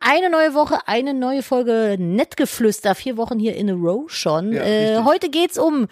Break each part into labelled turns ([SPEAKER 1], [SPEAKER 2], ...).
[SPEAKER 1] Eine neue Woche, eine neue Folge Nettgeflüster. Vier Wochen hier in a row schon.
[SPEAKER 2] Ja,
[SPEAKER 1] äh,
[SPEAKER 2] richtig.
[SPEAKER 1] heute geht's um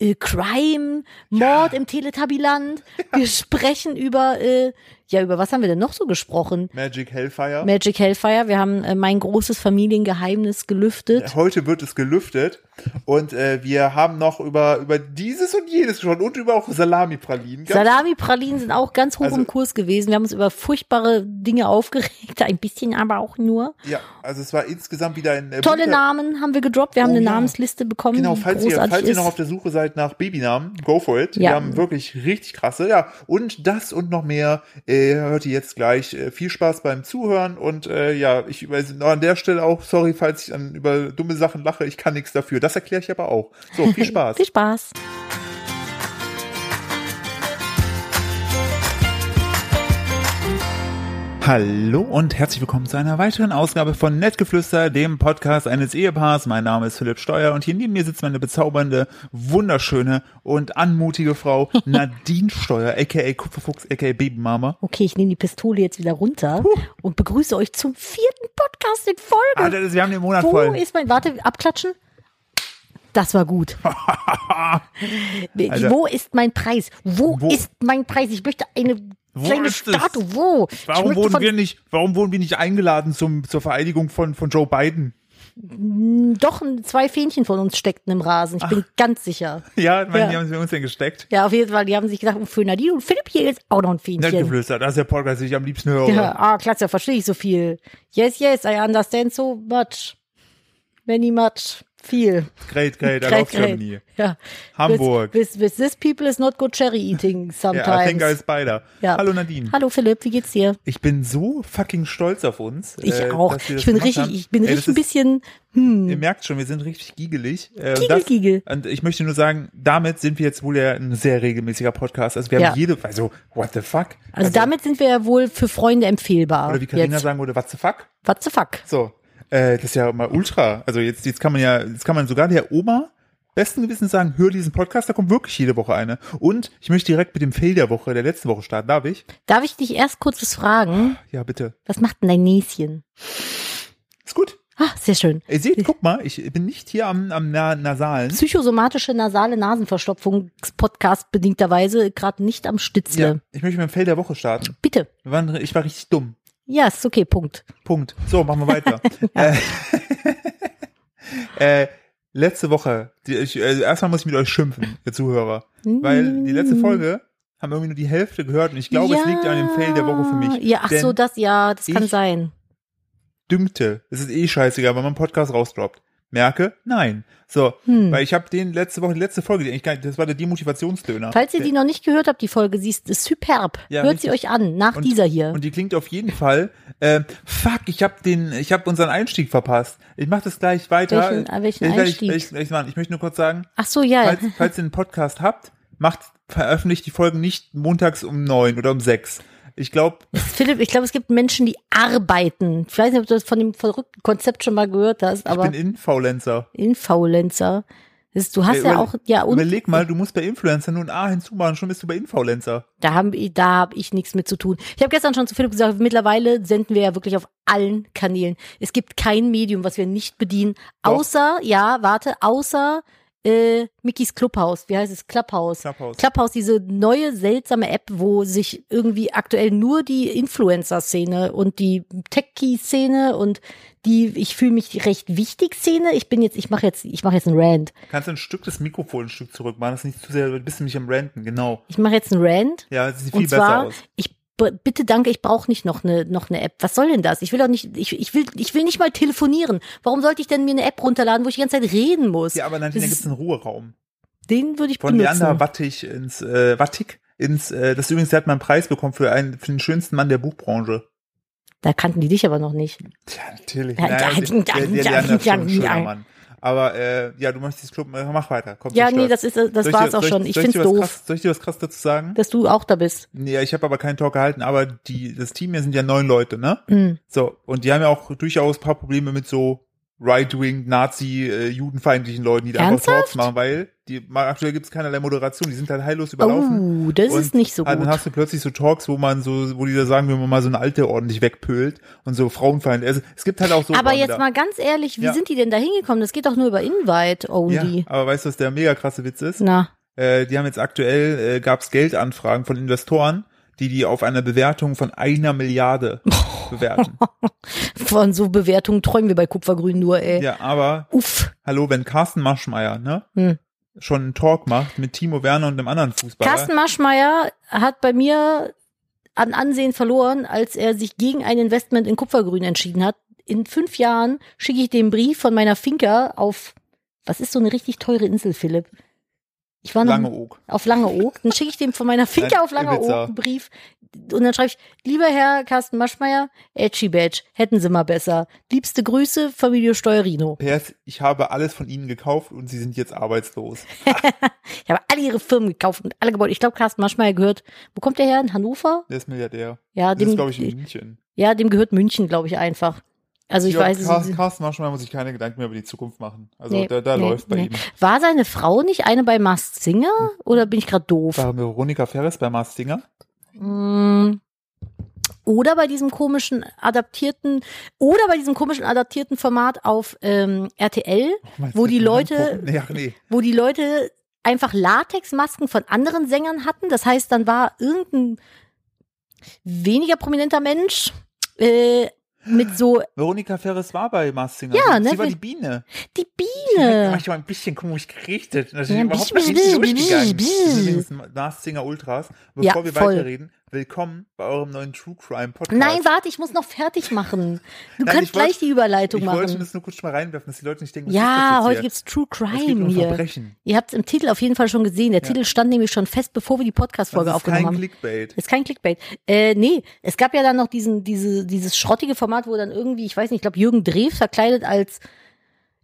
[SPEAKER 1] äh, Crime, Mord im Teletubbyland. Wir sprechen über, äh, ja, über was haben wir denn noch so gesprochen?
[SPEAKER 2] Magic Hellfire.
[SPEAKER 1] Magic Hellfire. Wir haben äh, mein großes Familiengeheimnis gelüftet.
[SPEAKER 2] Heute wird es gelüftet und äh, wir haben noch über, über dieses und jenes schon und über auch Salami-Pralinen. Ganz-
[SPEAKER 1] Salami-Pralinen sind auch ganz hoch
[SPEAKER 2] Also-
[SPEAKER 1] im Kurs gewesen. Wir haben uns über furchtbare Dinge aufgeregt, ein bisschen aber auch nur.
[SPEAKER 2] Ja, also es war insgesamt wieder ein äh,
[SPEAKER 1] Tolle
[SPEAKER 2] bunter-
[SPEAKER 1] Namen haben wir gedroppt. Wir haben
[SPEAKER 2] Oh
[SPEAKER 1] eine
[SPEAKER 2] ja.
[SPEAKER 1] Namensliste bekommen,
[SPEAKER 2] Genau,
[SPEAKER 1] die
[SPEAKER 2] falls ihr,
[SPEAKER 1] großartig
[SPEAKER 2] falls ihr
[SPEAKER 1] ist.
[SPEAKER 2] noch auf der Suche seid nach Babynamen, go for it.
[SPEAKER 1] Ja.
[SPEAKER 2] Wir haben wirklich richtig krasse. Ja, und das und noch mehr äh, hört ihr jetzt gleich. Äh, viel Spaß beim Zuhören und äh, ja, ich weiß noch an der Stelle auch, sorry, falls ich an, über dumme Sachen lache, ich kann nichts dafür. Das erkläre ich aber auch. So, viel Spaß.
[SPEAKER 1] Viel Spaß.
[SPEAKER 2] Hallo und herzlich willkommen zu einer weiteren Ausgabe von Nettgeflüster, dem Podcast eines Ehepaars. Mein Name ist Philipp Steuer und hier neben mir sitzt meine bezaubernde, wunderschöne und anmutige Frau Nadine Steuer, aka Kupferfuchs, aka Babymama.
[SPEAKER 1] Okay, ich nehme die Pistole jetzt wieder runter und begrüße euch zum vierten Podcast in Folge.
[SPEAKER 2] Alter, das- wir haben den Monat
[SPEAKER 1] Wo
[SPEAKER 2] voll.
[SPEAKER 1] ist mein. Warte, abklatschen. Das war gut.
[SPEAKER 2] Alter.
[SPEAKER 1] Wo ist mein Preis? Wo,
[SPEAKER 2] Also Wo-
[SPEAKER 1] ist mein Preis? Ich möchte eine
[SPEAKER 2] Wo
[SPEAKER 1] kleine
[SPEAKER 2] ist es?
[SPEAKER 1] Statue. Wo? Ich
[SPEAKER 2] Warum
[SPEAKER 1] möchte
[SPEAKER 2] wurden
[SPEAKER 1] von-
[SPEAKER 2] wir nicht, warum wurden wir nicht eingeladen zum, zur Vereidigung von, von Joe Biden?
[SPEAKER 1] Doch, ein- zwei Fähnchen von uns steckten im Rasen. Ich bin ganz sicher.
[SPEAKER 2] Ja, ich meine,
[SPEAKER 1] Ja.
[SPEAKER 2] die haben sie uns denn gesteckt.
[SPEAKER 1] Ja, auf jeden Fall. Die haben sich gedacht, oh, für Nadine und Philipp hier ist auch noch ein Fähnchen.
[SPEAKER 2] Nettgeflüster, das ist der Podcast, den ich am liebsten höre.
[SPEAKER 1] Ja, ah, klasse, verstehe ich so viel. Yes, yes, I understand so much. Many much. Viel.
[SPEAKER 2] Great, great, I
[SPEAKER 1] Great,
[SPEAKER 2] love
[SPEAKER 1] great.
[SPEAKER 2] Germany.
[SPEAKER 1] Ja.
[SPEAKER 2] Hamburg.
[SPEAKER 1] With, with, with this people is not good cherry eating sometimes.
[SPEAKER 2] Ja, I think I spider.
[SPEAKER 1] Ja.
[SPEAKER 2] Hallo Nadine.
[SPEAKER 1] Hallo Philipp, wie geht's dir?
[SPEAKER 2] Ich bin so fucking stolz auf uns.
[SPEAKER 1] Ich
[SPEAKER 2] äh,
[SPEAKER 1] auch.
[SPEAKER 2] dass wir
[SPEAKER 1] Ich
[SPEAKER 2] das
[SPEAKER 1] bin
[SPEAKER 2] gemacht
[SPEAKER 1] richtig,
[SPEAKER 2] haben.
[SPEAKER 1] ich bin
[SPEAKER 2] Ey, das
[SPEAKER 1] richtig ein
[SPEAKER 2] ist-
[SPEAKER 1] bisschen,
[SPEAKER 2] Ihr merkt schon, wir sind richtig giegelig. Äh,
[SPEAKER 1] Giegel,
[SPEAKER 2] das-
[SPEAKER 1] giegel.
[SPEAKER 2] Und ich möchte nur sagen, damit sind wir jetzt wohl ja ein sehr regelmäßiger Podcast. Also wir
[SPEAKER 1] Ja.
[SPEAKER 2] haben jede, also what the fuck?
[SPEAKER 1] also, damit sind wir ja wohl für Freunde empfehlbar.
[SPEAKER 2] oder wie Karina
[SPEAKER 1] jetzt.
[SPEAKER 2] sagen würde, what the fuck?
[SPEAKER 1] What the fuck?
[SPEAKER 2] So, äh, das ist ja mal ultra. Also jetzt, jetzt kann man ja, jetzt kann man sogar der Oma besten Gewissens sagen, hör diesen Podcast, da kommt wirklich jede Woche eine. Und ich möchte direkt mit dem Fail der Woche, der letzten Woche starten. Darf ich?
[SPEAKER 1] Darf ich dich erst kurz was fragen?
[SPEAKER 2] Ja, bitte.
[SPEAKER 1] Was macht denn dein Näschen?
[SPEAKER 2] Ist gut.
[SPEAKER 1] Ah, sehr schön.
[SPEAKER 2] Ihr seht, guck mal, ich bin nicht hier am, am Na Nasalen.
[SPEAKER 1] Psychosomatische nasale Nasenverstopfung, Podcast bedingterweise, gerade nicht am Stitzle.
[SPEAKER 2] Ja, ich möchte mit dem Fail der Woche starten.
[SPEAKER 1] Bitte.
[SPEAKER 2] Wir waren- Ich war richtig dumm.
[SPEAKER 1] Ja, ist okay, Punkt.
[SPEAKER 2] Punkt. So, machen wir weiter. äh, äh, letzte Woche, die, ich, also erstmal muss ich mit euch schimpfen, ihr Zuhörer. Weil die
[SPEAKER 1] Mm.
[SPEAKER 2] letzte Folge haben irgendwie nur die Hälfte gehört und ich glaube, es liegt an dem Fail der Woche für mich.
[SPEAKER 1] Ja, ach
[SPEAKER 2] Denn
[SPEAKER 1] so, das, ja, das kann
[SPEAKER 2] ich-
[SPEAKER 1] sein.
[SPEAKER 2] dünkte, es ist eh scheißegal, wenn man einen Podcast rausdroppt. Merke, nein. So,
[SPEAKER 1] Hm.
[SPEAKER 2] weil ich habe den letzte Woche, die letzte Folge, die eigentlich gar nicht, das war der Demotivationsdöner.
[SPEAKER 1] Falls ihr die noch nicht gehört habt, die Folge, sie ist ist superb.
[SPEAKER 2] Ja,
[SPEAKER 1] Hört sie
[SPEAKER 2] richtig.
[SPEAKER 1] euch an, nach
[SPEAKER 2] Und-
[SPEAKER 1] dieser hier.
[SPEAKER 2] Und die klingt auf jeden Fall. Äh, fuck, ich habe den, ich habe unseren Einstieg verpasst. Ich mache das gleich weiter.
[SPEAKER 1] Welchen- äh, welchen
[SPEAKER 2] ich, werd-
[SPEAKER 1] Einstieg?
[SPEAKER 2] Ich, ich, ich, Mann, ich möchte nur kurz sagen,
[SPEAKER 1] ach so, ja.
[SPEAKER 2] falls, falls ihr einen Podcast habt, macht veröffentlicht die Folgen nicht montags um neun oder um sechs. Ich glaube,
[SPEAKER 1] Philipp, ich glaube, es gibt Menschen, die arbeiten. Ich weiß nicht, ob du das von dem verrückten Konzept schon mal gehört hast,
[SPEAKER 2] ich
[SPEAKER 1] aber
[SPEAKER 2] bin Influencer.
[SPEAKER 1] Infaulenzer. Das ist- Du hast
[SPEAKER 2] Ey,
[SPEAKER 1] ja
[SPEAKER 2] überle-
[SPEAKER 1] auch, ja, und
[SPEAKER 2] Äh, Überleg mal, du musst bei Influencer nur ein A hinzumachen, schon bist du bei Influencer.
[SPEAKER 1] da habe da hab ich nichts mit zu tun. Ich habe gestern schon zu Philipp gesagt, mittlerweile senden wir ja wirklich auf allen Kanälen. Es gibt kein Medium, was wir nicht bedienen,
[SPEAKER 2] Doch.
[SPEAKER 1] außer, ja, warte, außer äh, Mickys Clubhaus. Wie heißt es? Clubhaus.
[SPEAKER 2] Clubhouse.
[SPEAKER 1] Clubhouse, diese neue seltsame App, wo sich irgendwie aktuell nur die Influencer-Szene und die Techie-Szene und die ich fühle mich recht wichtig Szene. Ich bin jetzt, ich mache jetzt, ich mache jetzt einen Rant.
[SPEAKER 2] Kannst du ein Stück des Mikrofon ein Stück zurückmachen, das ist nicht zu sehr, du bist nämlich am Renten, genau.
[SPEAKER 1] Ich mache jetzt einen Rant.
[SPEAKER 2] Ja, das sieht viel
[SPEAKER 1] Und zwar,
[SPEAKER 2] besser aus.
[SPEAKER 1] ich b- bitte danke, ich brauche nicht noch eine noch eine App. Was soll denn das? Ich will doch nicht, ich, ich will, ich will nicht mal telefonieren. Warum sollte ich denn mir eine App runterladen, wo ich die ganze Zeit reden muss?
[SPEAKER 2] Ja, aber dann
[SPEAKER 1] das
[SPEAKER 2] gibt
[SPEAKER 1] ist-
[SPEAKER 2] es einen Ruheraum.
[SPEAKER 1] Den würde ich
[SPEAKER 2] Von Leander
[SPEAKER 1] benutzen.
[SPEAKER 2] Wattig ins äh, Wattig ins äh, das übrigens der hat mal einen Preis bekommen für einen für den schönsten Mann der Buchbranche.
[SPEAKER 1] Da kannten die dich aber noch nicht.
[SPEAKER 2] Tja, natürlich.
[SPEAKER 1] Ja,
[SPEAKER 2] Naja,
[SPEAKER 1] ja,
[SPEAKER 2] der,
[SPEAKER 1] ja,
[SPEAKER 2] der, der
[SPEAKER 1] ja,
[SPEAKER 2] Leander ist
[SPEAKER 1] ja,
[SPEAKER 2] schon ein schöner
[SPEAKER 1] ja.
[SPEAKER 2] Mann. Aber äh, ja, du möchtest Club, äh, mach weiter. Komm,
[SPEAKER 1] Ja,
[SPEAKER 2] bin
[SPEAKER 1] nee,
[SPEAKER 2] stolz.
[SPEAKER 1] das ist äh, das
[SPEAKER 2] Soll ich
[SPEAKER 1] war's
[SPEAKER 2] dir-
[SPEAKER 1] auch
[SPEAKER 2] soll ich-
[SPEAKER 1] schon. Ich
[SPEAKER 2] soll
[SPEAKER 1] find's
[SPEAKER 2] dir was
[SPEAKER 1] doof,
[SPEAKER 2] Krass, soll ich dir was krass dazu sagen?
[SPEAKER 1] dass du auch da bist.
[SPEAKER 2] Nee, ich habe aber keinen Talk gehalten, aber die das Team hier sind ja neun Leute, ne?
[SPEAKER 1] Mhm.
[SPEAKER 2] So, und die haben ja auch durchaus ein paar Probleme mit so right-wing, Nazi, äh, judenfeindlichen Leuten, die da einfach
[SPEAKER 1] Ernsthaft?
[SPEAKER 2] Shorts machen, weil die, mal aktuell gibt's keinerlei Moderation, die sind halt heillos überlaufen.
[SPEAKER 1] Oh, das ist
[SPEAKER 2] Und
[SPEAKER 1] nicht so
[SPEAKER 2] Dann
[SPEAKER 1] gut.
[SPEAKER 2] hast du plötzlich so Talks, wo man so, wo die da sagen, wenn man mal so eine alte ordentlich wegpölt und so Frauenfeind. Also, es gibt halt auch so.
[SPEAKER 1] Aber
[SPEAKER 2] Orte
[SPEAKER 1] jetzt
[SPEAKER 2] da.
[SPEAKER 1] mal ganz ehrlich, wie
[SPEAKER 2] Ja.
[SPEAKER 1] sind die denn da hingekommen? Das geht doch nur über Invite
[SPEAKER 2] Ja,
[SPEAKER 1] only.
[SPEAKER 2] aber weißt du, was der mega krasse Witz ist?
[SPEAKER 1] Na,
[SPEAKER 2] Äh, die haben jetzt aktuell, äh, gab's Geldanfragen von Investoren, die die auf einer Bewertung von einer Milliarde bewerten.
[SPEAKER 1] von so Bewertungen träumen wir bei Kupfergrün nur, ey.
[SPEAKER 2] Ja, aber
[SPEAKER 1] Uff.
[SPEAKER 2] hallo, wenn Carsten Maschmeyer, ne?
[SPEAKER 1] Hm.
[SPEAKER 2] Schon einen Talk macht mit Timo Werner und einem anderen Fußballer.
[SPEAKER 1] Carsten Maschmeyer hat bei mir an Ansehen verloren, als er sich gegen ein Investment in Kupfergrün entschieden hat. In fünf Jahren schicke ich den Brief von meiner Finca auf, was ist so eine richtig teure Insel, Philipp? Ich war noch
[SPEAKER 2] Langeoog.
[SPEAKER 1] auf Langeoog. Dann schicke ich dem von meiner Finca
[SPEAKER 2] Nein,
[SPEAKER 1] auf Langeoog
[SPEAKER 2] Ibiza.
[SPEAKER 1] einen Brief. Und dann schreibe ich, lieber Herr Carsten Maschmeyer, Edgy Badge, hätten Sie mal besser. Liebste Grüße, Familie Steuerino.
[SPEAKER 2] PS, ich habe alles von ihnen gekauft und sie sind jetzt arbeitslos.
[SPEAKER 1] Ich habe alle ihre Firmen gekauft und alle Gebäude. Ich glaube, Carsten Maschmeyer gehört, wo kommt der her? In Hannover?
[SPEAKER 2] Der ist Milliardär.
[SPEAKER 1] Ja,
[SPEAKER 2] Das
[SPEAKER 1] dem,
[SPEAKER 2] ist, glaube ich, in München.
[SPEAKER 1] ja, dem gehört München, glaube ich, einfach. Also ich
[SPEAKER 2] Ja,
[SPEAKER 1] weiß
[SPEAKER 2] Car-
[SPEAKER 1] es
[SPEAKER 2] Carsten Maschmeyer muss sich keine Gedanken mehr über die Zukunft machen. Also
[SPEAKER 1] Nee,
[SPEAKER 2] da, da
[SPEAKER 1] nee,
[SPEAKER 2] läuft bei
[SPEAKER 1] nee.
[SPEAKER 2] ihm.
[SPEAKER 1] War seine Frau nicht eine bei Mars Singer? Oder bin ich gerade doof?
[SPEAKER 2] War Veronika Ferres bei Mars Singer?
[SPEAKER 1] Mm. Oder bei diesem komischen adaptierten, oder bei diesem komischen adaptierten Format auf ähm, RTL,
[SPEAKER 2] Meinst
[SPEAKER 1] Wo
[SPEAKER 2] du,
[SPEAKER 1] die Leute-
[SPEAKER 2] Nee, ach nee.
[SPEAKER 1] wo die Leute einfach Latexmasken von anderen Sängern hatten. Das heißt, dann war irgendein weniger prominenter Mensch äh, mit so
[SPEAKER 2] Veronika Ferres war bei Mars Singer.
[SPEAKER 1] Ja,
[SPEAKER 2] sie,
[SPEAKER 1] ne,
[SPEAKER 2] sie war
[SPEAKER 1] wir-
[SPEAKER 2] die Biene.
[SPEAKER 1] die
[SPEAKER 2] Die hat
[SPEAKER 1] Biene.
[SPEAKER 2] manchmal ein bisschen komisch gerichtet. Das ist
[SPEAKER 1] Ja,
[SPEAKER 2] überhaupt
[SPEAKER 1] bisch,
[SPEAKER 2] nicht
[SPEAKER 1] bisch,
[SPEAKER 2] richtig
[SPEAKER 1] bisch,
[SPEAKER 2] durchgegangen.
[SPEAKER 1] bisch.
[SPEAKER 2] Das ist übrigens Mars Singer Ultras. Bevor
[SPEAKER 1] Ja,
[SPEAKER 2] wir
[SPEAKER 1] voll.
[SPEAKER 2] weiterreden, willkommen bei eurem neuen True Crime Podcast.
[SPEAKER 1] Nein, warte, ich muss noch fertig machen. Du
[SPEAKER 2] Nein,
[SPEAKER 1] kannst
[SPEAKER 2] ich wollt-
[SPEAKER 1] gleich die Überleitung
[SPEAKER 2] ich wollte
[SPEAKER 1] machen.
[SPEAKER 2] das nur kurz mal reinwerfen, dass die Leute nicht denken, was ist das
[SPEAKER 1] Ja,
[SPEAKER 2] jetzt
[SPEAKER 1] heute
[SPEAKER 2] hier?
[SPEAKER 1] gibt's True
[SPEAKER 2] es geht
[SPEAKER 1] Crime
[SPEAKER 2] um
[SPEAKER 1] hier.
[SPEAKER 2] Verbrechen.
[SPEAKER 1] Ihr habt's im Titel auf jeden Fall schon gesehen. Der Titel stand nämlich schon fest, bevor wir die Podcast-Folge
[SPEAKER 2] das Also ist
[SPEAKER 1] aufgenommen
[SPEAKER 2] kein
[SPEAKER 1] haben.
[SPEAKER 2] Clickbait.
[SPEAKER 1] Ist kein Clickbait. Äh, nee, es gab ja dann noch diesen, diese, dieses schrottige Format, wo dann irgendwie, ich weiß nicht, ich glaube, Jürgen Drew verkleidet als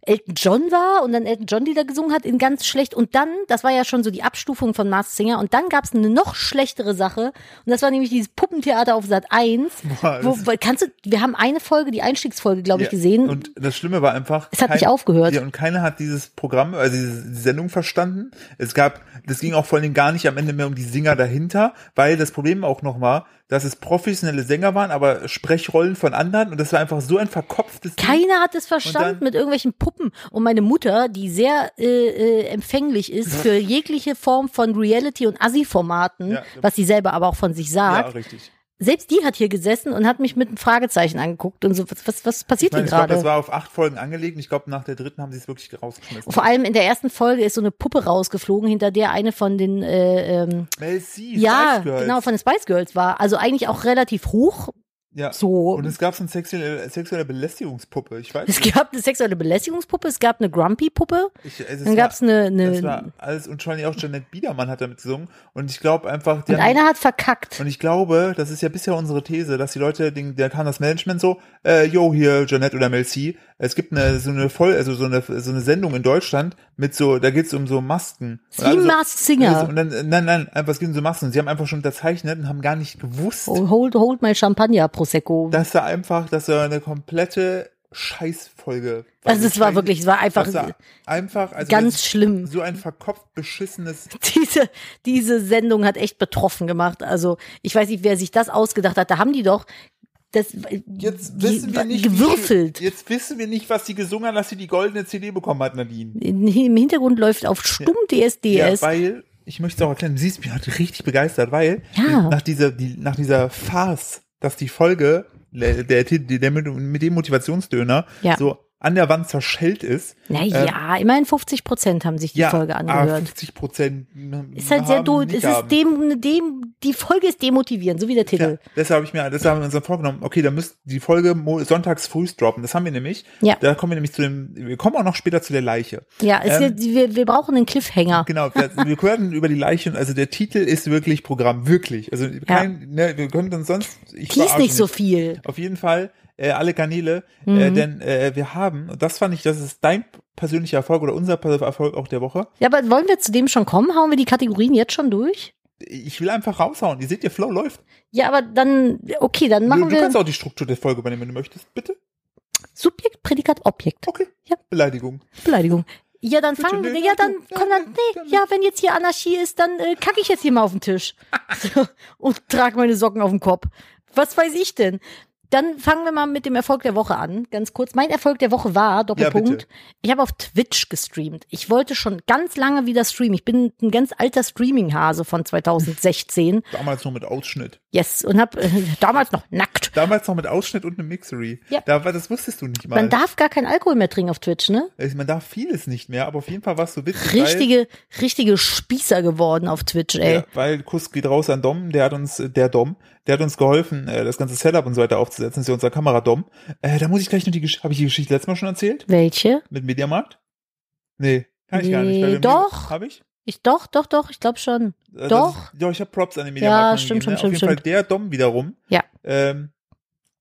[SPEAKER 1] Elton John war und dann Elton John Lieder gesungen hat, in ganz schlecht. Und dann, das war ja schon so die Abstufung von Mars Singer, und dann gab es eine noch schlechtere Sache. Und das war nämlich dieses Puppentheater auf Sat 1.
[SPEAKER 2] Boah,
[SPEAKER 1] Wo,
[SPEAKER 2] das-
[SPEAKER 1] wo- kannst du, wir haben eine Folge, die Einstiegsfolge, glaube ich,
[SPEAKER 2] Ja,
[SPEAKER 1] gesehen.
[SPEAKER 2] Und das Schlimme war einfach.
[SPEAKER 1] Es hat nicht aufgehört.
[SPEAKER 2] Ja, und keiner hat dieses Programm, also diese die Sendung verstanden. Es gab, das ging auch vor allem gar nicht am Ende mehr um die Singer dahinter, weil das Problem auch noch war, dass es professionelle Sänger waren, aber Sprechrollen von anderen und das war einfach so ein verkopftes. Ding.
[SPEAKER 1] Keiner hat es verstanden
[SPEAKER 2] dann-
[SPEAKER 1] mit irgendwelchen Puppen. Und meine Mutter, die sehr äh, äh, empfänglich ist für jegliche Form von Reality- und Assi-Formaten,
[SPEAKER 2] Ja.
[SPEAKER 1] was sie selber aber auch von sich
[SPEAKER 2] Ja,
[SPEAKER 1] sagt,
[SPEAKER 2] richtig.
[SPEAKER 1] selbst die hat hier gesessen und hat mich mit einem Fragezeichen angeguckt und so, was, was, was passiert
[SPEAKER 2] Ich, meine,
[SPEAKER 1] hier
[SPEAKER 2] ich glaube, das
[SPEAKER 1] gerade?
[SPEAKER 2] war auf acht Folgen angelegt. und Ich glaube, nach der dritten haben sie es wirklich rausgeschmissen.
[SPEAKER 1] Vor allem in der ersten Folge ist so eine Puppe rausgeflogen, hinter der eine von den äh, ähm,
[SPEAKER 2] Mel C,
[SPEAKER 1] ja,
[SPEAKER 2] Spice Girls.
[SPEAKER 1] genau, von den Spice Girls war. Also eigentlich auch relativ hoch.
[SPEAKER 2] ja.
[SPEAKER 1] So.
[SPEAKER 2] Und es gab so eine sexuelle, sexuelle Belästigungspuppe. Ich weiß
[SPEAKER 1] es
[SPEAKER 2] nicht.
[SPEAKER 1] gab eine sexuelle Belästigungspuppe, es gab eine Grumpy-Puppe,
[SPEAKER 2] Ich, also es
[SPEAKER 1] dann
[SPEAKER 2] war-
[SPEAKER 1] gab es eine,
[SPEAKER 2] Das
[SPEAKER 1] eine
[SPEAKER 2] war alles und schon auch Janet Biedermann hat damit gesungen und ich glaube einfach, die
[SPEAKER 1] und
[SPEAKER 2] haben,
[SPEAKER 1] einer hat verkackt.
[SPEAKER 2] und ich glaube, das ist ja bisher unsere These, dass die Leute, den, da kam das Management so, äh, yo hier Janet oder Mel C, es gibt eine so eine voll, also so eine so eine Sendung in Deutschland mit so, da geht's um so Masken. Und
[SPEAKER 1] Wie
[SPEAKER 2] alle so-
[SPEAKER 1] Masked Singer.
[SPEAKER 2] Und dann, nein, nein, einfach es geht um so Masken. Sie haben einfach schon unterzeichnet und haben gar nicht gewusst,
[SPEAKER 1] Oh, Hold, hold my Champagner Prosecco.
[SPEAKER 2] dass da einfach, dass da eine komplette Scheißfolge. war.
[SPEAKER 1] also es war wirklich, es war einfach
[SPEAKER 2] Dass da einfach also
[SPEAKER 1] ganz schlimm.
[SPEAKER 2] so ein verkopft beschissenes
[SPEAKER 1] Diese, diese Sendung hat echt betroffen gemacht. Also ich weiß nicht, wer sich das ausgedacht hat. Da haben die doch das
[SPEAKER 2] Jetzt wissen
[SPEAKER 1] die-
[SPEAKER 2] wir nicht.
[SPEAKER 1] gewürfelt.
[SPEAKER 2] Wie, jetzt wissen wir nicht, was sie gesungen hat, dass sie die goldene CD bekommen hat, Nadine.
[SPEAKER 1] Im Hintergrund läuft auf stumm DSDS.
[SPEAKER 2] Ja, weil, ich möchte es auch erklären, du siehst, mich hat richtig begeistert, weil
[SPEAKER 1] Ja.
[SPEAKER 2] nach, dieser, die, nach dieser Farce, dass die Folge der, der, Titel- der mit, mit dem Motivationsdöner
[SPEAKER 1] Ja.
[SPEAKER 2] so an der Wand zerschellt ist.
[SPEAKER 1] naja, immerhin 50 Prozent haben sich die
[SPEAKER 2] äh, Ja,
[SPEAKER 1] Folge
[SPEAKER 2] ah,
[SPEAKER 1] angehört.
[SPEAKER 2] 50 Prozent.
[SPEAKER 1] Ist halt sehr doof. Es ist dem, dem, die Folge ist demotivierend, so wie der
[SPEAKER 2] Ja,
[SPEAKER 1] Titel.
[SPEAKER 2] deshalb habe ich mir, deshalb haben wir uns dann vorgenommen, okay, da müsst die Folge mo- sonntags früh droppen. Das haben wir nämlich.
[SPEAKER 1] Ja.
[SPEAKER 2] Da kommen wir nämlich zu dem, wir kommen auch noch später zu der Leiche.
[SPEAKER 1] Ja, es,
[SPEAKER 2] Ähm,
[SPEAKER 1] wir, wir brauchen einen Cliffhanger.
[SPEAKER 2] Genau, wir, wir können über die Leiche, und also der Titel ist wirklich Programm, wirklich. Also kein, ne, wir können uns sonst. Ich
[SPEAKER 1] Lies
[SPEAKER 2] verarsche
[SPEAKER 1] nicht so Mhm. viel.
[SPEAKER 2] Auf jeden Fall äh, alle Kanäle, äh, denn äh, wir haben, und das fand ich, das ist dein persönlicher Erfolg oder unser persönlicher Erfolg auch der Woche.
[SPEAKER 1] Ja, aber wollen wir zu dem schon kommen? Hauen wir die Kategorien jetzt schon durch?
[SPEAKER 2] Ich will einfach raushauen. Ihr seht, der Flow läuft.
[SPEAKER 1] Ja, aber dann, okay, dann
[SPEAKER 2] Du,
[SPEAKER 1] machen
[SPEAKER 2] du kannst
[SPEAKER 1] wir
[SPEAKER 2] auch die Struktur der Folge übernehmen, wenn du möchtest, bitte.
[SPEAKER 1] Subjekt, Prädikat Objekt.
[SPEAKER 2] Okay.
[SPEAKER 1] Ja.
[SPEAKER 2] Beleidigung. ne,
[SPEAKER 1] Beleidigung. Ja, dann fangen
[SPEAKER 2] Nee,
[SPEAKER 1] wir, ja, dann,
[SPEAKER 2] nee,
[SPEAKER 1] komm, dann,
[SPEAKER 2] nee,
[SPEAKER 1] nee, ja, wenn jetzt hier Anarchie ist, dann äh, kacke ich jetzt hier mal auf den Tisch. So, und trage meine Socken auf den Kopf. Was weiß ich denn? Dann fangen wir mal mit dem Erfolg der Woche an, ganz kurz. Mein Erfolg der Woche war, Doppelpunkt,
[SPEAKER 2] bitte.
[SPEAKER 1] ich habe auf Twitch gestreamt. Ich wollte schon ganz lange wieder streamen. Ich bin ein ganz alter Streaming-Hase von 2016.
[SPEAKER 2] Damals noch mit Ausschnitt.
[SPEAKER 1] Yes, und habe äh, damals noch nackt.
[SPEAKER 2] Damals noch mit Ausschnitt und einem Mixery.
[SPEAKER 1] Ja.
[SPEAKER 2] Da, war- das wusstest du nicht mal.
[SPEAKER 1] Man darf gar keinen Alkohol mehr trinken auf Twitch, ne?
[SPEAKER 2] Äh, Man darf vieles nicht mehr, aber auf jeden Fall warst du witzig.
[SPEAKER 1] Richtige, richtige Spießer geworden auf Twitch,
[SPEAKER 2] Weil,
[SPEAKER 1] ey.
[SPEAKER 2] ja, weil Kuss geht raus an Dom, der hat uns, äh, der Dom, der hat uns geholfen, äh, das ganze Setup und so weiter aufzusetzen, ist ja unser Kameradom. Äh, da muss ich gleich noch die Geschichte, habe ich die Geschichte letztes Mal schon erzählt?
[SPEAKER 1] Welche?
[SPEAKER 2] Mit Mediamarkt? Nee, kann ich gar
[SPEAKER 1] Nee,
[SPEAKER 2] nicht. weil wir-
[SPEAKER 1] doch.
[SPEAKER 2] Habe ich?
[SPEAKER 1] Ich doch, doch, doch, ich glaube schon.
[SPEAKER 2] Äh,
[SPEAKER 1] Doch.
[SPEAKER 2] das Ist, ja, ich habe Props an den
[SPEAKER 1] Ja,
[SPEAKER 2] Mediamarkt. angegeben,
[SPEAKER 1] stimmt, stimmt,
[SPEAKER 2] ne? Auf jeden
[SPEAKER 1] stimmt,
[SPEAKER 2] Fall der Dom wiederum.
[SPEAKER 1] Ja.
[SPEAKER 2] Ähm,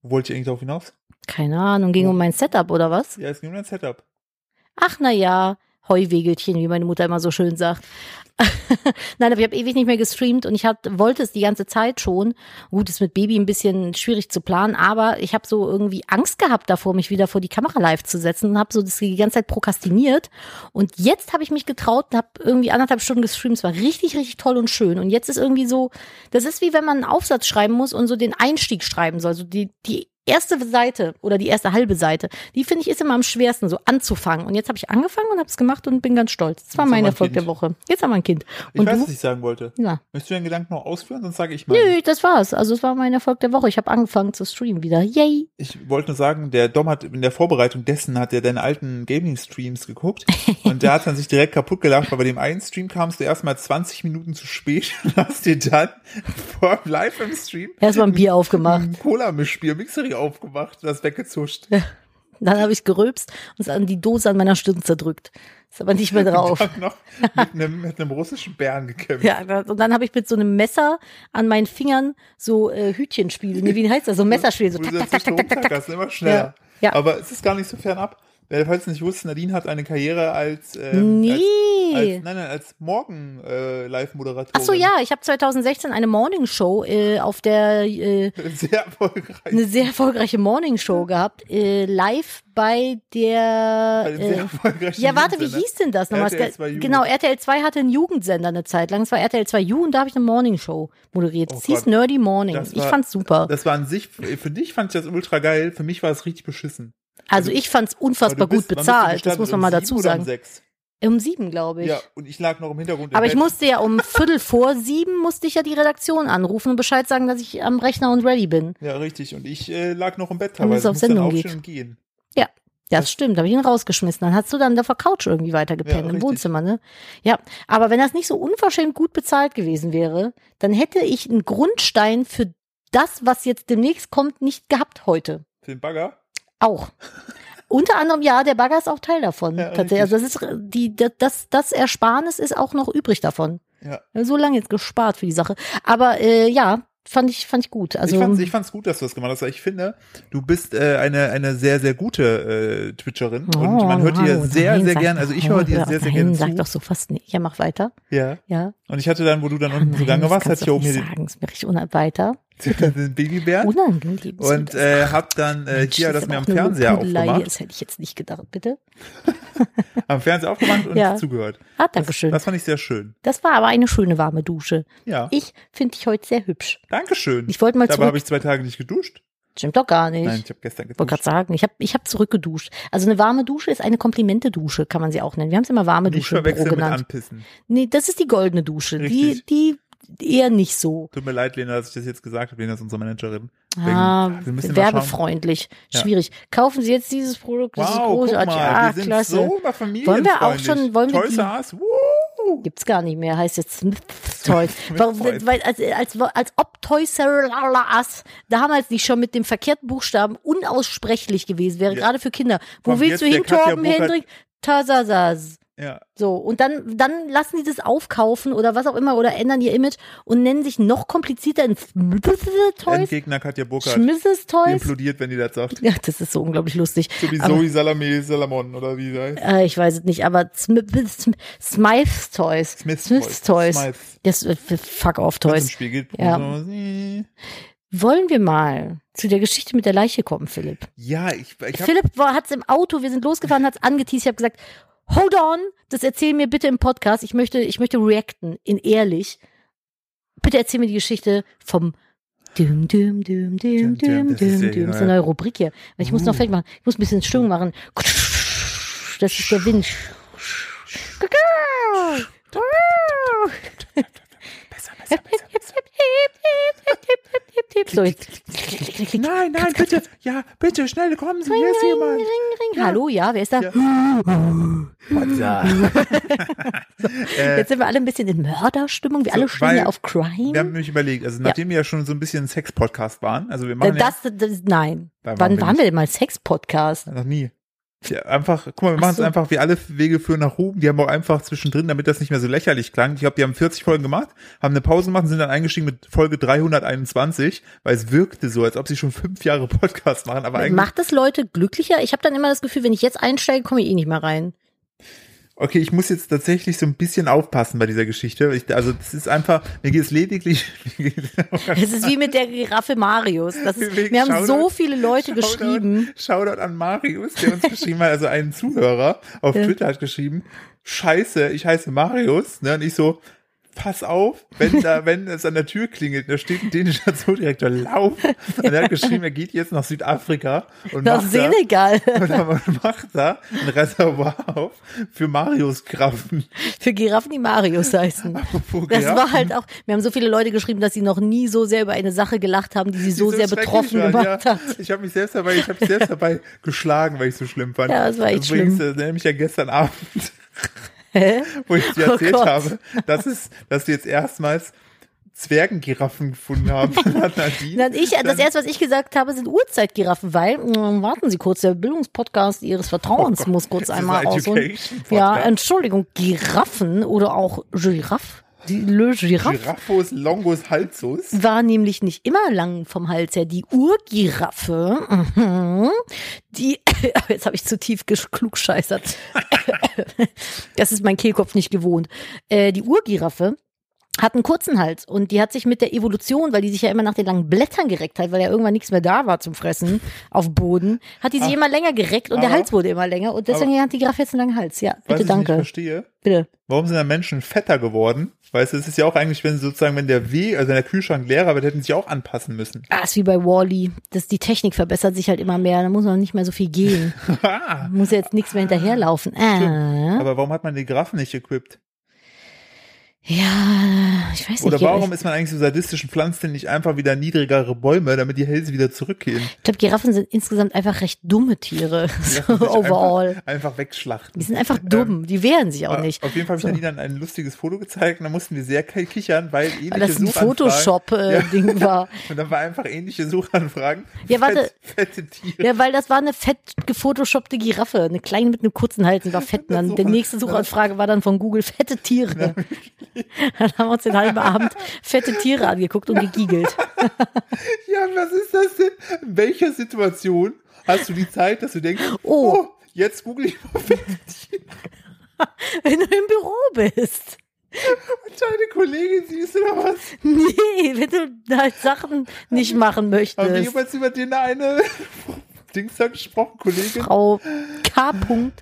[SPEAKER 2] wollte ich eigentlich darauf hinaus?
[SPEAKER 1] Keine Ahnung, ging um mein Setup oder was?
[SPEAKER 2] Ja, es ging um ein Setup.
[SPEAKER 1] Ach na ja, Heuwegelchen, wie meine Mutter immer so schön sagt. Nein, aber ich habe ewig nicht mehr gestreamt und ich hab, wollte es die ganze Zeit schon. Gut, ist mit Baby ein bisschen schwierig zu planen, aber ich habe so irgendwie Angst gehabt davor, mich wieder vor die Kamera live zu setzen und habe so das die ganze Zeit prokrastiniert. Und jetzt habe ich mich getraut und habe irgendwie anderthalb Stunden gestreamt. Es war richtig, richtig toll und schön. Und jetzt ist irgendwie so, das ist wie wenn man einen Aufsatz schreiben muss und so den Einstieg schreiben soll. So die, die erste Seite oder die erste halbe Seite, die finde ich ist immer am schwersten, so anzufangen. Und jetzt habe ich angefangen und habe es gemacht und bin ganz stolz. Das war
[SPEAKER 2] Jetzt haben
[SPEAKER 1] mein
[SPEAKER 2] wir ein
[SPEAKER 1] Erfolg der
[SPEAKER 2] Kind.
[SPEAKER 1] Woche. Jetzt haben wir ein Kind.
[SPEAKER 2] Ich
[SPEAKER 1] Und
[SPEAKER 2] weiß,
[SPEAKER 1] du?
[SPEAKER 2] was ich sagen wollte.
[SPEAKER 1] Ja.
[SPEAKER 2] Möchtest du deinen Gedanken noch ausführen, sonst sage ich mal.
[SPEAKER 1] Nö, das war's. Also es war mein Erfolg der Woche. Ich habe angefangen zu streamen wieder. Yay.
[SPEAKER 2] Ich wollte nur sagen, der Dom hat in der Vorbereitung dessen hat er deine alten Gaming-Streams geguckt und der hat dann sich direkt kaputt gelacht, weil bei dem einen Stream kamst du erstmal 20 Minuten zu spät und hast dir dann vor live im Stream
[SPEAKER 1] Erstmal ein Bier aufgemacht.
[SPEAKER 2] ein Cola-Mischbier, Mixery aufgemacht, das weggezuscht.
[SPEAKER 1] Dann habe ich gerülpst und an die Dose an meiner Stirn zerdrückt. Ist aber nicht mehr drauf.
[SPEAKER 2] Und dann noch mit einem, mit einem russischen Bären gekämpft.
[SPEAKER 1] Ja, und dann habe ich mit so einem Messer an meinen Fingern so äh, Hütchenspiele. Nee, wie heißt das? So Messerspiele. So
[SPEAKER 2] Wo
[SPEAKER 1] tak,
[SPEAKER 2] du
[SPEAKER 1] tak, tak, tak, tak, tak, tak.
[SPEAKER 2] hast, immer schneller.
[SPEAKER 1] Ja, ja.
[SPEAKER 2] Aber es ist gar nicht so fern ab. Wer falls nicht wusste, Nadine hat eine Karriere als, ähm, als, als
[SPEAKER 1] Nee.
[SPEAKER 2] nein, nein, als Morgen äh, Live-Moderatorin.
[SPEAKER 1] Ach so, ja, ich habe 2016 eine Morningshow äh, auf der äh,
[SPEAKER 2] Sehr erfolgreich.
[SPEAKER 1] eine sehr erfolgreiche Morningshow gehabt, äh, live bei der
[SPEAKER 2] Bei dem sehr
[SPEAKER 1] äh,
[SPEAKER 2] erfolgreichen
[SPEAKER 1] Ja, warte, wie
[SPEAKER 2] Jugendsender.
[SPEAKER 1] hieß denn das nochmal?
[SPEAKER 2] RTL 2 Jugend.
[SPEAKER 1] genau, RTL 2 hatte einen Jugendsender eine Zeit lang. Es war RTL 2 Jugend, da habe ich eine Morningshow moderiert.
[SPEAKER 2] Oh
[SPEAKER 1] Es hieß
[SPEAKER 2] Gott.
[SPEAKER 1] Nerdy Morning.
[SPEAKER 2] Das
[SPEAKER 1] ich
[SPEAKER 2] war-
[SPEAKER 1] fand's super.
[SPEAKER 2] Das war an sich, für dich fand ich das ultra geil, für mich war es richtig beschissen.
[SPEAKER 1] also ich fand's
[SPEAKER 2] Aber du
[SPEAKER 1] unfassbar gut
[SPEAKER 2] bist- wann bist du
[SPEAKER 1] bezahlt, das
[SPEAKER 2] gestartet?
[SPEAKER 1] muss man
[SPEAKER 2] Um
[SPEAKER 1] mal
[SPEAKER 2] sieben
[SPEAKER 1] dazu
[SPEAKER 2] oder um
[SPEAKER 1] sagen.
[SPEAKER 2] sechs?
[SPEAKER 1] Um sieben, glaube ich.
[SPEAKER 2] Ja, und ich lag noch im Hintergrund. im
[SPEAKER 1] Aber ich
[SPEAKER 2] Bett.
[SPEAKER 1] musste ja um Viertel vor sieben musste ich ja die Redaktion anrufen und Bescheid sagen, dass ich am Rechner und ready bin.
[SPEAKER 2] Ja, richtig. Und ich äh, lag noch im Bett
[SPEAKER 1] Wenn es
[SPEAKER 2] teilweise.
[SPEAKER 1] auf
[SPEAKER 2] musste
[SPEAKER 1] Sendung
[SPEAKER 2] dann
[SPEAKER 1] geht.
[SPEAKER 2] aufstehen und gehen.
[SPEAKER 1] Ja, das stimmt. Da habe ich ihn rausgeschmissen. Dann hast du dann da vor Couch irgendwie
[SPEAKER 2] Ja,
[SPEAKER 1] weitergepennt im
[SPEAKER 2] richtig.
[SPEAKER 1] Wohnzimmer, ne? Ja, aber wenn das nicht so unverschämt gut bezahlt gewesen wäre, dann hätte ich einen Grundstein für das, was jetzt demnächst kommt, nicht gehabt heute.
[SPEAKER 2] Für den Bagger.
[SPEAKER 1] Auch. Unter anderem, ja, der Bagger ist auch Teil davon.
[SPEAKER 2] Ja,
[SPEAKER 1] tatsächlich. Also das ist die, das, das Ersparnis ist auch noch übrig davon.
[SPEAKER 2] Ja.
[SPEAKER 1] So lange jetzt gespart für die Sache. Aber äh, ja, fand ich, fand ich gut. Also
[SPEAKER 2] ich fand's, ich fand's gut, dass du das gemacht hast. weil Ich finde, du bist äh, eine, eine sehr, sehr gute äh, Twitcherin. und man hört dir
[SPEAKER 1] Manu,
[SPEAKER 2] sehr,
[SPEAKER 1] nein,
[SPEAKER 2] sehr
[SPEAKER 1] Oh, sag
[SPEAKER 2] gern,
[SPEAKER 1] doch,
[SPEAKER 2] also ich höre dir
[SPEAKER 1] hör
[SPEAKER 2] sehr,
[SPEAKER 1] auf,
[SPEAKER 2] sehr
[SPEAKER 1] nein,
[SPEAKER 2] gerne
[SPEAKER 1] Sag
[SPEAKER 2] zu.
[SPEAKER 1] doch so fast nicht. Ja, mach weiter.
[SPEAKER 2] Ja.
[SPEAKER 1] Ja.
[SPEAKER 2] Und ich hatte dann, wo du dann unten
[SPEAKER 1] Nein,
[SPEAKER 2] gegangen
[SPEAKER 1] das
[SPEAKER 2] warst,
[SPEAKER 1] kannst
[SPEAKER 2] hatte ich
[SPEAKER 1] du
[SPEAKER 2] ja
[SPEAKER 1] doch nicht
[SPEAKER 2] oben
[SPEAKER 1] Oh,
[SPEAKER 2] hier
[SPEAKER 1] sagen. Ist mir richtig unab weiter.
[SPEAKER 2] den, den Babybären.
[SPEAKER 1] Unangenehm. ist mir
[SPEAKER 2] Und
[SPEAKER 1] das.
[SPEAKER 2] äh, hab dann äh,
[SPEAKER 1] Mensch,
[SPEAKER 2] hier
[SPEAKER 1] ist
[SPEAKER 2] das
[SPEAKER 1] aber
[SPEAKER 2] mir am
[SPEAKER 1] auch eine
[SPEAKER 2] Fernseher
[SPEAKER 1] Lobhudelei hier.
[SPEAKER 2] aufgemacht.
[SPEAKER 1] Das hätte ich jetzt nicht gedacht, bitte.
[SPEAKER 2] Am Fernseher aufgemacht und
[SPEAKER 1] Ja.
[SPEAKER 2] zugehört.
[SPEAKER 1] Ah, Dankeschön. Das,
[SPEAKER 2] Das fand ich sehr schön.
[SPEAKER 1] war aber eine schöne warme Dusche.
[SPEAKER 2] Ja. Hm.
[SPEAKER 1] Ich finde dich heute sehr hübsch.
[SPEAKER 2] Dankeschön.
[SPEAKER 1] Ich wollte mal
[SPEAKER 2] Dabei habe
[SPEAKER 1] zurück.
[SPEAKER 2] ich zwei Tage nicht geduscht.
[SPEAKER 1] Stimmt doch gar nicht.
[SPEAKER 2] Nein, ich habe gestern
[SPEAKER 1] wollte
[SPEAKER 2] geduscht.
[SPEAKER 1] gerade sagen, ich habe ich hab zurückgeduscht. Also eine warme Dusche ist eine Komplimente-Dusche, kann man sie auch nennen. Wir haben es immer warme
[SPEAKER 2] Nicht
[SPEAKER 1] Dusche im Büro
[SPEAKER 2] verwechseln mit
[SPEAKER 1] genannt.
[SPEAKER 2] Anpissen.
[SPEAKER 1] Nee, das ist die goldene Dusche. Die, die eher nicht so.
[SPEAKER 2] Tut mir leid, Lena, dass ich das jetzt gesagt habe. Lena ist unsere Managerin. Deswegen,
[SPEAKER 1] Ah,
[SPEAKER 2] wir müssen immer schauen.
[SPEAKER 1] werbefreundlich.
[SPEAKER 2] Ja.
[SPEAKER 1] Schwierig. Kaufen Sie jetzt dieses Produkt, das ist
[SPEAKER 2] Wow, guck mal,
[SPEAKER 1] großartig. ah,
[SPEAKER 2] wir sind
[SPEAKER 1] klasse.
[SPEAKER 2] so immer
[SPEAKER 1] Wollen wir auch schon- wollen wir die-
[SPEAKER 2] Toys Woo!
[SPEAKER 1] Gibt's gar nicht mehr, heißt jetzt Smith Toys.
[SPEAKER 2] Smith
[SPEAKER 1] Warum,
[SPEAKER 2] Toys.
[SPEAKER 1] weil, als, als, als ob Toys R Us damals nicht schon mit dem verkehrten Buchstaben unaussprechlich gewesen wäre,
[SPEAKER 2] Ja.
[SPEAKER 1] gerade für Kinder. Wo
[SPEAKER 2] Komm,
[SPEAKER 1] willst
[SPEAKER 2] jetzt
[SPEAKER 1] du hin,
[SPEAKER 2] der Katja
[SPEAKER 1] Torben
[SPEAKER 2] Burkhardt-
[SPEAKER 1] Hendrik? Tasasas.
[SPEAKER 2] Ja,
[SPEAKER 1] So, und dann, dann lassen die das aufkaufen oder was auch immer oder ändern ihr Image und nennen sich noch komplizierter in Toys,
[SPEAKER 2] Endgegner Katja Burkhardt. Die
[SPEAKER 1] Schmisses Toys.
[SPEAKER 2] implodiert, wenn die das sagt.
[SPEAKER 1] Ja, das ist so unglaublich lustig.
[SPEAKER 2] So wie
[SPEAKER 1] Aber-
[SPEAKER 2] Zoe Salame Salamon oder wie sie heißt.
[SPEAKER 1] Äh, ich weiß es nicht, aber Smith, Smith, Smythe's Toys.
[SPEAKER 2] Smith's
[SPEAKER 1] Smith's
[SPEAKER 2] Toys.
[SPEAKER 1] Toys.
[SPEAKER 2] Smith's.
[SPEAKER 1] Das, äh, fuck off
[SPEAKER 2] Wenn's im
[SPEAKER 1] Toys.
[SPEAKER 2] Spiel geht.
[SPEAKER 1] Ja.
[SPEAKER 2] so, nee.
[SPEAKER 1] Wollen wir mal zu der Geschichte mit der Leiche kommen, Philipp?
[SPEAKER 2] Ja, ich, ich hab,
[SPEAKER 1] Philipp hat es im Auto, wir sind losgefahren, hat es angeteased. Ich habe gesagt, hold on, das erzähl mir bitte im Podcast. Ich möchte, ich möchte reacten, in ehrlich. Bitte erzähl mir die Geschichte vom Düm, düm, düm, düm,
[SPEAKER 2] Düm, düm,
[SPEAKER 1] düm,
[SPEAKER 2] das ist
[SPEAKER 1] düm,
[SPEAKER 2] ja
[SPEAKER 1] düm.
[SPEAKER 2] die
[SPEAKER 1] Das ist eine
[SPEAKER 2] neue- Uh.
[SPEAKER 1] neue Rubrik hier. Ich muss noch fertig machen. Ich muss ein bisschen Stimmung machen. Das ist der Wind.
[SPEAKER 2] besser, besser, besser.
[SPEAKER 1] So, jetzt.
[SPEAKER 2] Nein, nein, bitte. Ja, bitte, schnell, kommen Sie, hier ist jemand.
[SPEAKER 1] Ring. Hallo, ja, wer ist da? Jetzt sind wir alle ein bisschen in Mörderstimmung. Wir alle stehen
[SPEAKER 2] Äh, weil-
[SPEAKER 1] ja auf
[SPEAKER 2] Wir haben
[SPEAKER 1] Crime. Äh,
[SPEAKER 2] nämlich überlegt, also nachdem wir ja schon so ein bisschen Sex-Podcast waren, also wir machen ja
[SPEAKER 1] Äh, Das, das, nein.
[SPEAKER 2] Da waren
[SPEAKER 1] Wann
[SPEAKER 2] wir
[SPEAKER 1] waren wir denn mal Sex-Podcast?
[SPEAKER 2] noch nie. Ja, einfach, guck mal, wir machen es
[SPEAKER 1] so.
[SPEAKER 2] einfach, wie alle Wege führen nach oben. Die haben auch einfach zwischendrin, damit das nicht mehr so lächerlich klang. Ich glaube, die haben 40 Folgen gemacht, haben eine Pause gemacht und sind dann eingestiegen mit Folge 321, weil es wirkte so, als ob sie schon fünf Jahre Podcast machen, aber eigentlich.
[SPEAKER 1] Macht das Leute glücklicher? Ich habe dann immer das Gefühl, wenn ich jetzt einsteige, komme ich eh nicht mehr rein.
[SPEAKER 2] Okay, ich muss jetzt tatsächlich so ein bisschen aufpassen bei dieser Geschichte. Ich, also, das ist einfach, mir geht es lediglich, mir geht's-
[SPEAKER 1] Es ist wie mit der Giraffe Marius. Das ist,
[SPEAKER 2] Deswegen
[SPEAKER 1] mir haben so
[SPEAKER 2] Shoutout-
[SPEAKER 1] viele Leute geschrieben.
[SPEAKER 2] Shoutout an Marius, der uns geschrieben hat, also einen Zuhörer auf
[SPEAKER 1] Ja.
[SPEAKER 2] Twitter hat geschrieben, scheiße, ich heiße Marius, ne, und ich so, pass auf, wenn da, wenn es an der Tür klingelt, da steht ein dänischer Zoodirektor, lauf, und er hat geschrieben, er geht jetzt nach Südafrika und
[SPEAKER 1] Nach
[SPEAKER 2] macht da,
[SPEAKER 1] Senegal
[SPEAKER 2] und dann macht da ein Reservoir auf für Marius Grafen.
[SPEAKER 1] für Giraffen, die Marius heißen. Das war halt auch, mir haben so viele Leute geschrieben, dass sie noch nie so sehr über eine Sache gelacht haben, die sie so, sehr betroffen gemacht
[SPEAKER 2] ja.
[SPEAKER 1] hat.
[SPEAKER 2] Ich habe mich selbst dabei, ich habe mich selbst dabei geschlagen, weil ich so schlimm fand.
[SPEAKER 1] Ja, das war echt
[SPEAKER 2] Übrigens,
[SPEAKER 1] schlimm.
[SPEAKER 2] äh, nämlich ja gestern Abend.
[SPEAKER 1] Hä?
[SPEAKER 2] wo ich dir
[SPEAKER 1] Oh
[SPEAKER 2] erzählt
[SPEAKER 1] Gott.
[SPEAKER 2] habe, dass, es, dass die jetzt erstmals Zwergengiraffen gefunden haben. Dann hat Nadine-
[SPEAKER 1] Dann ich, das
[SPEAKER 2] dann-
[SPEAKER 1] erste, was ich gesagt habe, sind Urzeitgiraffen, weil, mh, warten Sie kurz, der Bildungspodcast Ihres Vertrauens muss kurz
[SPEAKER 2] Oh das ist
[SPEAKER 1] einmal
[SPEAKER 2] ein
[SPEAKER 1] ausholen.
[SPEAKER 2] Education-Podcast.
[SPEAKER 1] Ja, Entschuldigung, Giraffen oder auch Giraffe, die Le Giraffe
[SPEAKER 2] Giraffos longus halsus.
[SPEAKER 1] war nämlich nicht immer lang vom Hals her. Die Urgiraffe, mhm, die, jetzt habe ich zu tief gesch- klugscheißert. das ist mein Kehlkopf nicht gewohnt. Äh, die Urgiraffe hat einen kurzen Hals und die hat sich mit der Evolution, weil die sich ja immer nach den langen Blättern gereckt hat, weil ja irgendwann nichts mehr da war zum Fressen auf Boden, hat die sich immer länger gereckt und der
[SPEAKER 2] Ah. aber-
[SPEAKER 1] Hals wurde immer länger und deswegen hat die Giraffe jetzt einen langen Hals. Ja,
[SPEAKER 2] Was
[SPEAKER 1] bitte
[SPEAKER 2] ich nicht
[SPEAKER 1] danke.
[SPEAKER 2] verstehe,
[SPEAKER 1] Bitte.
[SPEAKER 2] warum sind da Menschen fetter geworden? Weißt du, es ist ja auch eigentlich, wenn sozusagen, wenn der W, also wenn der Kühlschrank leerer wird, hätten sie sich auch anpassen müssen.
[SPEAKER 1] Ah, ist wie bei Wally. Das, die Technik verbessert sich halt immer mehr. Da muss man nicht mehr so viel gehen. muss jetzt nichts mehr hinterherlaufen. Ah.
[SPEAKER 2] Aber warum hat man die Giraffen nicht equipped?
[SPEAKER 1] Ja, ich weiß nicht.
[SPEAKER 2] Oder warum
[SPEAKER 1] ich
[SPEAKER 2] ist man eigentlich so sadistischen Pflanzen nicht einfach wieder niedrigere Bäume, damit die Hälse wieder zurückgehen?
[SPEAKER 1] glaube, Giraffen sind insgesamt einfach recht dumme Tiere. So
[SPEAKER 2] Sich
[SPEAKER 1] overall.
[SPEAKER 2] Einfach, einfach wegschlachten.
[SPEAKER 1] Die sind einfach dumm. Die wehren sich auch
[SPEAKER 2] Ah,
[SPEAKER 1] nicht.
[SPEAKER 2] Auf jeden Fall habe ich Nadine dann ein lustiges Foto gezeigt und da mussten wir sehr ke- kichern, weil ähnliche
[SPEAKER 1] Weil das ein
[SPEAKER 2] Suchanfragen- Ja.
[SPEAKER 1] Photoshop-Ding war.
[SPEAKER 2] Und dann war einfach ähnliche Suchanfragen.
[SPEAKER 1] Ja, warte.
[SPEAKER 2] Fett, fette Tiere.
[SPEAKER 1] Ja, weil das war eine fett gefotoshoppte Giraffe. Eine kleine mit einem kurzen Hals und war fett. Und dann die nächste Suchanfrage war dann von Google fette Tiere. Dann haben wir uns den halben Abend fette Tiere angeguckt und gegiegelt.
[SPEAKER 2] Ja, was ist das denn? In welcher Situation hast du die Zeit, dass du denkst,
[SPEAKER 1] Oh.
[SPEAKER 2] oh, jetzt google ich mal fette Tiere.
[SPEAKER 1] Wenn du im Büro bist.
[SPEAKER 2] Und deine Kollegin siehst oder was?
[SPEAKER 1] Nee, wenn du halt Sachen nicht machen
[SPEAKER 2] Haben wir
[SPEAKER 1] möchtest.
[SPEAKER 2] jemals über den eine Dings da gesprochen, Kollegin?
[SPEAKER 1] Frau K. -Punkt.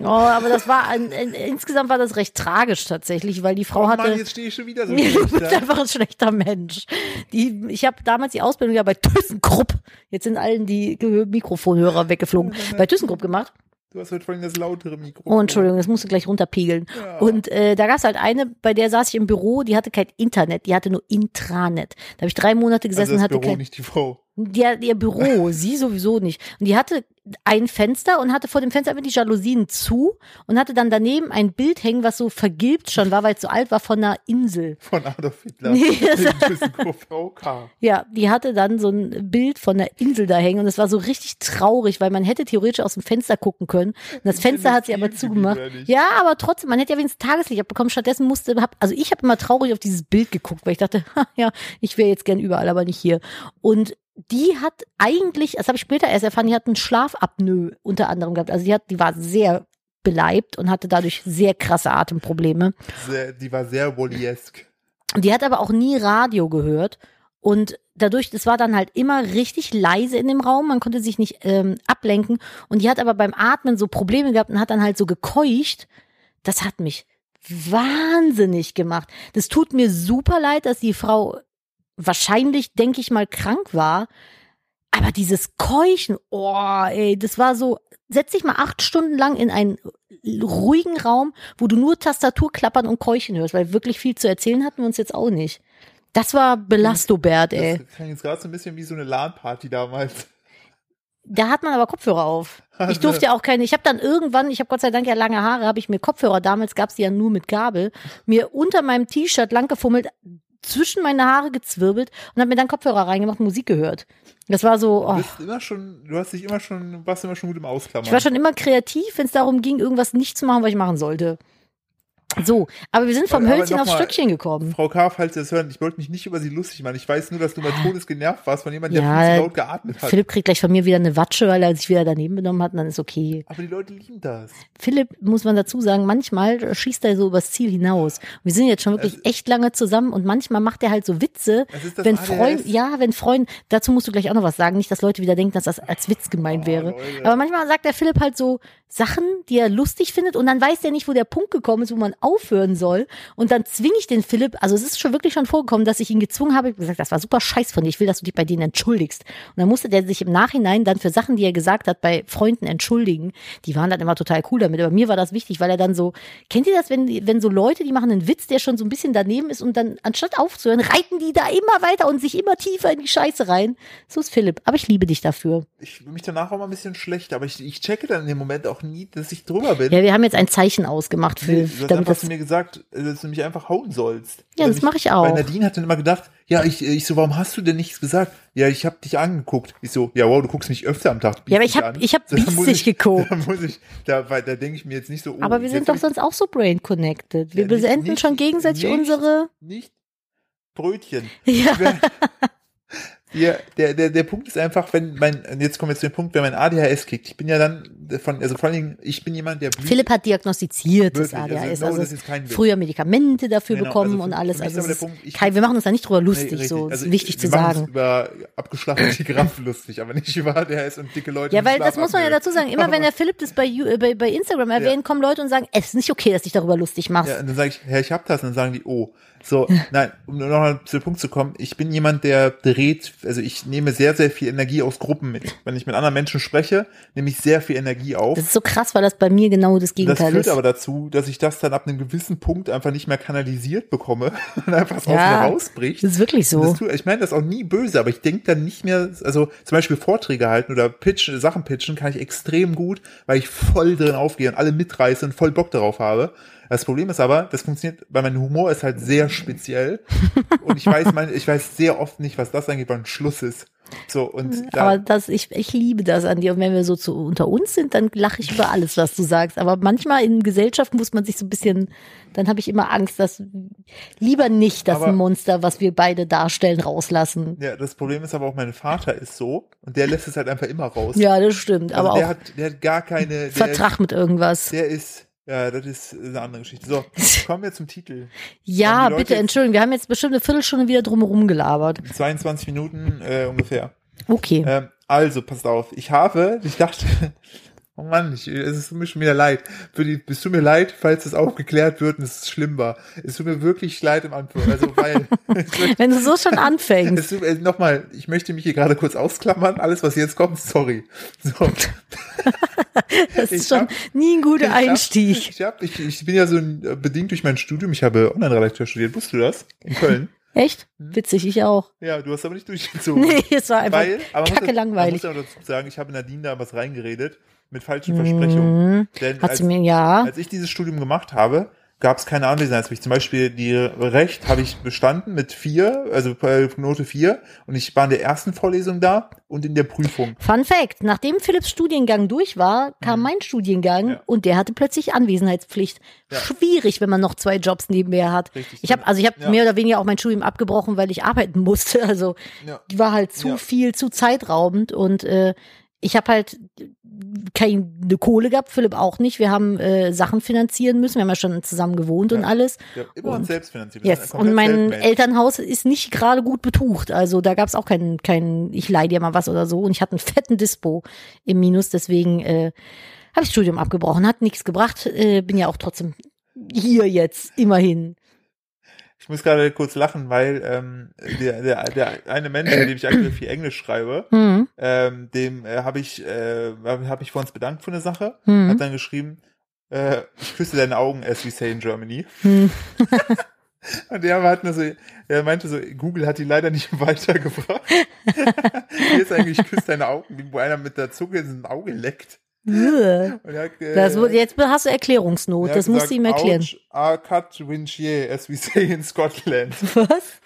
[SPEAKER 1] Oh, aber das war ein, ein, insgesamt war das recht tragisch tatsächlich, weil die Frau
[SPEAKER 2] Oh Mann,
[SPEAKER 1] hatte.
[SPEAKER 2] jetzt stehe ich schon wieder so
[SPEAKER 1] Du
[SPEAKER 2] schlecht
[SPEAKER 1] bist
[SPEAKER 2] da.
[SPEAKER 1] einfach ein schlechter Mensch. Die, ich habe damals die Ausbildung ja bei ThyssenKrupp, jetzt sind allen die Ge- Mikrofonhörer weggeflogen, bei ThyssenKrupp gemacht.
[SPEAKER 2] Du hast heute vorhin das lautere Mikro.
[SPEAKER 1] Oh, Entschuldigung, das musst du gleich runterpegeln. Und äh, da gab's halt eine, bei der saß ich im Büro, die hatte kein Internet, die hatte nur Intranet. Da habe ich drei Monate
[SPEAKER 2] also
[SPEAKER 1] gesessen und
[SPEAKER 2] das
[SPEAKER 1] hatte
[SPEAKER 2] Büro,
[SPEAKER 1] kein
[SPEAKER 2] nicht die Frau.
[SPEAKER 1] ja, ihr Büro, sie sowieso nicht. Und die hatte ein Fenster und hatte vor dem Fenster immer die Jalousien zu und hatte dann daneben ein Bild hängen, was so vergilbt schon war, weil es so alt war, von einer Insel.
[SPEAKER 2] Von Adolf Hitler.
[SPEAKER 1] Nee, das-
[SPEAKER 2] In Düsseldorf. OK.
[SPEAKER 1] Ja, die hatte dann so ein Bild von einer Insel da hängen und es war so richtig traurig, weil man hätte theoretisch aus dem Fenster gucken können. Und das Fenster hat sie aber
[SPEAKER 2] viel zu
[SPEAKER 1] zugemacht.
[SPEAKER 2] gefährlich.
[SPEAKER 1] Ja, aber trotzdem, man hätte ja wenigstens Tageslicht abbekommen. Stattdessen musste, hab, also ich habe immer traurig auf dieses Bild geguckt, weil ich dachte, ha, ja, ich wäre jetzt gern überall, aber nicht hier. Und die hat eigentlich, das habe ich später erst erfahren, die hat einen Schlafapnoe unter anderem gehabt. Also die hat, die war sehr beleibt und hatte dadurch sehr krasse Atemprobleme.
[SPEAKER 2] Sehr, die war sehr Walliesk.
[SPEAKER 1] Die hat aber auch nie Radio gehört. Und dadurch, es war dann halt immer richtig leise in dem Raum, man konnte sich nicht ähm, ablenken. Und die hat aber beim Atmen so Probleme gehabt und hat dann halt so gekeucht. Das hat mich wahnsinnig gemacht. Das tut mir super leid, dass die Frau wahrscheinlich, denke ich mal, krank war. Aber dieses Keuchen, oh, ey, das war so, setz dich mal acht Stunden lang in einen ruhigen Raum, wo du nur Tastatur klappern und keuchen hörst, weil wirklich viel zu erzählen hatten wir uns jetzt auch nicht. Das war Belastobert, ey.
[SPEAKER 2] Das klang jetzt gerade so ein bisschen wie so eine LAN-Party damals.
[SPEAKER 1] Da hat man aber Kopfhörer auf. Ich durfte ja auch keine, ich habe dann irgendwann, ich habe Gott sei Dank ja lange Haare, habe ich mir Kopfhörer, damals gab's die ja nur mit Gabel, mir unter meinem T-Shirt langgefummelt, zwischen meine Haare gezwirbelt und habe mir dann Kopfhörer reingemacht, Musik gehört. Das war so,
[SPEAKER 2] Du
[SPEAKER 1] oh.
[SPEAKER 2] bist immer schon, du hast dich immer schon, warst immer schon gut im Ausklammern.
[SPEAKER 1] Ich war schon immer kreativ, wenn es darum ging, irgendwas nicht zu machen, was ich machen sollte. So, aber wir sind vom
[SPEAKER 2] Aber
[SPEAKER 1] Hölzchen
[SPEAKER 2] noch
[SPEAKER 1] aufs
[SPEAKER 2] mal-
[SPEAKER 1] Stöckchen gekommen.
[SPEAKER 2] Frau K., falls Sie das hören, ich wollte mich nicht über Sie lustig machen. Ich weiß nur, dass du mal todesgenervt warst von jemandem, der
[SPEAKER 1] Ja,
[SPEAKER 2] viel zu laut geatmet hat.
[SPEAKER 1] Philipp kriegt gleich von mir wieder eine Watsche, weil er sich wieder daneben benommen hat und dann ist okay.
[SPEAKER 2] Aber die Leute lieben das.
[SPEAKER 1] Philipp, muss man dazu sagen, manchmal schießt er so übers Ziel hinaus. Wir sind jetzt schon wirklich echt lange zusammen und manchmal macht er halt so Witze,
[SPEAKER 2] Also Es ist das
[SPEAKER 1] wenn
[SPEAKER 2] ADS.
[SPEAKER 1] Freund, ja, wenn Freund, dazu musst du gleich auch noch was sagen, nicht, dass Leute wieder denken, dass das als Witz gemeint
[SPEAKER 2] Oh,
[SPEAKER 1] wäre.
[SPEAKER 2] Leute.
[SPEAKER 1] Aber manchmal sagt der Philipp halt so Sachen, die er lustig findet und dann weiß der nicht, wo der Punkt gekommen ist, wo man aufhören soll und dann zwinge ich den Philipp, also es ist schon wirklich schon vorgekommen, dass ich ihn gezwungen habe, ich hab gesagt, das war super scheiß von dir, ich will, dass du dich bei denen entschuldigst. Und dann musste der sich im Nachhinein dann für Sachen, die er gesagt hat, bei Freunden entschuldigen. Die waren dann immer total cool damit, aber mir war das wichtig, weil er dann so, kennt ihr das, wenn, die- wenn so Leute, die machen einen Witz, der schon so ein bisschen daneben ist und dann anstatt aufzuhören, reiten die da immer weiter und sich immer tiefer in die Scheiße rein. So ist Philipp, aber ich liebe dich dafür.
[SPEAKER 2] Ich fühle mich danach auch mal ein bisschen schlecht, aber ich, ich checke dann in dem Moment auch nie, dass ich drüber bin.
[SPEAKER 1] Ja, wir haben jetzt ein Zeichen ausgemacht für,
[SPEAKER 2] Nee, du hast
[SPEAKER 1] damit
[SPEAKER 2] einfach
[SPEAKER 1] das,
[SPEAKER 2] zu mir gesagt, äh, dass du mich einfach hauen sollst.
[SPEAKER 1] Ja,
[SPEAKER 2] Oder
[SPEAKER 1] das
[SPEAKER 2] mich-
[SPEAKER 1] mach ich auch.
[SPEAKER 2] Weil Nadine hat dann immer gedacht, ja, ich, äh, ich so, warum hast du denn nichts gesagt? Ja, ich habe dich angeguckt. Ich so, ja, wow, du guckst mich öfter am Tag.
[SPEAKER 1] Ja, aber
[SPEAKER 2] biestig
[SPEAKER 1] ich hab-
[SPEAKER 2] an.
[SPEAKER 1] ich hab
[SPEAKER 2] da muss
[SPEAKER 1] biestig
[SPEAKER 2] ich-
[SPEAKER 1] geguckt.
[SPEAKER 2] Da muss ich, da, weil- da denke ich mir jetzt nicht so, oh,
[SPEAKER 1] aber wir
[SPEAKER 2] jetzt
[SPEAKER 1] sind doch
[SPEAKER 2] hab
[SPEAKER 1] sonst auch so brain connected. Wir
[SPEAKER 2] Ja, nicht-
[SPEAKER 1] beenden
[SPEAKER 2] nicht-
[SPEAKER 1] schon gegenseitig
[SPEAKER 2] nicht-
[SPEAKER 1] unsere,
[SPEAKER 2] ich nicht Brötchen.
[SPEAKER 1] ja.
[SPEAKER 2] Ja, der, der, der Punkt ist einfach, wenn mein, jetzt kommen wir zu dem Punkt, wenn mein ADHS kickt, ich bin ja dann von, also vor allen Dingen, ich bin jemand, der blüht.
[SPEAKER 1] Philipp hat diagnostiziert, das
[SPEAKER 2] Wirklich,
[SPEAKER 1] ADHS.
[SPEAKER 2] also, no,
[SPEAKER 1] Also,
[SPEAKER 2] das ist kein Witz.
[SPEAKER 1] früher Medikamente dafür
[SPEAKER 2] Genau,
[SPEAKER 1] bekommen
[SPEAKER 2] also für-
[SPEAKER 1] und
[SPEAKER 2] für
[SPEAKER 1] alles.
[SPEAKER 2] mich
[SPEAKER 1] Also
[SPEAKER 2] ist aber
[SPEAKER 1] es
[SPEAKER 2] der
[SPEAKER 1] ist-
[SPEAKER 2] Punkt, ich-
[SPEAKER 1] Kai, wir machen uns da nicht drüber lustig,
[SPEAKER 2] Nee,
[SPEAKER 1] so
[SPEAKER 2] richtig. Also
[SPEAKER 1] ist wichtig
[SPEAKER 2] wir
[SPEAKER 1] zu
[SPEAKER 2] machen uns
[SPEAKER 1] sagen.
[SPEAKER 2] über abgeschlachtete Giraffen lustig, aber nicht über ADHS und dicke Leute.
[SPEAKER 1] Ja,
[SPEAKER 2] mit
[SPEAKER 1] weil das
[SPEAKER 2] Schlafapnoe.
[SPEAKER 1] muss man ja dazu sagen. Immer wenn der Philipp das bei, Ju- äh, bei, bei Instagram erwähnt, kommen Leute und sagen, es ist nicht okay, dass dich darüber lustig machst.
[SPEAKER 2] Ja, und dann sage ich, Herr, ich hab das. Und dann sagen die, oh. So, nein, um noch mal zu dem Punkt zu kommen, ich bin jemand, der dreht, also ich nehme sehr, sehr viel Energie aus Gruppen mit. Wenn ich mit anderen Menschen spreche, nehme ich sehr viel Energie auf.
[SPEAKER 1] Das ist so krass, weil das bei mir genau das
[SPEAKER 2] Das
[SPEAKER 1] Gegenteil
[SPEAKER 2] führt
[SPEAKER 1] ist.
[SPEAKER 2] aber dazu, dass ich das dann ab einem gewissen Punkt einfach nicht mehr kanalisiert bekomme und einfach aus
[SPEAKER 1] Ja.
[SPEAKER 2] mir rausbricht.
[SPEAKER 1] Das ist wirklich so.
[SPEAKER 2] Das tue, ich meine das auch nie böse, aber ich denke dann nicht mehr, also zum Beispiel Vorträge halten oder pitchen, Sachen pitchen kann ich extrem gut, weil ich voll drin aufgehe und alle mitreiße und voll Bock darauf habe. Das Problem ist aber, das funktioniert, weil mein Humor ist halt sehr speziell und ich weiß, mein, ich weiß sehr oft nicht, was das angeht, wann Schluss ist. So und da,
[SPEAKER 1] Mhm, Aber das, ich, ich liebe das an dir. Und wenn wir so zu, unter uns sind, dann lache ich über alles, was du sagst. Aber manchmal in Gesellschaft muss man sich so ein bisschen, dann habe ich immer Angst, dass lieber nicht das
[SPEAKER 2] Aber-
[SPEAKER 1] Monster, was wir beide darstellen, rauslassen.
[SPEAKER 2] ja, das Problem ist aber auch, mein Vater ist so und der lässt es halt einfach immer raus.
[SPEAKER 1] Ja, das stimmt.
[SPEAKER 2] Also
[SPEAKER 1] Aber
[SPEAKER 2] der
[SPEAKER 1] auch
[SPEAKER 2] hat, der hat gar keine. Der,
[SPEAKER 1] Vertrag mit irgendwas.
[SPEAKER 2] der ist, ja, das ist eine andere Geschichte. So, kommen wir zum Titel.
[SPEAKER 1] Ja,
[SPEAKER 2] haben die Leute
[SPEAKER 1] bitte,
[SPEAKER 2] jetzt-
[SPEAKER 1] Entschuldigung. Wir haben jetzt bestimmt eine Viertelstunde wieder drumherum gelabert.
[SPEAKER 2] 22 Minuten äh, ungefähr.
[SPEAKER 1] Okay.
[SPEAKER 2] Ähm, also, passt auf. Ich habe, ich dachte, oh Mann, ich, es ist mir schon wieder leid. Für die, es tut mir leid, falls das aufgeklärt wird und es schlimm war. Es tut mir wirklich leid im Anfang. Also, weil,
[SPEAKER 1] Wenn du so schon anfängst.
[SPEAKER 2] es tut, äh, nochmal, ich möchte mich hier gerade kurz ausklammern. Alles, was jetzt kommt, sorry. So.
[SPEAKER 1] Das ist
[SPEAKER 2] Ich
[SPEAKER 1] schon
[SPEAKER 2] hab-
[SPEAKER 1] nie ein guter
[SPEAKER 2] Ich,
[SPEAKER 1] Einstieg.
[SPEAKER 2] hab, ich, ich bin ja so ein, äh, bedingt durch mein Studium, ich habe Online-Redakteur studiert, wusstest du das? In Köln.
[SPEAKER 1] Echt? Witzig, ich auch.
[SPEAKER 2] Ja, du hast aber nicht durchgezogen.
[SPEAKER 1] Nee, es war einfach
[SPEAKER 2] weil, aber man muss
[SPEAKER 1] kacke
[SPEAKER 2] ja-
[SPEAKER 1] langweilig.
[SPEAKER 2] Man muss ja auch dazu sagen, ich habe Nadine da was reingeredet mit falschen Versprechungen. Denn
[SPEAKER 1] Mhm. Hat
[SPEAKER 2] als,
[SPEAKER 1] sie mir, ja.
[SPEAKER 2] als ich dieses Studium gemacht habe, gab es keine Anwesenheitspflicht. Zum Beispiel die Recht habe ich bestanden mit vier, also äh, Note vier, und ich war in der ersten Vorlesung da und in der Prüfung.
[SPEAKER 1] Fun Fact, nachdem Philipps Studiengang durch war, kam mein Studiengang
[SPEAKER 2] Mhm. Ja.
[SPEAKER 1] und der hatte plötzlich Anwesenheitspflicht.
[SPEAKER 2] Ja.
[SPEAKER 1] Schwierig, wenn man noch zwei Jobs nebenher hat.
[SPEAKER 2] Richtig.
[SPEAKER 1] Ich habe also ich habe
[SPEAKER 2] Ja.
[SPEAKER 1] mehr oder weniger auch mein Studium abgebrochen, weil ich arbeiten musste, also
[SPEAKER 2] Ja.
[SPEAKER 1] die war halt zu
[SPEAKER 2] Ja.
[SPEAKER 1] viel, zu zeitraubend und äh, ich habe halt keine Kohle gehabt, Philipp auch nicht. Wir haben äh, Sachen finanzieren müssen, wir haben ja schon zusammen gewohnt und alles.
[SPEAKER 2] Wir haben immer uns selbst finanziert. Wir
[SPEAKER 1] Yes.
[SPEAKER 2] sind komplett
[SPEAKER 1] Und mein
[SPEAKER 2] Selfmade.
[SPEAKER 1] Elternhaus ist nicht gerade gut betucht. Also da gab es auch keinen, keinen, ich leih dir mal was oder so. Und ich hatte einen fetten Dispo im Minus, deswegen äh, habe ich das Studium abgebrochen, hat nichts gebracht. Äh, bin ja auch trotzdem hier jetzt, immerhin.
[SPEAKER 2] Ich muss gerade kurz lachen, weil ähm, der, der, der eine Mensch, mit dem ich aktuell viel Englisch schreibe,
[SPEAKER 1] Hm,
[SPEAKER 2] ähm, dem äh, habe ich, äh, hab ich vor uns bedankt für eine Sache,
[SPEAKER 1] hm,
[SPEAKER 2] hat dann geschrieben, äh, ich küsse deine Augen, as we say in Germany.
[SPEAKER 1] hm.
[SPEAKER 2] Und er hat nur so, er meinte so, Google hat die leider nicht weitergebracht. Hier ist eigentlich, ich küsse deine Augen, wie wo einer mit der Zunge in ein Auge leckt.
[SPEAKER 1] Ugh.
[SPEAKER 2] Und er hat, äh,
[SPEAKER 1] Das, wurde- jetzt hast du Erklärungsnot,
[SPEAKER 2] er hat
[SPEAKER 1] das musst du ihm
[SPEAKER 2] gesagt,
[SPEAKER 1] erklären.
[SPEAKER 2] Ouch, ah, cut, winch, yeah, as we say in Scotland.
[SPEAKER 1] Was?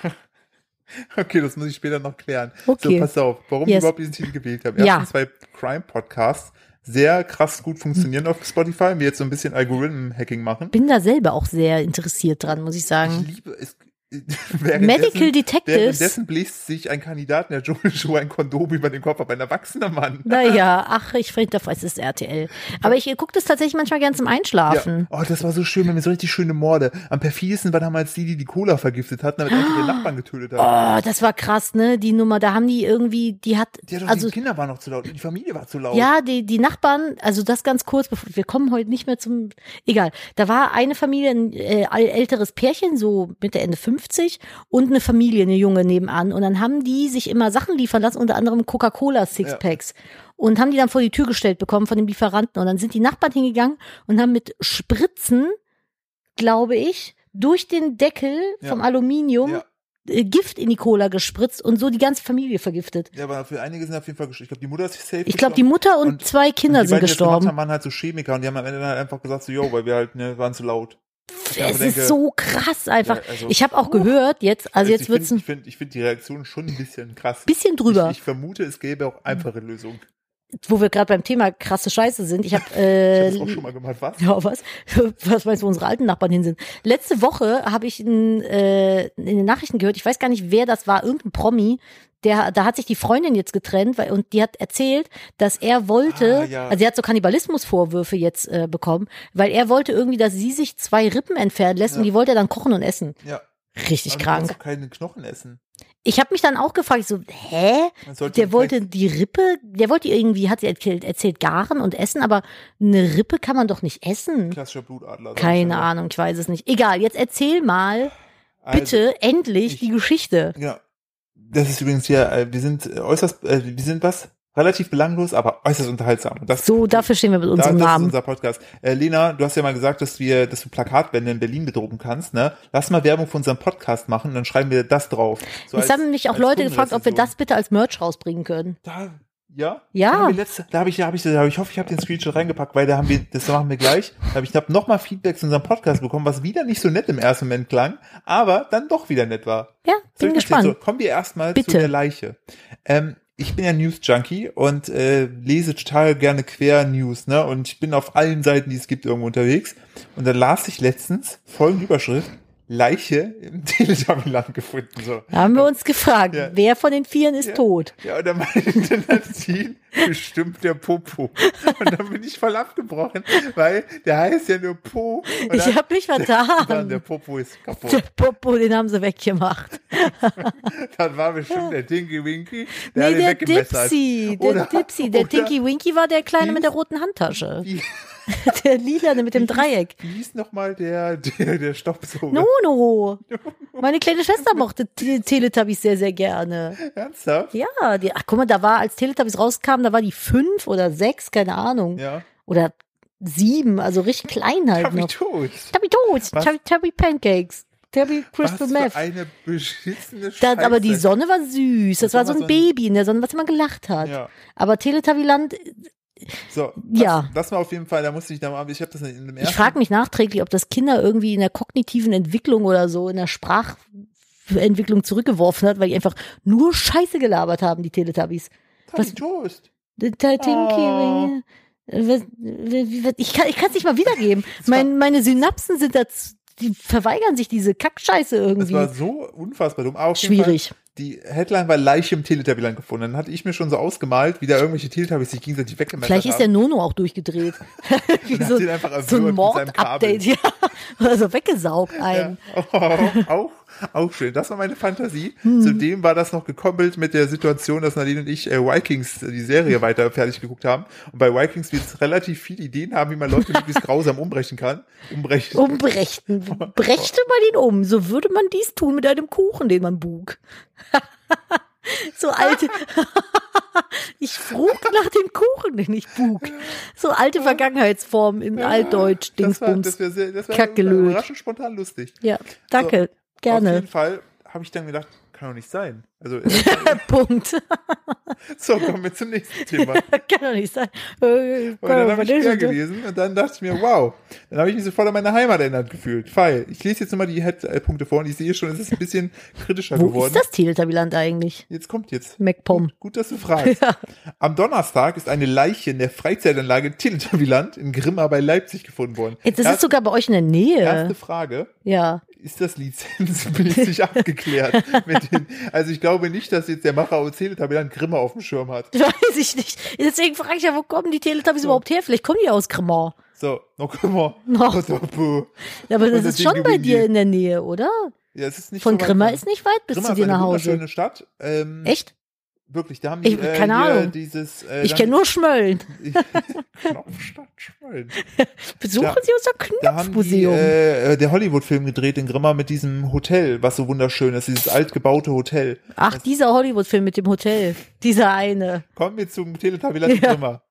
[SPEAKER 2] Okay, das muss ich später noch klären.
[SPEAKER 1] Okay.
[SPEAKER 2] So, pass auf, warum wir
[SPEAKER 1] Yes.
[SPEAKER 2] überhaupt diesen Titel gewählt haben.
[SPEAKER 1] Ja.
[SPEAKER 2] Erstens, weil Crime-Podcasts sehr krass gut funktionieren auf Spotify. Wir jetzt so ein bisschen Algorithmen-Hacking machen.
[SPEAKER 1] Bin da selber auch sehr interessiert dran, muss ich
[SPEAKER 2] Ich
[SPEAKER 1] sagen.
[SPEAKER 2] liebe es.
[SPEAKER 1] Medical
[SPEAKER 2] währenddessen-
[SPEAKER 1] Detectives.
[SPEAKER 2] Währenddessen bläst sich ein Kandidat in der Dschungelshow ein Kondom über den Kopf, aber ein erwachsener Mann.
[SPEAKER 1] Naja, ach, ich finde, es ist RTL. Aber ich gucke das tatsächlich manchmal gern zum Einschlafen.
[SPEAKER 2] Ja. Oh, das war so schön, wir haben so richtig schöne Morde. Am perfidesten waren damals die, die die Cola vergiftet hatten, damit einfach den Nachbarn getötet haben.
[SPEAKER 1] Oh, das war krass, ne? Die Nummer, da haben die irgendwie, die hat,
[SPEAKER 2] Die, hat doch,
[SPEAKER 1] also
[SPEAKER 2] die Kinder waren noch zu laut, die Familie war zu laut.
[SPEAKER 1] ja, die die Nachbarn, also das ganz kurz, bevor, wir kommen heute nicht mehr zum, egal. Da war eine Familie, ein äh, äl- älteres Pärchen, so Mitte Ende 50 und eine Familie, eine junge nebenan. Und dann haben die sich immer Sachen liefern lassen, unter anderem Coca-Cola Sixpacks. Und haben die dann vor die Tür gestellt bekommen von dem Lieferanten. Und dann sind die Nachbarn hingegangen und haben mit Spritzen, glaube ich, durch den Deckel
[SPEAKER 2] Ja.
[SPEAKER 1] vom Aluminium
[SPEAKER 2] Ja.
[SPEAKER 1] äh, Gift in die Cola gespritzt und so die ganze Familie vergiftet.
[SPEAKER 2] Ja, aber für einige sind auf jeden Fall gestorben. Ich glaube, die Mutter ist safe.
[SPEAKER 1] Ich glaube, die Mutter und,
[SPEAKER 2] Und
[SPEAKER 1] zwei Kinder
[SPEAKER 2] Und die
[SPEAKER 1] sind
[SPEAKER 2] beiden, die das gemacht
[SPEAKER 1] gestorben.
[SPEAKER 2] Haben, waren halt so Chemiker und die haben am Ende dann einfach gesagt so, yo, weil wir halt, ne, waren zu laut. Ich aber
[SPEAKER 1] es
[SPEAKER 2] denke,
[SPEAKER 1] ist so krass einfach.
[SPEAKER 2] Ja, also-
[SPEAKER 1] ich habe auch gehört jetzt, also jetzt
[SPEAKER 2] ich
[SPEAKER 1] wird's ein
[SPEAKER 2] find- Ich finde ich find die Reaktion schon ein bisschen krass.
[SPEAKER 1] bisschen drüber,
[SPEAKER 2] Ich, ich vermute, es gäbe auch einfache Lösungen.
[SPEAKER 1] wo wir gerade beim Thema krasse Scheiße sind. Ich habe
[SPEAKER 2] Ich
[SPEAKER 1] äh,
[SPEAKER 2] habe das auch schon mal gemacht, was?
[SPEAKER 1] Ja, was? Was meinst du, wo unsere alten Nachbarn hin sind? Letzte Woche habe ich in, äh, in den Nachrichten gehört, ich weiß gar nicht, wer das war, irgendein Promi, der, da hat sich die Freundin jetzt getrennt weil, und die hat erzählt, dass er wollte,
[SPEAKER 2] Ah, ja.
[SPEAKER 1] also sie hat so Kannibalismusvorwürfe jetzt äh, bekommen, weil er wollte irgendwie, dass sie sich zwei Rippen entfernen lässt und
[SPEAKER 2] Ja.
[SPEAKER 1] die wollte er dann kochen und essen.
[SPEAKER 2] Ja. also
[SPEAKER 1] Richtig
[SPEAKER 2] Man
[SPEAKER 1] krank.
[SPEAKER 2] darf auch keine Knochen essen.
[SPEAKER 1] Ich habe mich dann auch gefragt, ich so, hä?
[SPEAKER 2] Man sollte
[SPEAKER 1] Der
[SPEAKER 2] vielleicht-
[SPEAKER 1] wollte die Rippe, der wollte irgendwie, hat sie erzählt, erzählt, garen und essen, aber eine Rippe kann man doch nicht essen.
[SPEAKER 2] Klassischer Blutadler. sag ich
[SPEAKER 1] Keine
[SPEAKER 2] mal.
[SPEAKER 1] Ahnung, ich weiß es nicht. Egal, jetzt erzähl mal
[SPEAKER 2] Also,
[SPEAKER 1] bitte endlich
[SPEAKER 2] ich-
[SPEAKER 1] die Geschichte.
[SPEAKER 2] Ja. Das ist übrigens hier, äh, wir sind äh, äußerst, äh, wir sind was? Relativ belanglos, aber äußerst unterhaltsam. Und das
[SPEAKER 1] So, dafür stehen wir mit unserem
[SPEAKER 2] da, das
[SPEAKER 1] Namen.
[SPEAKER 2] ist unser Podcast. Äh, Lena, du hast ja mal gesagt, dass wir, dass du Plakatwände in Berlin bedrucken kannst, ne? Lass mal Werbung für unseren Podcast machen, dann schreiben wir das drauf. So
[SPEAKER 1] jetzt
[SPEAKER 2] als-
[SPEAKER 1] haben mich auch
[SPEAKER 2] als
[SPEAKER 1] Leute gefragt, ob wir das
[SPEAKER 2] Kundenrezension.
[SPEAKER 1] bitte als Merch rausbringen können.
[SPEAKER 2] Da, ja?
[SPEAKER 1] Ja.
[SPEAKER 2] Da haben wir letzte, da habe ich, da habe ich, da hab ich, ich hoffe, ich habe den Screenshot reingepackt, weil da haben wir, das machen wir gleich. Da habe ich hab nochmal Feedback zu unserem Podcast bekommen, was wieder nicht so nett im ersten Moment klang, aber dann doch wieder nett war.
[SPEAKER 1] Ja, bin
[SPEAKER 2] Soll ich erzählen?
[SPEAKER 1] gespannt.
[SPEAKER 2] So, kommen wir erstmal zu
[SPEAKER 1] Bitte.
[SPEAKER 2] der Leiche. Ähm, ich bin ja News-Junkie und äh, lese total gerne Quer-News, ne? Und ich bin auf allen Seiten, die es gibt, irgendwo unterwegs. Und da las ich letztens folgende Überschrift: Leiche im Teletubbyland gefunden. So.
[SPEAKER 1] Da haben wir uns gefragt,
[SPEAKER 2] Ja.
[SPEAKER 1] wer von den Vieren ist
[SPEAKER 2] Ja.
[SPEAKER 1] tot?
[SPEAKER 2] Ja, und dann meinte das Ziel bestimmt der Popo. Und dann bin ich voll abgebrochen, weil der heißt ja nur Po. Und
[SPEAKER 1] Ich
[SPEAKER 2] dann,
[SPEAKER 1] habe mich
[SPEAKER 2] dann der
[SPEAKER 1] vertan.
[SPEAKER 2] Popo ist kaputt.
[SPEAKER 1] Der Popo, den haben sie weggemacht.
[SPEAKER 2] Dann war bestimmt der Dinky Winky, der
[SPEAKER 1] Nee,
[SPEAKER 2] hat ihn
[SPEAKER 1] der
[SPEAKER 2] weggemessert.
[SPEAKER 1] Dipsy,
[SPEAKER 2] Oder-
[SPEAKER 1] der Dipsy, der
[SPEAKER 2] oder-
[SPEAKER 1] Tinky Winky war der Kleine mit der roten Handtasche.
[SPEAKER 2] Wie,
[SPEAKER 1] Der Lilane mit dem Dreieck.
[SPEAKER 2] wie hieß nochmal der, der, der Stoppsohn?
[SPEAKER 1] Nono. Meine kleine Schwester mochte Te- Teletubbies sehr, sehr gerne.
[SPEAKER 2] Ernsthaft?
[SPEAKER 1] Ja, die, ach guck mal, da war, als Teletubbies rauskamen, da war die fünf oder sechs, keine Ahnung.
[SPEAKER 2] Ja.
[SPEAKER 1] Oder sieben, also richtig klein halt
[SPEAKER 2] Tubby
[SPEAKER 1] noch.
[SPEAKER 2] Toast.
[SPEAKER 1] Tubby Toast,
[SPEAKER 2] Was?
[SPEAKER 1] Tubby, Tubby Pancakes, Tubby Crystal
[SPEAKER 2] Was
[SPEAKER 1] Meth.
[SPEAKER 2] für eine beschissene
[SPEAKER 1] Da,
[SPEAKER 2] Scheiße.
[SPEAKER 1] aber die Sonne war süß. Das
[SPEAKER 2] Das
[SPEAKER 1] war so
[SPEAKER 2] war
[SPEAKER 1] ein
[SPEAKER 2] so ein-
[SPEAKER 1] Baby in der Sonne, was immer gelacht hat.
[SPEAKER 2] Ja.
[SPEAKER 1] Aber Teletubbyland,
[SPEAKER 2] So,
[SPEAKER 1] Ja.
[SPEAKER 2] Das, das war auf jeden Fall, da musste ich da mal, ich habe das in dem
[SPEAKER 1] ich
[SPEAKER 2] ersten
[SPEAKER 1] frage mich nachträglich, ob das Kinder irgendwie in der kognitiven Entwicklung oder so, in der Sprachentwicklung zurückgeworfen hat, weil die einfach nur Scheiße gelabert haben, die Teletubbies.
[SPEAKER 2] Tubby Toast.
[SPEAKER 1] Der Tinky
[SPEAKER 2] Oh.
[SPEAKER 1] Winky. Äh, was- wie- was- Ich kann es nicht mal wiedergeben. Mein, meine Synapsen sind da, die verweigern sich diese Kackscheiße
[SPEAKER 2] Das
[SPEAKER 1] irgendwie.
[SPEAKER 2] war so unfassbar dumm. Aber auf jeden
[SPEAKER 1] Schwierig.
[SPEAKER 2] Fall, die Headline war Leiche im Teletubbyland gefunden. Dann hatte ich mir schon so ausgemalt, wie da irgendwelche Teletubbies sich gegenseitig weggemeldet
[SPEAKER 1] Vielleicht ist der
[SPEAKER 2] haben.
[SPEAKER 1] Nono auch durchgedreht. Wie
[SPEAKER 2] hat ihn einfach
[SPEAKER 1] so
[SPEAKER 2] erwürgt
[SPEAKER 1] ein
[SPEAKER 2] mit seinem Kabel.
[SPEAKER 1] Mord-Update, ja. Also weggesaugt ein.
[SPEAKER 2] Oh, auch, auch schön. Das war meine Fantasie.
[SPEAKER 1] Hm.
[SPEAKER 2] Zudem war das noch gekoppelt mit der Situation, dass Nadine und ich äh, Vikings, äh, die Serie, weiter fertig geguckt haben. Und bei Vikings wir jetzt relativ viele Ideen haben, wie man Leute möglichst grausam umbrechen kann. Umbrechen.
[SPEAKER 1] Oh, Umbrechten. Brechte man ihn um, so würde man dies tun mit einem Kuchen, den man bug. so alte. ich frug nach dem Kuchen, den ich bug. So alte Vergangenheitsform im Altdeutsch,
[SPEAKER 2] das war, das
[SPEAKER 1] Dingsbums.
[SPEAKER 2] wär sehr, das war
[SPEAKER 1] Kackelöt.
[SPEAKER 2] überraschend spontan lustig.
[SPEAKER 1] Ja, danke.
[SPEAKER 2] Auf
[SPEAKER 1] Gerne.
[SPEAKER 2] jeden Fall habe ich dann gedacht, kann doch nicht sein. Also,
[SPEAKER 1] Punkt.
[SPEAKER 2] so, kommen wir zum nächsten Thema.
[SPEAKER 1] Kann doch nicht sein. Äh,
[SPEAKER 2] Und Oh, dann habe ich
[SPEAKER 1] das-
[SPEAKER 2] quer gelesen und dann dachte ich mir, wow, dann habe ich mich sofort an meine Heimat erinnert gefühlt. Weil, ich lese jetzt nochmal die Head-Punkte vor und ich sehe schon, es ist ein bisschen kritischer
[SPEAKER 1] Wo
[SPEAKER 2] geworden.
[SPEAKER 1] ist das Teletubbyland eigentlich?
[SPEAKER 2] Jetzt kommt jetzt.
[SPEAKER 1] MacPom.
[SPEAKER 2] Gut, dass du fragst. Am Donnerstag ist eine Leiche in der Freizeitanlage Teletubbyland in Grimma bei Leipzig gefunden worden.
[SPEAKER 1] Ey, Das ist
[SPEAKER 2] Erst-
[SPEAKER 1] sogar bei euch in der
[SPEAKER 2] Erste
[SPEAKER 1] Nähe.
[SPEAKER 2] Frage,
[SPEAKER 1] Ja.
[SPEAKER 2] ist das lizenzmäßig abgeklärt? Mit den, also ich glaube nicht, dass jetzt der Macher aus Teletubbyland Grimma auf dem Schirm hat.
[SPEAKER 1] Weiß ich nicht. Deswegen frage ich ja, wo kommen die Teletubbies überhaupt her? Vielleicht kommen die aus Cremant.
[SPEAKER 2] So, noch Grimma.
[SPEAKER 1] Noch. Ja, aber das
[SPEAKER 2] Und
[SPEAKER 1] ist
[SPEAKER 2] deswegen
[SPEAKER 1] schon bei
[SPEAKER 2] gewinnen die.
[SPEAKER 1] dir in der Nähe, oder?
[SPEAKER 2] Ja, es ist nicht
[SPEAKER 1] Von
[SPEAKER 2] so weit
[SPEAKER 1] Grimma
[SPEAKER 2] weg.
[SPEAKER 1] ist nicht weit bis
[SPEAKER 2] Grimma
[SPEAKER 1] zu
[SPEAKER 2] ist
[SPEAKER 1] dir
[SPEAKER 2] eine
[SPEAKER 1] nach Hause.
[SPEAKER 2] wunderschöne Stadt. Ähm,
[SPEAKER 1] Echt?
[SPEAKER 2] Wirklich, da haben die
[SPEAKER 1] Ich-
[SPEAKER 2] äh,
[SPEAKER 1] keine
[SPEAKER 2] hier
[SPEAKER 1] Ahnung.
[SPEAKER 2] dieses. Äh,
[SPEAKER 1] Ich kenne nur Schmölln.
[SPEAKER 2] Knopfstadt Schmölln.
[SPEAKER 1] Besuchen
[SPEAKER 2] Da-
[SPEAKER 1] Sie unser
[SPEAKER 2] Da haben die,
[SPEAKER 1] Knopfmuseum.
[SPEAKER 2] äh, der Hollywood-Film gedreht in Grimma mit diesem Hotel, was so wunderschön ist, dieses altgebaute Hotel.
[SPEAKER 1] Ach, dieser Hollywood-Film mit dem Hotel. Dieser eine.
[SPEAKER 2] Kommen wir zum Teletubbyland in
[SPEAKER 1] Ja.
[SPEAKER 2] Grimma.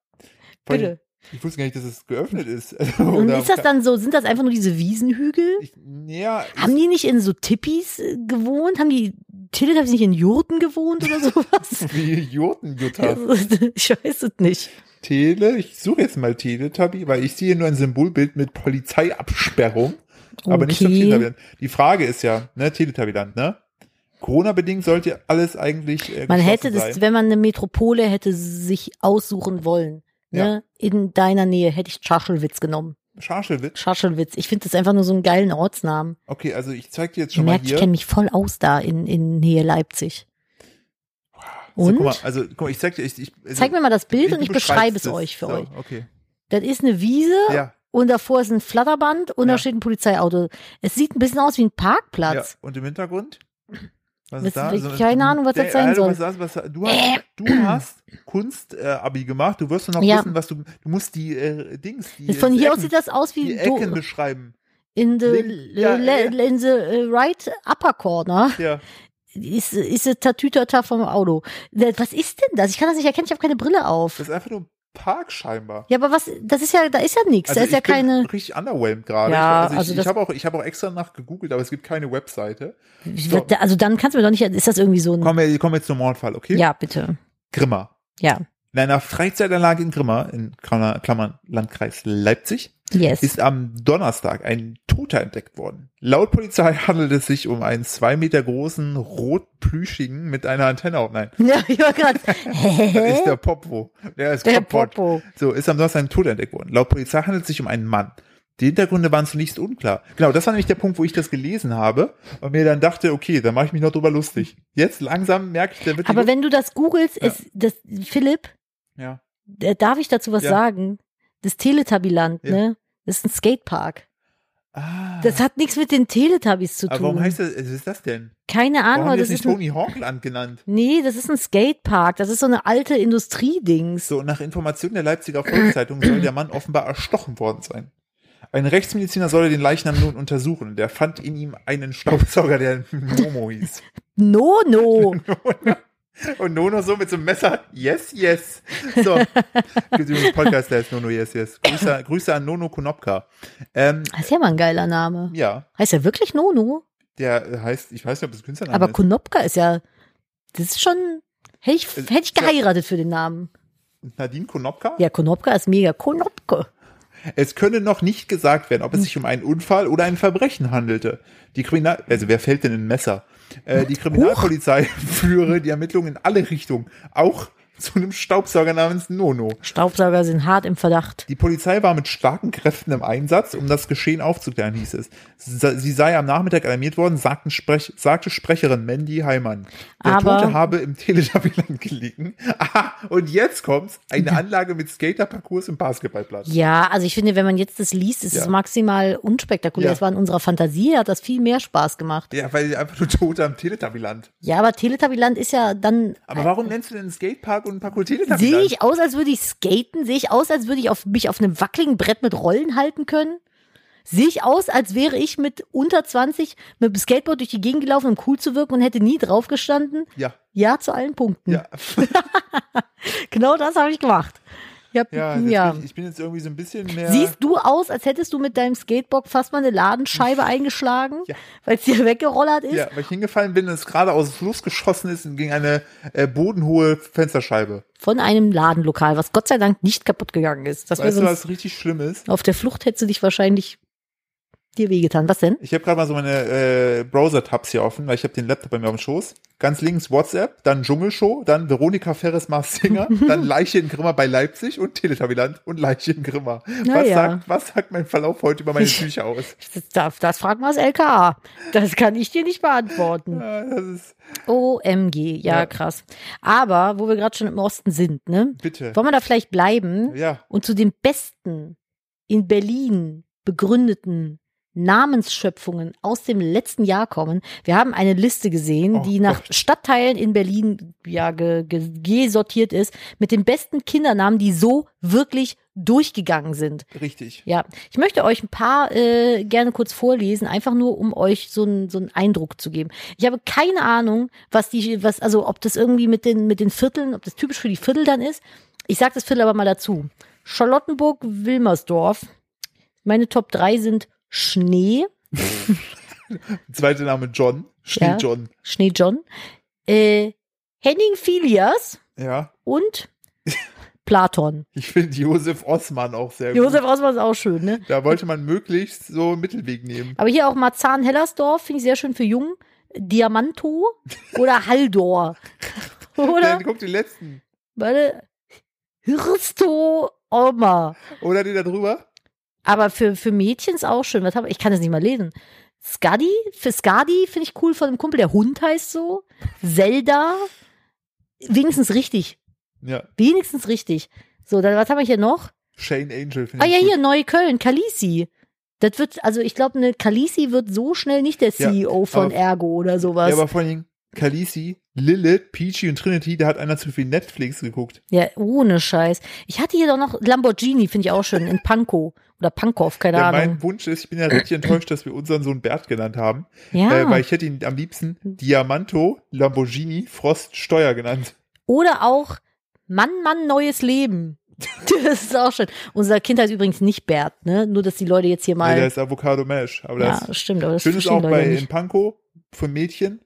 [SPEAKER 2] Voll-
[SPEAKER 1] Bitte.
[SPEAKER 2] Ich wusste gar nicht, dass es geöffnet ist.
[SPEAKER 1] Und
[SPEAKER 2] Oder-
[SPEAKER 1] ist das dann so, sind das einfach nur diese Wiesenhügel?
[SPEAKER 2] Ich, ja,
[SPEAKER 1] Haben die nicht in so Tippis äh, gewohnt? Haben die Teletubbies nicht in Jurten gewohnt oder sowas? Also,
[SPEAKER 2] wie Jotenjutta.
[SPEAKER 1] ich weiß es nicht.
[SPEAKER 2] Tele, ich suche jetzt mal Teletubby, weil ich sehe nur ein Symbolbild mit Polizeiabsperrung, aber nicht zum
[SPEAKER 1] Okay.
[SPEAKER 2] Teletubbyland. Die Frage ist ja, ne, Teletubbyland, ne? Corona-bedingt sollte alles eigentlich äh,
[SPEAKER 1] Man
[SPEAKER 2] geschlossen
[SPEAKER 1] hätte das,
[SPEAKER 2] sein.
[SPEAKER 1] wenn man eine Metropole hätte sich aussuchen wollen. Ne? In deiner Nähe hätte ich Schaschelwitz genommen.
[SPEAKER 2] Scharschewitz.
[SPEAKER 1] Schaschelwitz. Ich finde das einfach nur so einen geilen Ortsnamen.
[SPEAKER 2] Okay, also ich zeig dir jetzt
[SPEAKER 1] Ihr
[SPEAKER 2] schon mal
[SPEAKER 1] merkt, ich
[SPEAKER 2] hier.
[SPEAKER 1] kenne mich voll aus da in, in Nähe Leipzig.
[SPEAKER 2] So,
[SPEAKER 1] Und?
[SPEAKER 2] guck mal, also guck mal, ich zeig dir, ich, ich also,
[SPEAKER 1] Zeig mir mal das Bild
[SPEAKER 2] du
[SPEAKER 1] und ich
[SPEAKER 2] beschreibst
[SPEAKER 1] beschreibe es
[SPEAKER 2] das.
[SPEAKER 1] euch für
[SPEAKER 2] so,
[SPEAKER 1] euch.
[SPEAKER 2] Okay.
[SPEAKER 1] Das ist eine Wiese
[SPEAKER 2] Ja,
[SPEAKER 1] und davor ist ein Flatterband und
[SPEAKER 2] Ja.
[SPEAKER 1] da steht ein Polizeiauto. Es sieht ein bisschen aus wie ein
[SPEAKER 2] ja.
[SPEAKER 1] Parkplatz.
[SPEAKER 2] Und im Hintergrund? Was
[SPEAKER 1] Das- keine Ahnung, was das
[SPEAKER 2] Der-
[SPEAKER 1] sein soll.
[SPEAKER 2] Alter, also,
[SPEAKER 1] Äh.
[SPEAKER 2] Was, hast- was, du hast, du hast Kunst-Abi äh, Abi gemacht. Du wirst doch noch
[SPEAKER 1] Ja.
[SPEAKER 2] wissen, was du. Du musst die äh, Dings. Die,
[SPEAKER 1] Von
[SPEAKER 2] die
[SPEAKER 1] hier aus
[SPEAKER 2] Ecken-
[SPEAKER 1] sieht das aus wie
[SPEAKER 2] die
[SPEAKER 1] Do-
[SPEAKER 2] Ecken beschreiben.
[SPEAKER 1] in the,
[SPEAKER 2] Link- ja,
[SPEAKER 1] le- in the äh, right upper corner
[SPEAKER 2] Ja.
[SPEAKER 1] ist, ist das Tatütata vom Auto. Das- Was ist denn das? Ich kann das nicht erkennen, ich habe keine Brille auf.
[SPEAKER 2] Das ist einfach nur ein Park scheinbar.
[SPEAKER 1] Ja, aber was, das ist ja, da ist ja nichts, da ist
[SPEAKER 2] Also ich
[SPEAKER 1] ja
[SPEAKER 2] bin
[SPEAKER 1] keine,
[SPEAKER 2] richtig underwhelmed gerade.
[SPEAKER 1] Ja, also
[SPEAKER 2] ich, also ich,
[SPEAKER 1] das-
[SPEAKER 2] ich habe auch, ich habe auch extra nach gegoogelt, aber es gibt keine Webseite. So.
[SPEAKER 1] also dann kannst du mir doch nicht, ist das irgendwie so ein,
[SPEAKER 2] Kommen wir, kommen wir zum Mordfall, okay?
[SPEAKER 1] Hm. ja, bitte,
[SPEAKER 2] Grimma.
[SPEAKER 1] ja,
[SPEAKER 2] In einer Freizeitanlage in Grimma, in Klammer- Klammern Landkreis Leipzig,
[SPEAKER 1] yes.
[SPEAKER 2] ist am Donnerstag ein Toter entdeckt worden. Laut Polizei handelt es sich um einen zwei Meter großen, rotplüschigen mit einer Antenne auf. Nein,
[SPEAKER 1] Ja, ich war gerade.
[SPEAKER 2] da ist
[SPEAKER 1] Hä?
[SPEAKER 2] der Popo. Der ist
[SPEAKER 1] Der
[SPEAKER 2] kaputt.
[SPEAKER 1] Popo.
[SPEAKER 2] So, ist am Donnerstag ein Tod entdeckt worden. Laut Polizei handelt es sich um einen Mann. Die Hintergründe waren zunächst unklar. Genau, das war nämlich der Punkt, wo ich das gelesen habe und mir dann dachte, okay, da mache ich mich noch drüber lustig. Jetzt langsam merke ich, der wird die
[SPEAKER 1] Aber
[SPEAKER 2] Luft-
[SPEAKER 1] wenn du das googelst, ist das Philipp,
[SPEAKER 2] ja.
[SPEAKER 1] äh, darf ich dazu was
[SPEAKER 2] Ja.
[SPEAKER 1] sagen? Das Teletubbyland,
[SPEAKER 2] Ja.
[SPEAKER 1] ne? Das ist ein Skatepark.
[SPEAKER 2] Ah,
[SPEAKER 1] Das hat nichts mit den Teletubbies zu
[SPEAKER 2] aber
[SPEAKER 1] tun.
[SPEAKER 2] warum heißt das, was ist das denn?
[SPEAKER 1] Keine
[SPEAKER 2] Warum
[SPEAKER 1] Ahnung,
[SPEAKER 2] haben
[SPEAKER 1] aber
[SPEAKER 2] die
[SPEAKER 1] das
[SPEAKER 2] das
[SPEAKER 1] ist
[SPEAKER 2] nicht
[SPEAKER 1] ein,
[SPEAKER 2] Tony Hawkland genannt?
[SPEAKER 1] Nee, das ist ein Skatepark. Das ist so eine alte Industriedings.
[SPEAKER 2] So, nach Informationen der Leipziger Volkszeitung soll der Mann offenbar erstochen worden sein. Ein Rechtsmediziner solle den Leichnam nun untersuchen. Der fand in ihm einen Staubsauger, der Momo hieß.
[SPEAKER 1] No, no.
[SPEAKER 2] Und Nono so mit so einem Messer, yes, yes. So, gibt übrigens einen Podcast, der heißt Nono, yes, yes. Grüße, Grüße an Nono Konopka. Ähm,
[SPEAKER 1] Das ist ja mal ein geiler Name.
[SPEAKER 2] ja,
[SPEAKER 1] Heißt ja wirklich Nono?
[SPEAKER 2] der heißt, ich weiß nicht, ob es ein Künstlername
[SPEAKER 1] Aber
[SPEAKER 2] ist.
[SPEAKER 1] Konopka ist ja. Das ist schon. Hätte ich, hätte ich
[SPEAKER 2] Äh, ja.
[SPEAKER 1] geheiratet für den Namen.
[SPEAKER 2] Nadine Konopka?
[SPEAKER 1] Ja, Konopka ist mega. Konopke.
[SPEAKER 2] Es könne noch nicht gesagt werden, ob
[SPEAKER 1] Hm.
[SPEAKER 2] es sich um einen Unfall oder ein Verbrechen handelte. Die Kriminal, also wer fällt denn ein Messer? Äh, die Kriminalpolizei führe die Ermittlungen in alle Richtungen, auch zu einem Staubsauger namens Nono.
[SPEAKER 1] Staubsauger sind hart im Verdacht.
[SPEAKER 2] Die Polizei war mit starken Kräften im Einsatz, um das Geschehen aufzuklären, hieß es. Sa- Sie sei am Nachmittag alarmiert worden, sagten Sprech sagte Sprecherin Mandy Heimann. Der
[SPEAKER 1] Aber-
[SPEAKER 2] Tote habe im Teletubbyland gelegen. Aha, und jetzt kommt's. Eine Anlage mit Skaterparcours im Basketballplatz.
[SPEAKER 1] Ja, also ich finde, wenn man jetzt das liest, ist
[SPEAKER 2] Ja.
[SPEAKER 1] es maximal unspektakulär.
[SPEAKER 2] Ja.
[SPEAKER 1] Es war in unserer Fantasie, hat das viel mehr Spaß gemacht.
[SPEAKER 2] Ja, weil einfach nur Tote am Teletubbyland.
[SPEAKER 1] Ja, aber Teletubbyland ist ja dann.
[SPEAKER 2] Aber warum nennst du denn einen Skatepark und ein Parcours Teletubbyland?
[SPEAKER 1] Sehe ich aus, als würde ich skaten? Sehe ich aus, als würde ich auf, mich auf einem wackeligen Brett mit Rollen halten können? Sehe ich aus, als wäre ich mit unter 20 mit dem Skateboard durch die Gegend gelaufen, um cool zu wirken und hätte nie draufgestanden?
[SPEAKER 2] Ja,
[SPEAKER 1] Ja, zu allen Punkten.
[SPEAKER 2] ja.
[SPEAKER 1] Genau das habe ich gemacht. Ich hab,
[SPEAKER 2] Ja,
[SPEAKER 1] ja,
[SPEAKER 2] jetzt Bin ich, ich bin jetzt irgendwie so ein bisschen mehr.
[SPEAKER 1] Siehst du aus, als hättest du mit deinem Skateboard fast mal eine Ladenscheibe eingeschlagen,
[SPEAKER 2] Ja.
[SPEAKER 1] weil es dir weggerollert ist?
[SPEAKER 2] Ja, weil ich hingefallen bin und es gerade aus dem Fluss geschossen ist und gegen eine äh, bodenhohe Fensterscheibe.
[SPEAKER 1] Von einem Ladenlokal, was Gott sei Dank nicht kaputt gegangen ist. Das wär
[SPEAKER 2] weißt du,
[SPEAKER 1] sonst,
[SPEAKER 2] was richtig schlimm ist?
[SPEAKER 1] auf der Flucht hättest du dich wahrscheinlich dir wehgetan. Was denn?
[SPEAKER 2] Ich habe gerade mal so meine äh, Browser-Tabs hier offen, weil ich habe den Laptop bei mir auf dem Schoß. Ganz links WhatsApp, dann Dschungelshow, dann Veronika Ferres Mars Singer, dann Leiche in Grimma bei Leipzig und Teletabiland und Leiche in Grimma. Was,
[SPEAKER 1] Naja.
[SPEAKER 2] sagt, was sagt mein Verlauf heute über meine Bücher aus?
[SPEAKER 1] Das, das, das fragt mal das LKA. Das kann ich dir nicht beantworten.
[SPEAKER 2] Ja, Ah, das ist,
[SPEAKER 1] OMG, ja,
[SPEAKER 2] Ja.
[SPEAKER 1] krass. Aber wo wir gerade schon im Osten sind, ne?
[SPEAKER 2] bitte.
[SPEAKER 1] Wollen wir da vielleicht bleiben?
[SPEAKER 2] Ja,
[SPEAKER 1] und zu den besten in Berlin begründeten Namensschöpfungen aus dem letzten Jahr kommen. Wir haben eine Liste gesehen,
[SPEAKER 2] Oh
[SPEAKER 1] die nach
[SPEAKER 2] Gott.
[SPEAKER 1] Stadtteilen in Berlin ja ge, ge, gesortiert ist mit den besten Kindernamen, die so wirklich durchgegangen sind.
[SPEAKER 2] richtig.
[SPEAKER 1] Ja, ich möchte euch ein paar äh, gerne kurz vorlesen, einfach nur um euch so einen so einen Eindruck zu geben. Ich habe keine Ahnung, was die was also ob das irgendwie mit den mit den Vierteln, ob das typisch für die Viertel dann ist. Ich sag das Viertel aber mal dazu. Charlottenburg, Wilmersdorf. Meine Top 3 sind Schnee,
[SPEAKER 2] Zweiter Name John. Schnee
[SPEAKER 1] Ja.
[SPEAKER 2] John.
[SPEAKER 1] Schnee John, äh, Henning Filias
[SPEAKER 2] Ja.
[SPEAKER 1] und Platon.
[SPEAKER 2] Ich finde Josef Osman auch sehr
[SPEAKER 1] Josef
[SPEAKER 2] gut.
[SPEAKER 1] Osman ist auch schön, ne?
[SPEAKER 2] Da wollte man möglichst so einen Mittelweg nehmen.
[SPEAKER 1] Aber hier auch Marzahn-Hellersdorf finde ich sehr schön für Jung. Diamanto oder Haldor. Oder,
[SPEAKER 2] Dann guck den letzten.
[SPEAKER 1] warte, Hirsto Oma.
[SPEAKER 2] Oder den da drüber.
[SPEAKER 1] Aber für, für Mädchen ist auch schön. Was hab, ich kann das nicht mal lesen. Skadi, für Skadi finde ich cool von einem Kumpel. Der Hund heißt so. Zelda. Wenigstens richtig.
[SPEAKER 2] Ja.
[SPEAKER 1] Wenigstens richtig. So, dann was haben wir hier noch?
[SPEAKER 2] Shane Angel finde
[SPEAKER 1] Ah
[SPEAKER 2] ich.
[SPEAKER 1] ja,
[SPEAKER 2] gut.
[SPEAKER 1] hier, Neukölln, Kalisi. Das wird, also ich glaube, eine Kalisi wird so schnell nicht der
[SPEAKER 2] Ja,
[SPEAKER 1] CEO von
[SPEAKER 2] aber-
[SPEAKER 1] Ergo oder sowas.
[SPEAKER 2] Ja, aber vor allen Dingen Khaleesi, Lilith, Peachy und Trinity, da hat einer zu viel Netflix geguckt.
[SPEAKER 1] Ja, ohne Scheiß. Ich hatte hier doch noch Lamborghini, finde ich auch schön, in Pankow oder Pankow, keine
[SPEAKER 2] Ja,
[SPEAKER 1] Ahnung.
[SPEAKER 2] mein Wunsch ist, ich bin ja richtig enttäuscht, dass wir unseren Sohn Bert genannt haben,
[SPEAKER 1] Ja.
[SPEAKER 2] äh, weil ich hätte ihn am liebsten Diamanto, Lamborghini, Frost, Steuer genannt.
[SPEAKER 1] oder auch Mann, Mann, neues Leben. Das ist auch schön. Unser Kind heißt übrigens nicht Bert, ne? Nur, dass die Leute jetzt hier
[SPEAKER 2] Nee,
[SPEAKER 1] mal.
[SPEAKER 2] der ist Avocado Mash. Aber
[SPEAKER 1] ja,
[SPEAKER 2] das
[SPEAKER 1] stimmt, aber das
[SPEAKER 2] schön ist
[SPEAKER 1] verstehen
[SPEAKER 2] auch
[SPEAKER 1] Leute
[SPEAKER 2] bei in
[SPEAKER 1] nicht.
[SPEAKER 2] Panko für Mädchen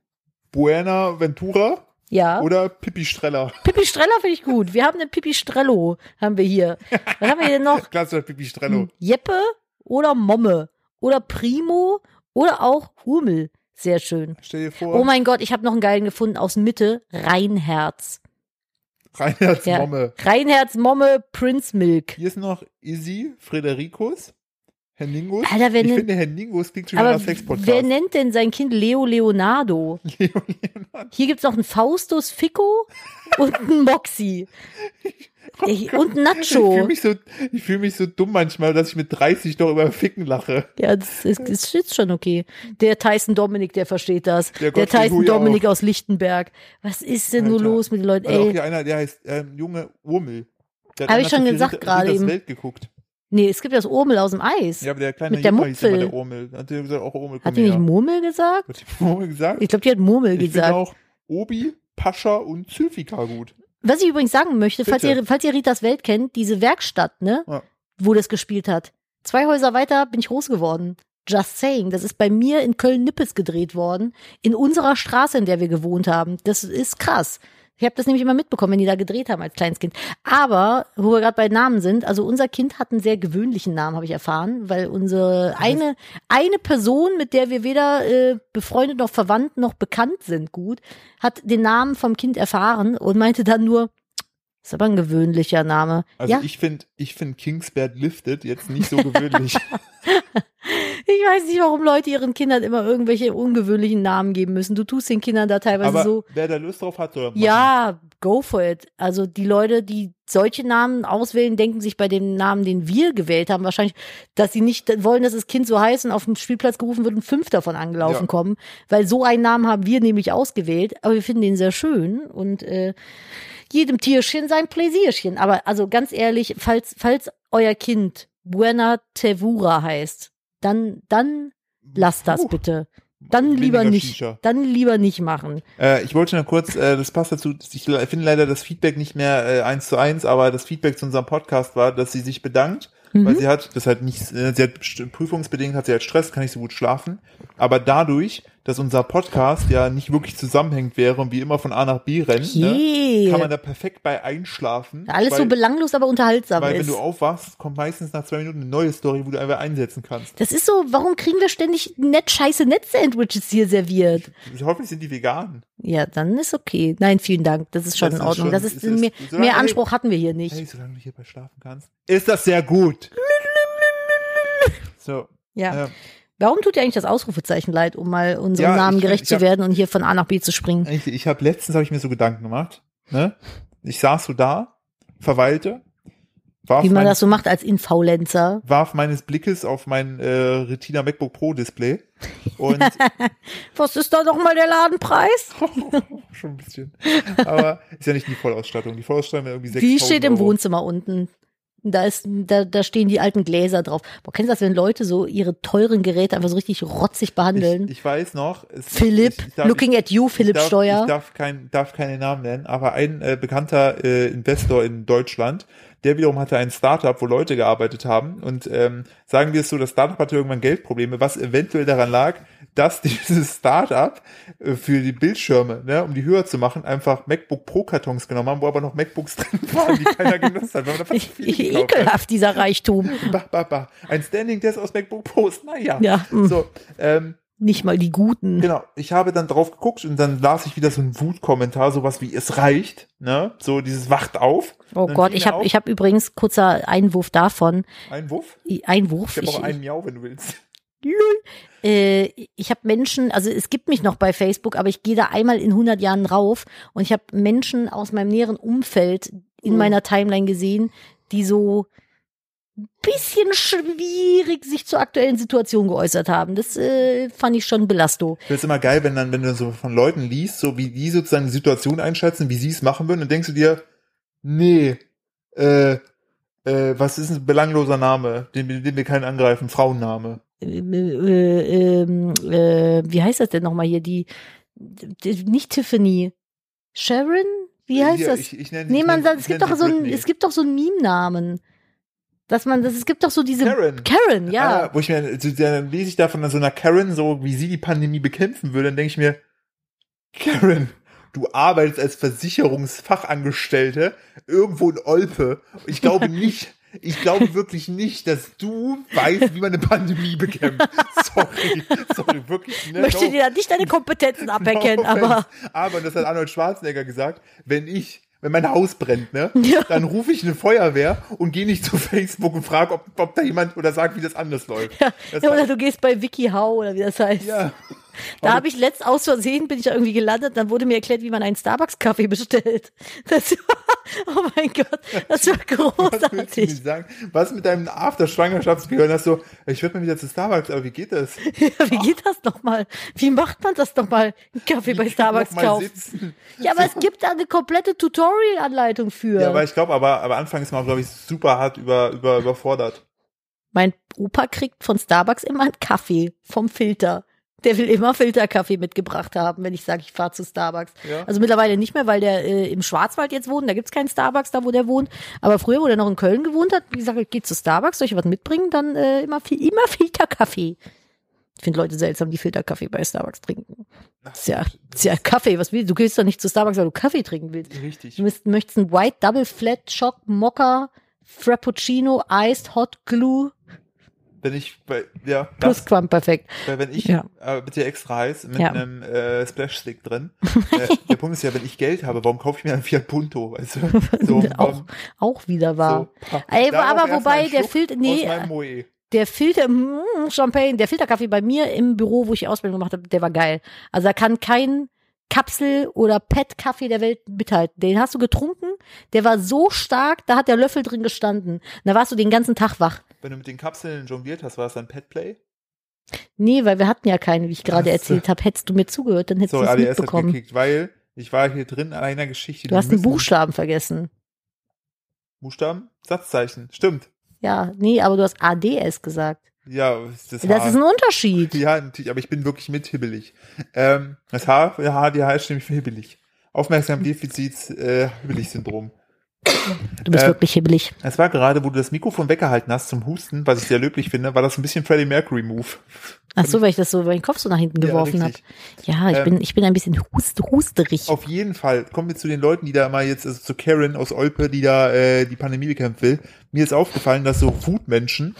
[SPEAKER 2] Buena Ventura
[SPEAKER 1] Ja.
[SPEAKER 2] oder Pippi Streller.
[SPEAKER 1] Pippi Streller finde ich gut. Wir haben einen Pippi Strello, haben wir hier. Was haben wir hier noch?
[SPEAKER 2] Klasse Pippi
[SPEAKER 1] Hm.
[SPEAKER 2] Strello.
[SPEAKER 1] Jeppe oder Momme oder Primo oder auch Hummel. Sehr schön.
[SPEAKER 2] Stell dir vor,
[SPEAKER 1] Oh mein Gott, ich habe noch einen geilen gefunden aus Mitte, Reinherz.
[SPEAKER 2] Reinhards
[SPEAKER 1] Ja.
[SPEAKER 2] Momme.
[SPEAKER 1] Reinherz, Momme, Prince Milk.
[SPEAKER 2] Hier ist noch Izzy, Fredericus, Henningus.
[SPEAKER 1] Alter, wer
[SPEAKER 2] ich
[SPEAKER 1] nennt-
[SPEAKER 2] finde, Henningus klingt schon wieder
[SPEAKER 1] Aber
[SPEAKER 2] nach Sexpodcast.
[SPEAKER 1] wer nennt denn sein Kind Leo Leonardo?
[SPEAKER 2] Leo Leonard.
[SPEAKER 1] Hier gibt's noch einen Faustus Fico und einen Moxie. Ey, und einen
[SPEAKER 2] Ich fühle
[SPEAKER 1] Nacho.
[SPEAKER 2] mich, so, ich fühl mich so dumm manchmal, dass ich mit 30 noch über Ficken lache.
[SPEAKER 1] Ja, das ist, das ist schon okay. Der Tyson Dominik, der versteht das.
[SPEAKER 2] Der
[SPEAKER 1] Der,
[SPEAKER 2] Gottfried
[SPEAKER 1] Tyson
[SPEAKER 2] Hui auch.
[SPEAKER 1] Dominik aus Lichtenberg. Was ist denn nur
[SPEAKER 2] Alter.
[SPEAKER 1] los mit den Leuten?
[SPEAKER 2] Oder auch
[SPEAKER 1] Ey,
[SPEAKER 2] hier einer, der heißt ähm, Junge Urmel. Der
[SPEAKER 1] Hab
[SPEAKER 2] hat einer
[SPEAKER 1] ich schon
[SPEAKER 2] zu viel
[SPEAKER 1] gesagt
[SPEAKER 2] Ritter-
[SPEAKER 1] gerade
[SPEAKER 2] Ritters
[SPEAKER 1] eben.
[SPEAKER 2] Welt geguckt.
[SPEAKER 1] nee, es gibt das Urmel aus dem Eis.
[SPEAKER 2] Ja, aber der kleine
[SPEAKER 1] Mit der
[SPEAKER 2] Junge hieß immer
[SPEAKER 1] Mupfel.
[SPEAKER 2] der Urmel. Hat der gesagt, auch Urmel
[SPEAKER 1] Hat
[SPEAKER 2] komm
[SPEAKER 1] die nicht
[SPEAKER 2] her.
[SPEAKER 1] Murmel gesagt?
[SPEAKER 2] Hat die Urmel gesagt?
[SPEAKER 1] Ich glaube, die hat Murmel
[SPEAKER 2] Ich finde
[SPEAKER 1] gesagt.
[SPEAKER 2] auch Obi, Pascha und Zylfika gut.
[SPEAKER 1] Was ich übrigens sagen möchte, falls
[SPEAKER 2] Bitte.
[SPEAKER 1] ihr, falls ihr Ritas Welt kennt, diese Werkstatt, ne,
[SPEAKER 2] Ja.
[SPEAKER 1] wo das gespielt hat. Zwei Häuser weiter bin ich groß geworden. Just saying, das ist bei mir in Köln-Nippes gedreht worden, in unserer Straße, in der wir gewohnt haben. Das ist krass. Ich habe das nämlich immer mitbekommen, wenn die da gedreht haben als kleines Kind. Aber, wo wir gerade bei Namen sind, also unser Kind hat einen sehr gewöhnlichen Namen, habe ich erfahren, weil unsere eine, eine Person, mit der wir weder äh, befreundet noch verwandt noch bekannt sind, gut, hat den Namen vom Kind erfahren und meinte dann nur, Ist aber ein gewöhnlicher Name.
[SPEAKER 2] Also
[SPEAKER 1] ja,
[SPEAKER 2] ich finde ich find Kingsbad Lifted jetzt nicht so gewöhnlich.
[SPEAKER 1] ich weiß nicht, warum Leute ihren Kindern immer irgendwelche ungewöhnlichen Namen geben müssen. Du tust den Kindern da teilweise
[SPEAKER 2] aber
[SPEAKER 1] so.
[SPEAKER 2] wer da Lust drauf hat, soll machen.
[SPEAKER 1] Ja, go for it. Also die Leute, die solche Namen auswählen, denken sich bei dem Namen, den wir gewählt haben, wahrscheinlich, dass sie nicht wollen, dass das Kind so heißt und auf dem Spielplatz gerufen wird und fünf davon angelaufen
[SPEAKER 2] Ja.
[SPEAKER 1] kommen. Weil so einen Namen haben wir nämlich ausgewählt, aber wir finden den sehr schön und äh, jedem Tierchen sein Pläsierchen. Aber also ganz ehrlich, falls, falls euer Kind Buena Tevura heißt, dann, dann lasst das
[SPEAKER 2] Puh,
[SPEAKER 1] bitte. Dann
[SPEAKER 2] weniger
[SPEAKER 1] lieber nicht.
[SPEAKER 2] Shisha.
[SPEAKER 1] Dann lieber nicht machen.
[SPEAKER 2] Äh, ich wollte nur kurz, äh, das passt dazu, ich le- finde leider das Feedback nicht mehr äh, eins zu eins, aber das Feedback zu unserem Podcast war, dass sie sich bedankt,
[SPEAKER 1] Mhm.
[SPEAKER 2] weil sie hat, das hat nicht, äh, sie hat st- prüfungsbedingt, hat sie halt Stress, kann nicht so gut schlafen, aber dadurch, dass unser Podcast ja nicht wirklich zusammenhängend wäre und wie immer von A nach B rennt, ne,
[SPEAKER 1] Je.
[SPEAKER 2] kann man da perfekt bei einschlafen.
[SPEAKER 1] Alles so
[SPEAKER 2] weil-
[SPEAKER 1] belanglos, aber unterhaltsam
[SPEAKER 2] Weil wenn
[SPEAKER 1] ist.
[SPEAKER 2] du aufwachst, kommt meistens nach zwei Minuten eine neue Story, wo du einfach einsetzen kannst.
[SPEAKER 1] Das ist so, warum kriegen wir ständig nett scheiße Netz-Sandwiches hier serviert?
[SPEAKER 2] Hoffentlich sind die vegan.
[SPEAKER 1] Ja, dann ist okay. Nein, vielen Dank. Das ist schon
[SPEAKER 2] Das
[SPEAKER 1] in
[SPEAKER 2] ist
[SPEAKER 1] Ordnung.
[SPEAKER 2] schon-
[SPEAKER 1] das ist,
[SPEAKER 2] es ist-
[SPEAKER 1] mehr,
[SPEAKER 2] solange-
[SPEAKER 1] mehr
[SPEAKER 2] hey.
[SPEAKER 1] Anspruch hatten wir hier nicht.
[SPEAKER 2] Hey, solange du hierbei schlafen kannst, ist das sehr gut. So.
[SPEAKER 1] Ja.
[SPEAKER 2] ähm,
[SPEAKER 1] Warum tut ihr eigentlich das Ausrufezeichen leid, um mal unserem
[SPEAKER 2] Ja,
[SPEAKER 1] Namen
[SPEAKER 2] ich-
[SPEAKER 1] gerecht
[SPEAKER 2] ich
[SPEAKER 1] zu
[SPEAKER 2] hab-
[SPEAKER 1] werden und hier von A nach B zu springen?
[SPEAKER 2] Ich, ich habe letztens habe ich mir so Gedanken gemacht. Ne? Ich saß so da, verweilte, warf,
[SPEAKER 1] Wie man
[SPEAKER 2] mein-
[SPEAKER 1] das so macht als Infaulenzer.
[SPEAKER 2] warf meines Blickes auf mein äh, Retina MacBook Pro Display und
[SPEAKER 1] Was ist da nochmal der Ladenpreis?
[SPEAKER 2] schon ein bisschen. Aber ist ja nicht die Vollausstattung. Die Vollausstattung wäre irgendwie 6
[SPEAKER 1] Die steht im Wohnzimmer unten. Da, ist, da, da stehen die alten Gläser drauf. Boah, kennst du das, wenn Leute so ihre teuren Geräte einfach so richtig rotzig behandeln?
[SPEAKER 2] Ich, ich weiß noch. Es,
[SPEAKER 1] Philipp,
[SPEAKER 2] ich- ich darf-
[SPEAKER 1] looking at you, Philipp
[SPEAKER 2] ich darf,
[SPEAKER 1] Steuer.
[SPEAKER 2] Ich darf, kein, darf keine Namen nennen, aber ein äh, bekannter äh, Investor in Deutschland, der wiederum hatte ein Startup, wo Leute gearbeitet haben und ähm, sagen wir es so, das Startup hatte irgendwann Geldprobleme, was eventuell daran lag, dass dieses Startup äh, für die Bildschirme, ne, um die höher zu machen, einfach MacBook Pro Kartons genommen haben, wo aber noch MacBooks drin waren, die keiner genutzt hat, weil man davon zu viel gekauft hat.
[SPEAKER 1] Ekelhaft, dieser Reichtum.
[SPEAKER 2] Bah, bah, bah. Ein Standing Desk aus MacBook Pros, naja.
[SPEAKER 1] Ja, mh,
[SPEAKER 2] So, ähm,
[SPEAKER 1] nicht mal die Guten.
[SPEAKER 2] Genau, ich habe dann drauf geguckt und dann las ich wieder so einen Wutkommentar, sowas wie es reicht, ne? So dieses wacht auf,
[SPEAKER 1] Oh
[SPEAKER 2] Dann
[SPEAKER 1] Gott,
[SPEAKER 2] fiel
[SPEAKER 1] ich
[SPEAKER 2] mir
[SPEAKER 1] habe
[SPEAKER 2] auf-
[SPEAKER 1] ich hab übrigens kurzer Einwurf davon.
[SPEAKER 2] ein Wuff.
[SPEAKER 1] I- Einwurf?
[SPEAKER 2] Ich habe
[SPEAKER 1] Ich,
[SPEAKER 2] auch einen Miau, wenn du willst.
[SPEAKER 1] ich, äh, ich habe Menschen, also es gibt mich noch bei Facebook, aber ich gehe da einmal in 100 Jahren rauf und ich habe Menschen aus meinem näheren Umfeld in
[SPEAKER 2] Mhm.
[SPEAKER 1] meiner Timeline gesehen, die so ein bisschen schwierig sich zur aktuellen Situation geäußert haben. Das äh, fand ich schon belasto.
[SPEAKER 2] Ich find's immer geil, wenn dann, wenn du so von Leuten liest, so wie die sozusagen die Situation einschätzen, wie sie es machen würden, dann denkst du dir, nee, äh, äh, was ist ein belangloser Name, den, wir- den wir keinen angreifen, Frauenname.
[SPEAKER 1] ähm, äh, ähm, äh, wie heißt das denn nochmal hier? Die, die nicht Tiffany. Sharon? Wie heißt
[SPEAKER 2] Äh, Hier,
[SPEAKER 1] das?
[SPEAKER 2] Ich, ich nenne,
[SPEAKER 1] nee,
[SPEAKER 2] ich
[SPEAKER 1] man
[SPEAKER 2] nenne-
[SPEAKER 1] sagt,
[SPEAKER 2] ich
[SPEAKER 1] es gibt
[SPEAKER 2] nenne
[SPEAKER 1] doch
[SPEAKER 2] sie
[SPEAKER 1] so einen,
[SPEAKER 2] Britney.
[SPEAKER 1] es gibt doch so einen Meme-Namen. Dass man, das, es gibt doch so diese
[SPEAKER 2] Karen.
[SPEAKER 1] Karen, ja.
[SPEAKER 2] Ah, wo ich mir, also dann lese ich da von so einer Karen, so wie sie die Pandemie bekämpfen würde, dann denke ich mir, Karen, du arbeitest als Versicherungsfachangestellte irgendwo in Olpe. Ich glaube nicht, ich glaube wirklich nicht, dass du weißt, wie man eine Pandemie bekämpft. Sorry, sorry, wirklich. Ne?
[SPEAKER 1] Möchte
[SPEAKER 2] No-
[SPEAKER 1] dir da nicht deine Kompetenzen aberkennen,
[SPEAKER 2] no offense.
[SPEAKER 1] aber
[SPEAKER 2] Aber, und das hat Arnold Schwarzenegger gesagt, wenn ich, wenn mein Haus brennt, ne,
[SPEAKER 1] Ja.
[SPEAKER 2] dann rufe ich eine Feuerwehr und gehe nicht zu Facebook und frage, ob, ob da jemand oder sagt, wie das anders läuft.
[SPEAKER 1] ja,
[SPEAKER 2] Das
[SPEAKER 1] oder du gehst bei Vicky How oder wie das heißt.
[SPEAKER 2] ja.
[SPEAKER 1] Da habe ich letzt aus Versehen bin ich da irgendwie gelandet, dann wurde mir erklärt, wie man einen Starbucks-Kaffee bestellt. Das war, oh mein Gott, das war
[SPEAKER 2] Was willst du
[SPEAKER 1] großartig.
[SPEAKER 2] mir sagen? Was mit deinem After-Schwangerschaftsgehirn hast du? Ich würde mal wieder zu Starbucks, aber wie geht das?
[SPEAKER 1] Ja, wie geht das nochmal? Wie macht man das nochmal? Einen Kaffee bei Starbucks
[SPEAKER 2] Nochmal
[SPEAKER 1] kaufen.
[SPEAKER 2] sitzen.
[SPEAKER 1] Ja, aber es gibt da eine komplette Tutorial-Anleitung für.
[SPEAKER 2] Ja, aber ich glaube, aber, aber Anfang ist man, glaube ich, super hart über, über, überfordert.
[SPEAKER 1] mein Opa kriegt von Starbucks immer einen Kaffee vom Filter. Der will immer Filterkaffee mitgebracht haben, wenn ich sage, ich fahre zu Starbucks.
[SPEAKER 2] Ja.
[SPEAKER 1] Also mittlerweile nicht mehr, weil der äh, im Schwarzwald jetzt wohnt. Da gibt's keinen Starbucks, da wo der wohnt. Aber früher, wo der noch in Köln gewohnt hat, wie gesagt, ich gehe zu Starbucks, soll ich was mitbringen? Dann äh, immer, viel, immer Filterkaffee. Ich finde Leute seltsam, die Filterkaffee bei Starbucks trinken. Ist ja, ist ja Kaffee. Was willst du? Du gehst doch nicht zu Starbucks, weil du Kaffee trinken willst.
[SPEAKER 2] Richtig.
[SPEAKER 1] Du müsst, möchtest einen White Double Flat Shock Mocha Frappuccino Iced Hot Glue
[SPEAKER 2] wenn ich bei, ja, das,
[SPEAKER 1] Plusquamperfekt.
[SPEAKER 2] weil wenn ich
[SPEAKER 1] Ja.
[SPEAKER 2] äh, mit dir extra heiß mit
[SPEAKER 1] Ja.
[SPEAKER 2] einem äh, Splash-Stick drin, äh, der Punkt ist ja, wenn ich Geld habe, warum kaufe ich mir einen Fiat Punto, weißt du? So,
[SPEAKER 1] auch,
[SPEAKER 2] warum-
[SPEAKER 1] auch wieder wahr.
[SPEAKER 2] so, pa-
[SPEAKER 1] Ey,
[SPEAKER 2] Darauf
[SPEAKER 1] aber
[SPEAKER 2] erst
[SPEAKER 1] wobei,
[SPEAKER 2] einen
[SPEAKER 1] der
[SPEAKER 2] Schluck
[SPEAKER 1] Filter- nee, äh,
[SPEAKER 2] Aus meinem Moe.
[SPEAKER 1] Der Filter, mm, Champagne, der Filterkaffee bei mir im Büro, wo ich die Ausbildung gemacht habe, der war geil. Also da kann kein Kapsel- oder Pet-Kaffee der Welt mithalten. Den hast du getrunken, der war so stark, da hat der Löffel drin gestanden. Da warst du den ganzen Tag wach.
[SPEAKER 2] Wenn du mit den Kapseln jongliert hast, war es dann Pet Play?
[SPEAKER 1] Nee, weil wir hatten ja keinen, wie ich gerade
[SPEAKER 2] Ach so.
[SPEAKER 1] erzählt habe. Hättest du mir zugehört, dann hättest
[SPEAKER 2] Sorry,
[SPEAKER 1] du es
[SPEAKER 2] ADS hat
[SPEAKER 1] mitbekommen.
[SPEAKER 2] gekickt, weil ich war hier drin an einer Geschichte.
[SPEAKER 1] Du hast einen
[SPEAKER 2] müssen-
[SPEAKER 1] Buchstaben vergessen.
[SPEAKER 2] Buchstaben? Satzzeichen. Stimmt.
[SPEAKER 1] Ja, nee, aber du hast ADS gesagt.
[SPEAKER 2] Ja, das,
[SPEAKER 1] Das
[SPEAKER 2] Haar.
[SPEAKER 1] ist ein Unterschied.
[SPEAKER 2] Ja, natürlich, aber ich bin wirklich mit hibbelig. Ähm, das H, HDH steht nämlich für hibbelig. Aufmerksamkeitsdefizits äh, hibbelig-Syndrom.
[SPEAKER 1] Du bist
[SPEAKER 2] Äh,
[SPEAKER 1] wirklich hibbelig.
[SPEAKER 2] Es war gerade, wo du das Mikrofon weggehalten hast zum Husten, was ich sehr löblich finde, war das ein bisschen Freddie Mercury Move.
[SPEAKER 1] Ach so, weil ich das so über den Kopf so nach hinten geworfen
[SPEAKER 2] ähm, ja,
[SPEAKER 1] habe.
[SPEAKER 2] richtig.
[SPEAKER 1] Ja, ich
[SPEAKER 2] Ähm,
[SPEAKER 1] bin ich bin ein bisschen hust, husterig.
[SPEAKER 2] Auf jeden Fall kommen wir zu den Leuten, die da mal jetzt, also zu Karen aus Olpe, die da äh, die Pandemie bekämpfen will. Mir ist aufgefallen, dass so Wutmenschen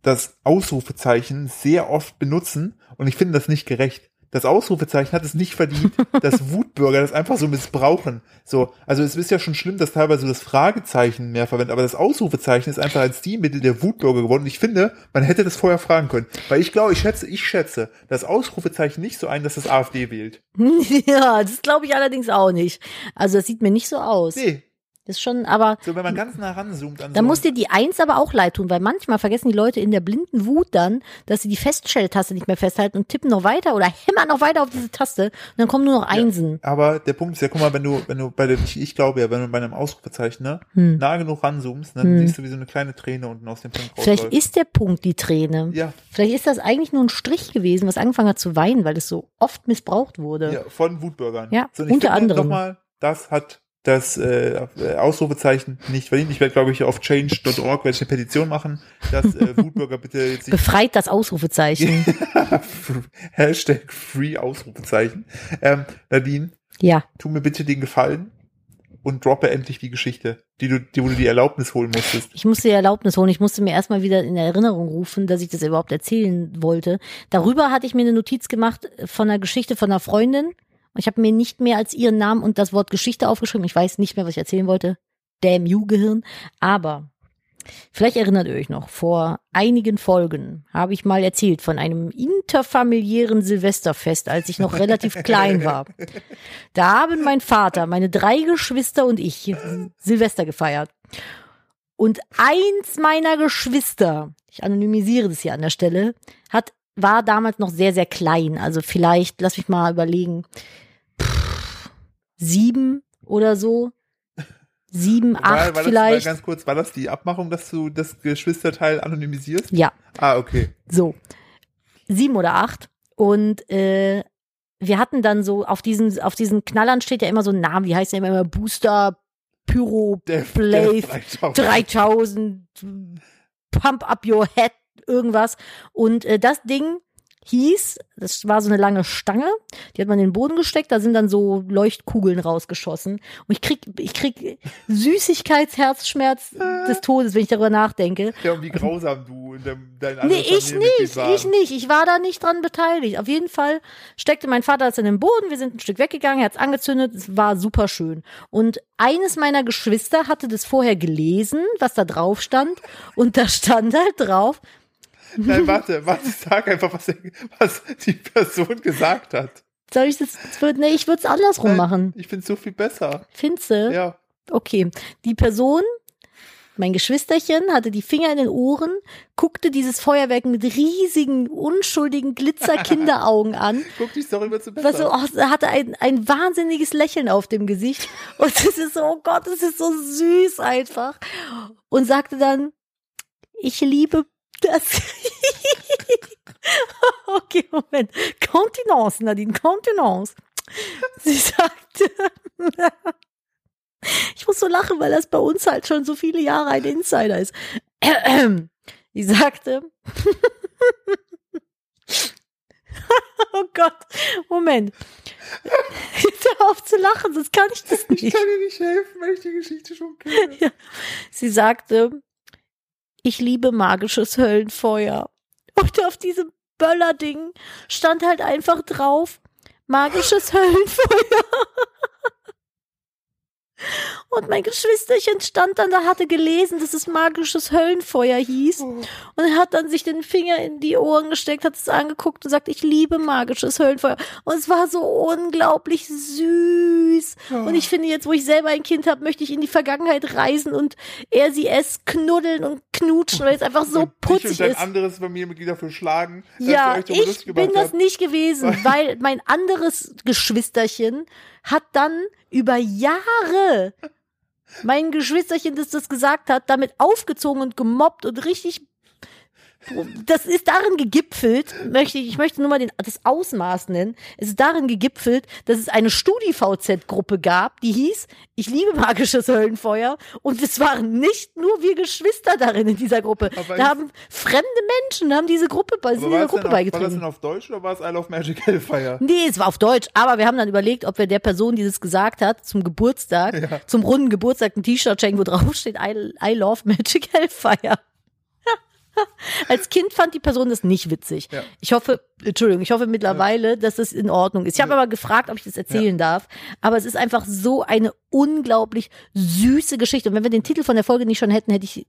[SPEAKER 2] das Ausrufezeichen sehr oft benutzen und ich finde das nicht gerecht. Das Ausrufezeichen hat es nicht verdient, dass Wutbürger das einfach so missbrauchen. So, also es ist ja schon schlimm, dass teilweise so das Fragezeichen mehr verwendet, aber das Ausrufezeichen ist einfach als die Mittel der Wutbürger geworden. Und ich finde, man hätte das vorher fragen können. Weil ich glaube, ich schätze, ich schätze das Ausrufezeichen nicht so ein, dass das AfD wählt.
[SPEAKER 1] ja, das glaube ich allerdings auch nicht. Also das sieht mir nicht so aus.
[SPEAKER 2] Nee, Also
[SPEAKER 1] Das ist schon, aber
[SPEAKER 2] So, wenn man ganz nah ranzoomt an
[SPEAKER 1] da
[SPEAKER 2] so
[SPEAKER 1] muss dir die Eins aber auch leid tun, weil manchmal vergessen die Leute in der blinden Wut dann, dass sie die Feststelltaste nicht mehr festhalten und tippen noch weiter oder hämmern noch weiter auf diese Taste und dann kommen nur noch Einsen.
[SPEAKER 2] aber der Punkt ist ja, guck mal, wenn du, wenn du bei dem, ich, ich glaube ja, wenn du bei einem Ausrufezeichen ne,
[SPEAKER 1] Hm.
[SPEAKER 2] nah genug ranzoomst, dann
[SPEAKER 1] Hm.
[SPEAKER 2] siehst du wie so eine kleine Träne unten aus dem Punkt
[SPEAKER 1] Vielleicht
[SPEAKER 2] rausläuft.
[SPEAKER 1] ist der Punkt die Träne.
[SPEAKER 2] Ja,
[SPEAKER 1] Vielleicht ist das eigentlich nur ein Strich gewesen, was angefangen hat zu weinen, weil es so oft missbraucht wurde.
[SPEAKER 2] ja, von Wutbürgern.
[SPEAKER 1] Ja,
[SPEAKER 2] und
[SPEAKER 1] unter anderem.
[SPEAKER 2] Nochmal, das hat das äh, äh, Ausrufezeichen nicht verdient. Ich werde, glaube ich, auf change.org werde ich eine Petition machen, dass äh, Wutbürger bitte jetzt nicht
[SPEAKER 1] Befreit das Ausrufezeichen.
[SPEAKER 2] Hashtag Free Ausrufezeichen. Ähm, Nadine,
[SPEAKER 1] ja.
[SPEAKER 2] tu mir bitte den Gefallen und droppe endlich die Geschichte, die du, die, wo du die Erlaubnis holen musstest.
[SPEAKER 1] Ich musste die Erlaubnis holen. Ich musste mir erstmal wieder in Erinnerung rufen, dass ich das überhaupt erzählen wollte. Darüber hatte ich mir eine Notiz gemacht von einer Geschichte von einer Freundin. Und Ich habe mir nicht mehr als ihren Namen und das Wort Geschichte aufgeschrieben. Ich weiß nicht mehr, was ich erzählen wollte. Damn you, Gehirn. Aber vielleicht erinnert ihr euch noch, vor einigen Folgen habe ich mal erzählt von einem interfamiliären Silvesterfest, als ich noch relativ klein war. Da haben mein Vater, meine drei Geschwister und ich Silvester gefeiert. Und eins meiner Geschwister, ich anonymisiere das hier an der Stelle, hat, war damals noch sehr, sehr klein. Also vielleicht, lass mich mal überlegen, pff, sieben oder so. Sieben,
[SPEAKER 2] War-
[SPEAKER 1] acht
[SPEAKER 2] war das,
[SPEAKER 1] vielleicht.
[SPEAKER 2] War ganz kurz, war das die Abmachung, dass du das Geschwisterteil anonymisierst?
[SPEAKER 1] ja.
[SPEAKER 2] Ah, okay.
[SPEAKER 1] So, sieben oder acht. Und äh, wir hatten dann so, auf diesen, auf diesen Knallern steht ja immer so ein Name, wie heißt der immer, immer Booster, Pyro,
[SPEAKER 2] Der,
[SPEAKER 1] Blade,
[SPEAKER 2] der Freitag.
[SPEAKER 1] 3000, Pump Up Your Head, irgendwas. Und äh, das Ding hieß, das war so eine lange Stange, die hat man in den Boden gesteckt, da sind dann so Leuchtkugeln rausgeschossen. Und ich krieg, ich krieg Süßigkeitsherzschmerz des Todes, wenn ich darüber nachdenke.
[SPEAKER 2] Ja, und wie grausam du in deinem, dein
[SPEAKER 1] Nee,
[SPEAKER 2] anderes
[SPEAKER 1] ich
[SPEAKER 2] Familienmitglied
[SPEAKER 1] nicht,
[SPEAKER 2] waren.
[SPEAKER 1] ich nicht. Ich war da nicht dran beteiligt. Auf jeden Fall steckte mein Vater das in den Boden. Wir sind ein Stück weggegangen, er hat's angezündet. Es war super schön. Und eines meiner Geschwister hatte das vorher gelesen, was da drauf stand. Und da stand halt drauf,
[SPEAKER 2] Nein, warte, warte, sag einfach, was, er- was die Person gesagt hat.
[SPEAKER 1] soll ich das, das wird, nee, ich würde es andersrum
[SPEAKER 2] Nein,
[SPEAKER 1] machen.
[SPEAKER 2] Ich find's so viel besser.
[SPEAKER 1] Finze?
[SPEAKER 2] Ja.
[SPEAKER 1] Okay. Die Person, mein Geschwisterchen, hatte die Finger in den Ohren, guckte dieses Feuerwerk mit riesigen, unschuldigen Glitzerkinderaugen an
[SPEAKER 2] Guck dich doch immer zu besser.
[SPEAKER 1] Was so, oh, er hatte ein, ein wahnsinniges Lächeln auf dem Gesicht. Und es ist so, oh Gott, es ist so süß einfach. Und sagte dann, ich liebe das. okay, Moment. Kontinence, Nadine, Kontinence. Sie sagte, ich muss so lachen, weil das bei uns halt schon so viele Jahre ein Insider ist. Sie sagte, oh Gott, Moment. Jetzt hör auf zu lachen, sonst kann ich das
[SPEAKER 2] ich
[SPEAKER 1] nicht.
[SPEAKER 2] kann dir nicht helfen, weil ich die Geschichte schon kenne.
[SPEAKER 1] Sie sagte, ich liebe magisches Höllenfeuer. Und auf diesem Böllerding stand halt einfach drauf, magisches Höllenfeuer. Und mein Geschwisterchen stand dann da, hatte gelesen, dass es magisches Höllenfeuer hieß.
[SPEAKER 2] Oh.
[SPEAKER 1] Und er hat dann sich den Finger in die Ohren gesteckt, hat es angeguckt und sagt, ich liebe magisches Höllenfeuer. Und es war so unglaublich süß. Und ich finde, jetzt, wo ich selber ein Kind habe, möchte ich in die Vergangenheit reisen und er sie es knuddeln und knutschen, weil es einfach so putzig
[SPEAKER 2] Dich und dein
[SPEAKER 1] ist.
[SPEAKER 2] anderes Familienmitglied dafür schlagen, dass ihr
[SPEAKER 1] Ja,
[SPEAKER 2] euch darüber
[SPEAKER 1] ich
[SPEAKER 2] lustig gemacht
[SPEAKER 1] bin das
[SPEAKER 2] habt.
[SPEAKER 1] nicht gewesen, weil mein anderes Geschwisterchen hat dann über Jahre mein Geschwisterchen, das das gesagt hat, damit aufgezogen und gemobbt und richtig. Das ist darin gegipfelt, möchte ich, ich möchte nur mal den, das Ausmaß nennen. Es ist darin gegipfelt, dass es eine Studi-VZ-Gruppe gab, die hieß Ich liebe magisches Höllenfeuer. Und es waren nicht nur wir Geschwister darin in dieser Gruppe. da
[SPEAKER 2] Aber ich-
[SPEAKER 1] haben fremde Menschen haben diese Gruppe bei
[SPEAKER 2] Aber
[SPEAKER 1] sind
[SPEAKER 2] war
[SPEAKER 1] dieser
[SPEAKER 2] das denn
[SPEAKER 1] Gruppe
[SPEAKER 2] auf- War das
[SPEAKER 1] beigetreten.
[SPEAKER 2] denn auf Deutsch oder war es I Love Magic Hellfire?
[SPEAKER 1] Nee, es war auf Deutsch, aber wir haben dann überlegt, ob wir der Person, die das gesagt hat, zum Geburtstag, zum runden Geburtstag ein T-Shirt schenken, wo drauf steht I, I love Magic Hellfire. Als Kind fand die Person das nicht witzig.
[SPEAKER 2] Ja.
[SPEAKER 1] Ich hoffe, Entschuldigung, ich hoffe mittlerweile, dass das in Ordnung ist. Ich habe aber gefragt, ob ich das erzählen darf. Aber es ist einfach so eine unglaublich süße Geschichte. Und wenn wir den Titel von der Folge nicht schon hätten, hätte ich.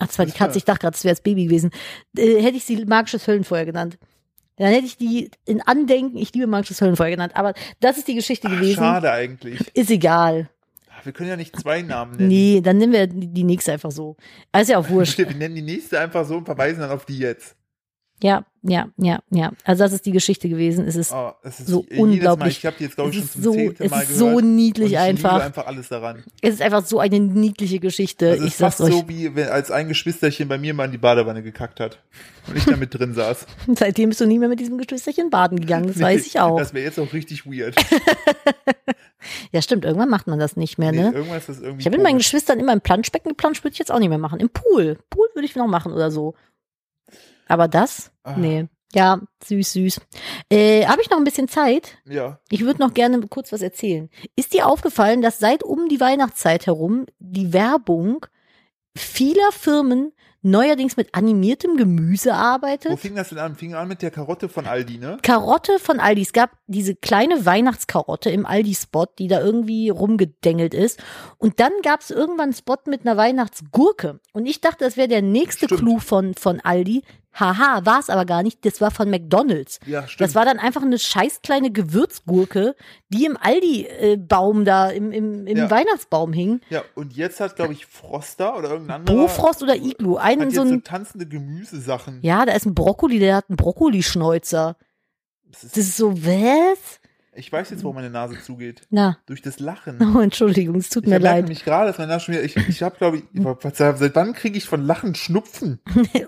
[SPEAKER 1] Ach, das war die
[SPEAKER 2] Das war-
[SPEAKER 1] Katze, ich dachte gerade, es wäre das Baby gewesen. Äh, hätte ich sie magisches Höllenfeuer genannt. Dann hätte ich die in Andenken, ich liebe magisches Höllenfeuer genannt. Aber das ist die Geschichte gewesen.
[SPEAKER 2] Schade eigentlich. Ah,
[SPEAKER 1] Ist egal.
[SPEAKER 2] Wir können ja nicht zwei Namen nennen.
[SPEAKER 1] Nee, dann nehmen wir die die nächste einfach so. Also ja auch wurscht.
[SPEAKER 2] Wir nennen die nächste einfach so und verweisen dann auf die jetzt.
[SPEAKER 1] Ja, ja, ja, ja. Also das ist die Geschichte gewesen. Es ist,
[SPEAKER 2] Oh, es ist
[SPEAKER 1] So
[SPEAKER 2] jedes Mal,
[SPEAKER 1] unglaublich.
[SPEAKER 2] ich habe die jetzt, glaube
[SPEAKER 1] es
[SPEAKER 2] ich, schon
[SPEAKER 1] ist
[SPEAKER 2] zum
[SPEAKER 1] so,
[SPEAKER 2] zehnten
[SPEAKER 1] es
[SPEAKER 2] Mal
[SPEAKER 1] ist
[SPEAKER 2] gehört.
[SPEAKER 1] so
[SPEAKER 2] und ich
[SPEAKER 1] niedlich
[SPEAKER 2] Liebe
[SPEAKER 1] einfach.
[SPEAKER 2] einfach alles daran. Also
[SPEAKER 1] Es ist einfach so eine niedliche Geschichte.
[SPEAKER 2] Es
[SPEAKER 1] ich
[SPEAKER 2] ist
[SPEAKER 1] sag's
[SPEAKER 2] fast
[SPEAKER 1] euch.
[SPEAKER 2] so, wie wenn, als ein Geschwisterchen bei mir mal in die Badewanne gekackt hat und ich da mit drin saß.
[SPEAKER 1] Seitdem bist du nie mehr mit diesem Geschwisterchen baden gegangen, das weiß ich auch.
[SPEAKER 2] Das wäre jetzt auch richtig weird.
[SPEAKER 1] Ja, stimmt, irgendwann macht man das nicht mehr,
[SPEAKER 2] Nee,
[SPEAKER 1] ne?
[SPEAKER 2] irgendwas ist irgendwie
[SPEAKER 1] Ich habe mit meinen
[SPEAKER 2] komisch.
[SPEAKER 1] Geschwistern immer im Planschbecken geplanscht, würde ich jetzt auch nicht mehr machen. Im Pool. Pool würde ich noch machen oder so. Aber das?
[SPEAKER 2] Ah.
[SPEAKER 1] Nee. Ja, süß, süß. Äh, habe ich noch ein bisschen Zeit?
[SPEAKER 2] Ja,
[SPEAKER 1] Ich würde noch gerne kurz was erzählen. Ist dir aufgefallen, dass seit um die Weihnachtszeit herum die Werbung vieler Firmen neuerdings mit animiertem Gemüse
[SPEAKER 2] wo
[SPEAKER 1] arbeitet?
[SPEAKER 2] fing das denn an? Fing an mit der Karotte von Aldi, ne?
[SPEAKER 1] Karotte von Aldi. Es gab diese kleine Weihnachtskarotte im Aldi-Spot, die da irgendwie rumgedengelt ist. Und dann gab es irgendwann einen Spot mit einer Weihnachtsgurke. Und ich dachte, das wäre der nächste
[SPEAKER 2] Stimmt.
[SPEAKER 1] Clou von, von Aldi. Haha, war es aber gar nicht. Das war von McDonalds.
[SPEAKER 2] Ja, stimmt.
[SPEAKER 1] Das war dann einfach eine scheiß kleine Gewürzgurke, die im Aldi-Baum da, im, im, im
[SPEAKER 2] Ja.
[SPEAKER 1] Weihnachtsbaum hing.
[SPEAKER 2] ja, und jetzt hat, glaube ich, Froster oder irgendein anderer. Also,
[SPEAKER 1] Bofrost oder Iglu.
[SPEAKER 2] Hat
[SPEAKER 1] Einen
[SPEAKER 2] jetzt
[SPEAKER 1] so
[SPEAKER 2] so,
[SPEAKER 1] ein,
[SPEAKER 2] tanzende Gemüsesachen.
[SPEAKER 1] ja, da ist ein Brokkoli, der hat einen Brokkolischneuzer.
[SPEAKER 2] Das
[SPEAKER 1] Das
[SPEAKER 2] ist,
[SPEAKER 1] ist so, was?
[SPEAKER 2] ich weiß jetzt, wo meine Nase zugeht.
[SPEAKER 1] Na,
[SPEAKER 2] Durch das Lachen.
[SPEAKER 1] oh, Entschuldigung, es tut
[SPEAKER 2] Hm. Ich
[SPEAKER 1] mir
[SPEAKER 2] merke
[SPEAKER 1] leid.
[SPEAKER 2] nämlich gerade, dass meine Nase schon wieder, ich, ich habe glaube ich, was, seit wann kriege ich von Lachen Schnupfen?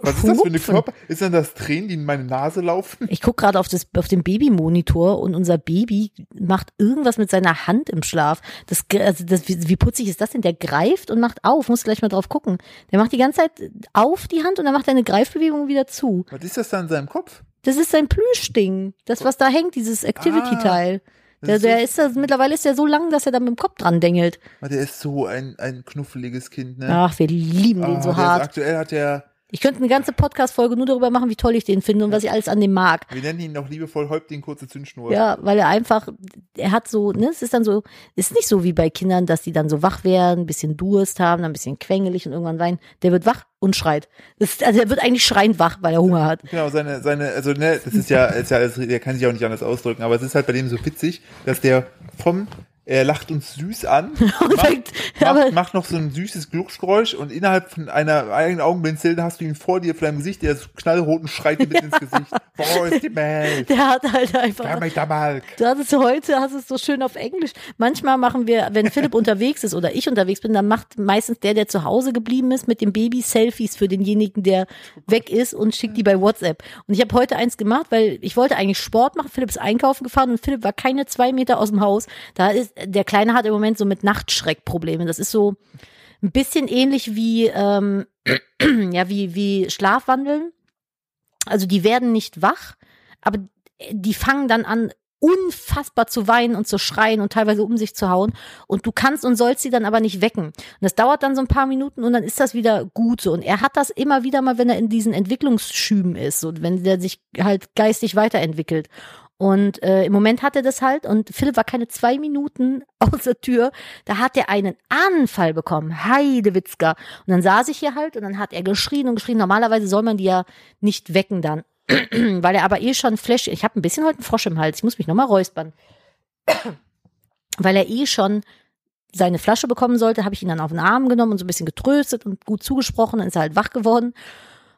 [SPEAKER 2] Was ist das für eine
[SPEAKER 1] Schnupfen.
[SPEAKER 2] Körper? Ist dann das Tränen, die in meine Nase laufen?
[SPEAKER 1] Ich gucke gerade auf, das- auf den Babymonitor und unser Baby macht irgendwas mit seiner Hand im Schlaf. Das, gr- also das, wie, wie putzig ist das denn? Der greift und macht auf. Muss gleich mal drauf gucken. Der macht die ganze Zeit auf die Hand und dann macht er eine Greifbewegung wieder zu.
[SPEAKER 2] Was ist das da in seinem Kopf?
[SPEAKER 1] Das ist sein Plüschding. Das, was da hängt, dieses Activity-Teil.
[SPEAKER 2] Ah. das
[SPEAKER 1] der,
[SPEAKER 2] ist so-
[SPEAKER 1] der ist da, mittlerweile ist er so lang, dass er da mit dem Kopf dran dengelt.
[SPEAKER 2] Ah, Der ist so ein, ein knuffeliges Kind, ne?
[SPEAKER 1] Ach, wir lieben
[SPEAKER 2] Ah,
[SPEAKER 1] den so
[SPEAKER 2] der Ist,
[SPEAKER 1] hart.
[SPEAKER 2] aktuell hat er,
[SPEAKER 1] Ich könnte eine ganze Podcast-Folge nur darüber machen, wie toll ich den finde und was ich alles an dem mag.
[SPEAKER 2] wir nennen ihn noch liebevoll Häuptling kurze Zündschnur.
[SPEAKER 1] Ja, weil er einfach, er hat so, ne, es ist dann so, ist nicht so wie bei Kindern, dass die dann so wach werden, ein bisschen Durst haben, dann ein bisschen quengelig und irgendwann weinen. Der wird wach und schreit. Das ist, also er wird eigentlich schreiend wach, weil er Hunger hat.
[SPEAKER 2] Genau, seine, seine, also ne, das ist ja, ist ja alles, der kann sich auch nicht anders ausdrücken, aber es ist halt bei dem so witzig, dass der vom, er lacht uns süß an,
[SPEAKER 1] fängt-
[SPEAKER 2] macht,
[SPEAKER 1] aber-
[SPEAKER 2] macht, macht noch so ein süßes Glucksgeräusch und innerhalb von einer eigenen Augenblinzel hast du ihn vor dir vor deinem Gesicht, der so knallroten schreit dir mit ins Gesicht. Boah, ist die Milch.
[SPEAKER 1] Der hat halt einfach.
[SPEAKER 2] Damit der Malk.
[SPEAKER 1] Du hast es heute, hast es so schön auf Englisch. Manchmal machen wir, wenn Philipp unterwegs ist oder ich unterwegs bin, dann macht meistens der, der zu Hause geblieben ist, mit dem Baby Selfies für denjenigen, der weg ist und schickt die bei WhatsApp. Und ich habe heute eins gemacht, weil ich wollte eigentlich Sport machen. Philipp ist einkaufen gefahren und Philipp war keine zwei Meter aus dem Haus. Da ist, der Kleine hat im Moment so mit Nachtschreckprobleme. Das ist so ein bisschen ähnlich wie, ähm, ja, wie, wie Schlafwandeln. Also die werden nicht wach, aber die fangen dann an, unfassbar zu weinen und zu schreien und teilweise um sich zu hauen. Und du kannst und sollst sie dann aber nicht wecken. Und das dauert dann so ein paar Minuten und dann ist das wieder gut so. Und er hat das immer wieder mal, wenn er in diesen Entwicklungsschüben ist und wenn der sich halt geistig weiterentwickelt. Und äh, im Moment hat er das halt und Philipp war keine zwei Minuten aus der Tür, da hat er einen Anfall bekommen, Heidewitzka. Und dann saß ich hier halt und dann hat er geschrien und geschrien. Normalerweise soll man die ja nicht wecken dann, weil er aber eh schon Flash, ich habe ein bisschen heute einen Frosch im Hals, ich muss mich nochmal räuspern. weil er eh schon seine Flasche bekommen sollte, habe ich ihn dann auf den Arm genommen und so ein bisschen getröstet und gut zugesprochen, dann ist er halt wach geworden.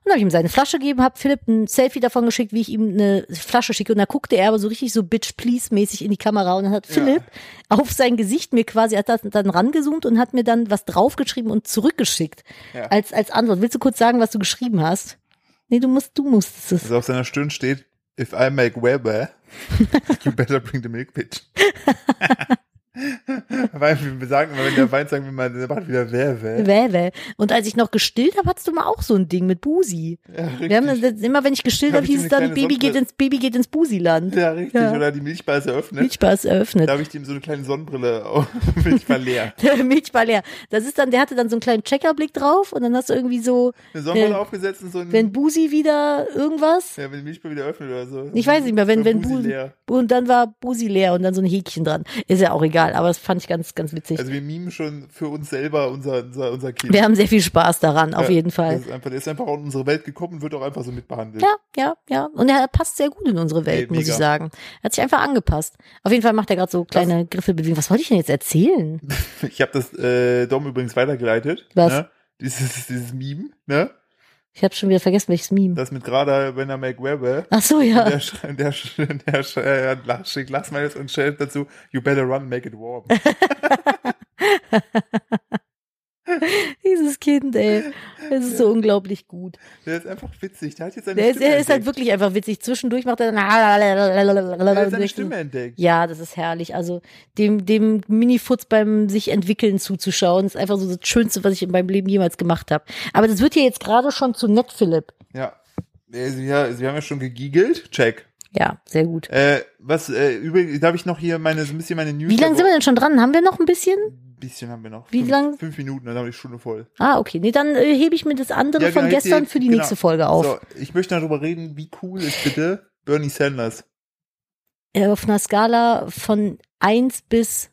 [SPEAKER 1] Und habe ich ihm seine Flasche gegeben, habe Philipp ein Selfie davon geschickt, wie ich ihm eine Flasche schicke. Und da guckte er aber so richtig so Bitch-Please-mäßig in die Kamera. Und dann hat Philipp auf sein Gesicht mir quasi, hat das dann rangezoomt und hat mir dann was draufgeschrieben und zurückgeschickt.
[SPEAKER 2] Ja.
[SPEAKER 1] Als, als Antwort. Willst du kurz sagen, was du geschrieben hast? Nee, du musst, du musst es.
[SPEAKER 2] Also auf seiner Stirn steht, if I make Weber, you better bring the milk bitch. Weil wir sagen immer, wenn der Wein sagen wir mal, der macht wieder Weber.
[SPEAKER 1] Wäwe. Und als ich noch gestillt habe, hattest du mal auch so ein Ding mit Busi. Wir haben das, immer wenn ich gestillt
[SPEAKER 2] Hab
[SPEAKER 1] habe,
[SPEAKER 2] ich dir
[SPEAKER 1] hieß es
[SPEAKER 2] eine
[SPEAKER 1] dann,
[SPEAKER 2] kleine
[SPEAKER 1] Baby geht
[SPEAKER 2] Sonnenbrille-
[SPEAKER 1] ins, Baby geht ins Busiland.
[SPEAKER 2] Ja, richtig.
[SPEAKER 1] Ja.
[SPEAKER 2] Oder die Milchbase eröffnet.
[SPEAKER 1] Milchbars eröffnet.
[SPEAKER 2] Da habe ich ihm so eine kleine Sonnenbrille auf. Ich war leer.
[SPEAKER 1] Der Milch war leer. Das ist dann, der hatte dann so einen kleinen Checkerblick drauf und dann hast du irgendwie so,
[SPEAKER 2] Eine Sonnenbrille
[SPEAKER 1] Wenn-
[SPEAKER 2] aufgesetzt und so ein.
[SPEAKER 1] wenn Busi wieder irgendwas.
[SPEAKER 2] ja, wenn die Milchbase wieder öffnet oder so.
[SPEAKER 1] Ich weiß nicht mehr, wenn,
[SPEAKER 2] So
[SPEAKER 1] wenn
[SPEAKER 2] Busi
[SPEAKER 1] Busi,
[SPEAKER 2] leer.
[SPEAKER 1] und dann war Busi leer und dann so ein Häkchen dran. Ist ja auch egal, aber das fand ich ganz, ganz witzig.
[SPEAKER 2] Also wir mimen schon für uns selber unser, unser, unser Kind.
[SPEAKER 1] Wir haben sehr viel Spaß daran, auf
[SPEAKER 2] Ja,
[SPEAKER 1] jeden Fall.
[SPEAKER 2] Das ist einfach, der ist einfach auch in unsere Welt gekommen und wird auch einfach so mitbehandelt.
[SPEAKER 1] Ja, ja, ja. Und er passt sehr gut in unsere Welt,
[SPEAKER 2] Ey,
[SPEAKER 1] muss ich
[SPEAKER 2] mega.
[SPEAKER 1] sagen. Er hat sich einfach angepasst. Auf jeden Fall macht er gerade so kleine Griffelbewegungen. Was wollte ich denn jetzt erzählen?
[SPEAKER 2] Ich habe das äh, Dom übrigens weitergeleitet.
[SPEAKER 1] Was?
[SPEAKER 2] Ne? Dieses, dieses Meme, ne?
[SPEAKER 1] Ich habe schon wieder vergessen, welches Meme.
[SPEAKER 2] Das mit gerade, wenn er McWebber.
[SPEAKER 1] Ach so, ja.
[SPEAKER 2] Der, sch- der, sch- der, sch- äh, la- schickt Last Minus und stellt dazu, you better run, make it warm.
[SPEAKER 1] Dieses Kind, ey. Es ist so unglaublich gut.
[SPEAKER 2] Der ist einfach witzig. Der hat jetzt seine
[SPEAKER 1] Der ist,
[SPEAKER 2] Stimme
[SPEAKER 1] er ist halt
[SPEAKER 2] entdeckt.
[SPEAKER 1] wirklich einfach witzig. Zwischendurch macht er
[SPEAKER 2] Der hat
[SPEAKER 1] dann.
[SPEAKER 2] seine Stimme entdeckt.
[SPEAKER 1] Ja, das ist herrlich. Also dem, dem Minifuts beim sich entwickeln zuzuschauen, ist einfach so das Schönste, was ich in meinem Leben jemals gemacht habe. Aber das wird hier jetzt gerade schon zu nett, Philipp.
[SPEAKER 2] Ja. Also, ja, also wir haben ja schon gegiegelt. Check.
[SPEAKER 1] Ja, sehr gut.
[SPEAKER 2] Äh, was, äh, übrigens, darf ich noch hier meine, so ein bisschen meine News?
[SPEAKER 1] Wie lange sind wir denn schon dran? Haben wir noch ein bisschen?
[SPEAKER 2] Ein bisschen haben wir noch.
[SPEAKER 1] Wie
[SPEAKER 2] Fünf-
[SPEAKER 1] lang?
[SPEAKER 2] Fünf Minuten, dann haben wir die Stunde voll.
[SPEAKER 1] Ah, okay. Nee, dann äh, hebe ich mir das andere
[SPEAKER 2] Ja,
[SPEAKER 1] von
[SPEAKER 2] genau, jetzt
[SPEAKER 1] gestern
[SPEAKER 2] hier-
[SPEAKER 1] für die
[SPEAKER 2] genau.
[SPEAKER 1] nächste Folge auf.
[SPEAKER 2] So, ich möchte darüber reden, wie cool ist bitte Bernie Sanders.
[SPEAKER 1] Äh, Auf einer Skala von 1 bis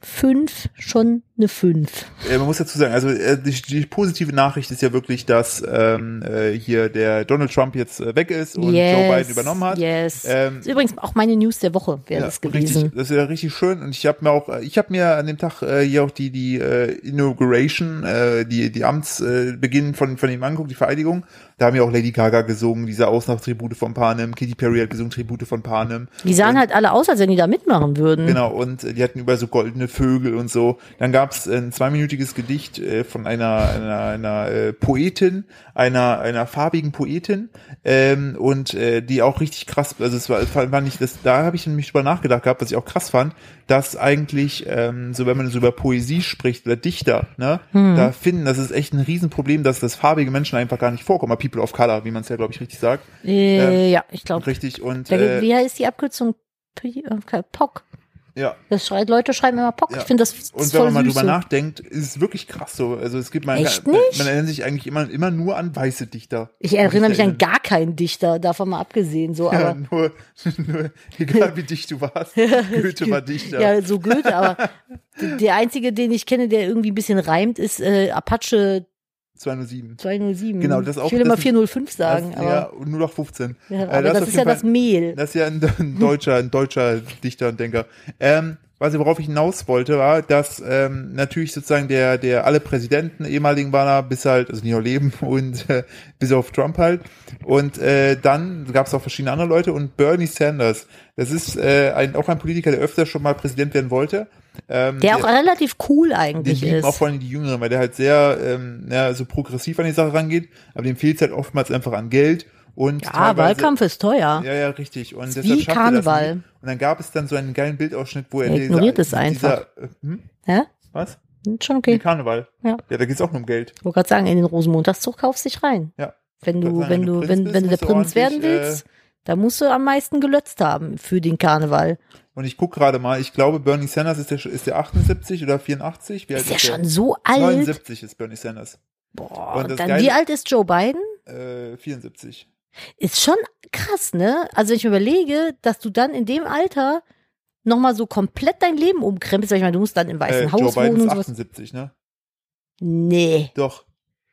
[SPEAKER 1] 5 schon eine 5.
[SPEAKER 2] Äh, man muss dazu sagen, also äh, die, die positive Nachricht ist ja wirklich, dass ähm, äh, hier der Donald Trump jetzt äh, weg ist und
[SPEAKER 1] yes,
[SPEAKER 2] Joe Biden übernommen hat.
[SPEAKER 1] Yes.
[SPEAKER 2] Ähm,
[SPEAKER 1] ist übrigens auch meine News der Woche, wäre
[SPEAKER 2] ja,
[SPEAKER 1] das gewesen.
[SPEAKER 2] Richtig, das ist ja richtig schön. Und ich habe mir auch, äh, ich habe mir an dem Tag äh, hier auch die die äh, Inauguration, äh, die die Amtsbeginn äh, Beginn von von ihm anguckt, die Vereidigung. Da haben ja auch Lady Gaga gesungen, diese Ausnahmetribute von Panem. Katy Perry hat gesungen Tribute von Panem.
[SPEAKER 1] Die sahen halt alle aus, als wenn die da mitmachen würden.
[SPEAKER 2] Genau, und äh, die hatten über so goldene Vögel und so. Dann gab's äh, ein zweiminütiges Gedicht äh, von einer, einer, einer äh, Poetin, einer, einer farbigen Poetin, ähm, und äh, die auch richtig krass, also es war, fand ich, das, da habe ich nämlich drüber nachgedacht gehabt, was ich auch krass fand, dass eigentlich, ähm, so wenn man so über Poesie spricht oder Dichter, ne, da finden, das ist echt ein Riesenproblem, dass das farbige Menschen einfach gar nicht vorkommen, aber People of Color, wie man es ja, glaube ich, richtig sagt.
[SPEAKER 1] Äh, ja, ich glaube.
[SPEAKER 2] Richtig, und Ähm, äh,
[SPEAKER 1] Wie heißt die Abkürzung? P- äh, POC.
[SPEAKER 2] ja.
[SPEAKER 1] Das schreit, Leute schreiben immer POC.
[SPEAKER 2] Ja.
[SPEAKER 1] Ich finde das, das
[SPEAKER 2] Und
[SPEAKER 1] ist
[SPEAKER 2] wenn
[SPEAKER 1] voll
[SPEAKER 2] man mal
[SPEAKER 1] süß.
[SPEAKER 2] drüber
[SPEAKER 1] so.
[SPEAKER 2] nachdenkt, ist es wirklich krass so. Also es gibt man,
[SPEAKER 1] Echt
[SPEAKER 2] man,
[SPEAKER 1] nicht?
[SPEAKER 2] man erinnert sich eigentlich immer, immer nur an weiße Dichter.
[SPEAKER 1] Ich erinnere mich an
[SPEAKER 2] Dichterinnen.
[SPEAKER 1] gar keinen Dichter, davon mal abgesehen. So,
[SPEAKER 2] ja,
[SPEAKER 1] aber
[SPEAKER 2] nur, nur, egal wie dicht du warst, Goethe war Dichter.
[SPEAKER 1] Ja, so Goethe, aber d- der einzige, den ich kenne, der irgendwie ein bisschen reimt, ist äh, Apache
[SPEAKER 2] 207.
[SPEAKER 1] 207.
[SPEAKER 2] Genau, das auch-
[SPEAKER 1] Ich will immer
[SPEAKER 2] das-
[SPEAKER 1] 405 sagen,
[SPEAKER 2] das,
[SPEAKER 1] aber,
[SPEAKER 2] ja, und nur noch 15.
[SPEAKER 1] ja,
[SPEAKER 2] Äh,
[SPEAKER 1] aber
[SPEAKER 2] das
[SPEAKER 1] das,
[SPEAKER 2] auf
[SPEAKER 1] ist
[SPEAKER 2] jeden
[SPEAKER 1] ja
[SPEAKER 2] Fall-
[SPEAKER 1] das Mehl.
[SPEAKER 2] Das ist ja ein, ein deutscher, ein deutscher Dichter und Denker. Ähm, was ich, worauf ich hinaus wollte, war, dass ähm, natürlich sozusagen der, der alle Präsidenten ehemaligen waren da, bis halt, also nicht nur Leben und äh, bis auf Trump halt. Und äh, dann gab es auch verschiedene andere Leute und Bernie Sanders, das ist äh, ein, auch ein Politiker, der öfter schon mal Präsident werden wollte. Ähm,
[SPEAKER 1] der auch relativ cool
[SPEAKER 2] den
[SPEAKER 1] eigentlich
[SPEAKER 2] lieben
[SPEAKER 1] ist.
[SPEAKER 2] auch vor allem die Jüngeren, weil der halt sehr ähm, ja, so progressiv an die Sache rangeht, aber dem fehlt halt oftmals einfach an Geld und
[SPEAKER 1] ja,
[SPEAKER 2] teilweise-
[SPEAKER 1] Wahlkampf ist teuer.
[SPEAKER 2] ja, ja, richtig. Und
[SPEAKER 1] Ist
[SPEAKER 2] deshalb
[SPEAKER 1] wie
[SPEAKER 2] schafft Er das
[SPEAKER 1] Karneval.
[SPEAKER 2] nicht. und dann gab es dann so einen geilen Bildausschnitt, wo er,
[SPEAKER 1] Er
[SPEAKER 2] dieser-
[SPEAKER 1] ignoriert es einfach.
[SPEAKER 2] Dieser, äh, hm?
[SPEAKER 1] Ja?
[SPEAKER 2] Was?
[SPEAKER 1] Hm, Schon
[SPEAKER 2] Wie
[SPEAKER 1] okay.
[SPEAKER 2] Karneval.
[SPEAKER 1] Ja.
[SPEAKER 2] Ja, da geht's auch nur um Geld.
[SPEAKER 1] Ich wollte gerade sagen, in den Rosenmontagszug kaufst dich rein.
[SPEAKER 2] Ja.
[SPEAKER 1] Wenn
[SPEAKER 2] Ich
[SPEAKER 1] du,
[SPEAKER 2] wollte sagen,
[SPEAKER 1] wenn du, wenn,
[SPEAKER 2] Prinz
[SPEAKER 1] wenn du der
[SPEAKER 2] bist, musst
[SPEAKER 1] Prinz werden
[SPEAKER 2] ordentlich,
[SPEAKER 1] willst,
[SPEAKER 2] äh,
[SPEAKER 1] Da musst du am meisten gelötzt haben für den Karneval.
[SPEAKER 2] Und ich gucke gerade mal, ich glaube, Bernie Sanders ist der, ist der 78 oder 84. Wie alt
[SPEAKER 1] Ist ja
[SPEAKER 2] der?
[SPEAKER 1] schon so alt.
[SPEAKER 2] 79 ist Bernie Sanders.
[SPEAKER 1] Boah,
[SPEAKER 2] Und das
[SPEAKER 1] dann
[SPEAKER 2] Geile-
[SPEAKER 1] wie alt ist Joe Biden?
[SPEAKER 2] Äh, 74.
[SPEAKER 1] Ist schon krass, ne? Also wenn ich mir überlege, dass du dann in dem Alter nochmal so komplett dein Leben umkrempelst, weil ich meine, du musst dann im Weißen
[SPEAKER 2] Äh, Joe
[SPEAKER 1] Haus
[SPEAKER 2] Biden
[SPEAKER 1] wohnen
[SPEAKER 2] ist
[SPEAKER 1] und sowas.
[SPEAKER 2] 78, ne?
[SPEAKER 1] Nee.
[SPEAKER 2] Doch.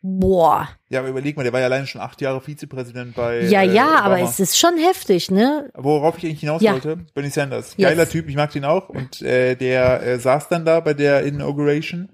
[SPEAKER 1] Boah.
[SPEAKER 2] Ja, aber überleg mal, der war ja alleine schon acht Jahre Vizepräsident bei.
[SPEAKER 1] Ja,
[SPEAKER 2] äh,
[SPEAKER 1] ja, aber
[SPEAKER 2] Obama.
[SPEAKER 1] es ist schon heftig, ne?
[SPEAKER 2] Worauf ich eigentlich hinaus
[SPEAKER 1] Ja.
[SPEAKER 2] wollte, Bernie Sanders.
[SPEAKER 1] Yes.
[SPEAKER 2] Geiler Typ, ich mag den auch. Und äh, der äh, saß dann da bei der Inauguration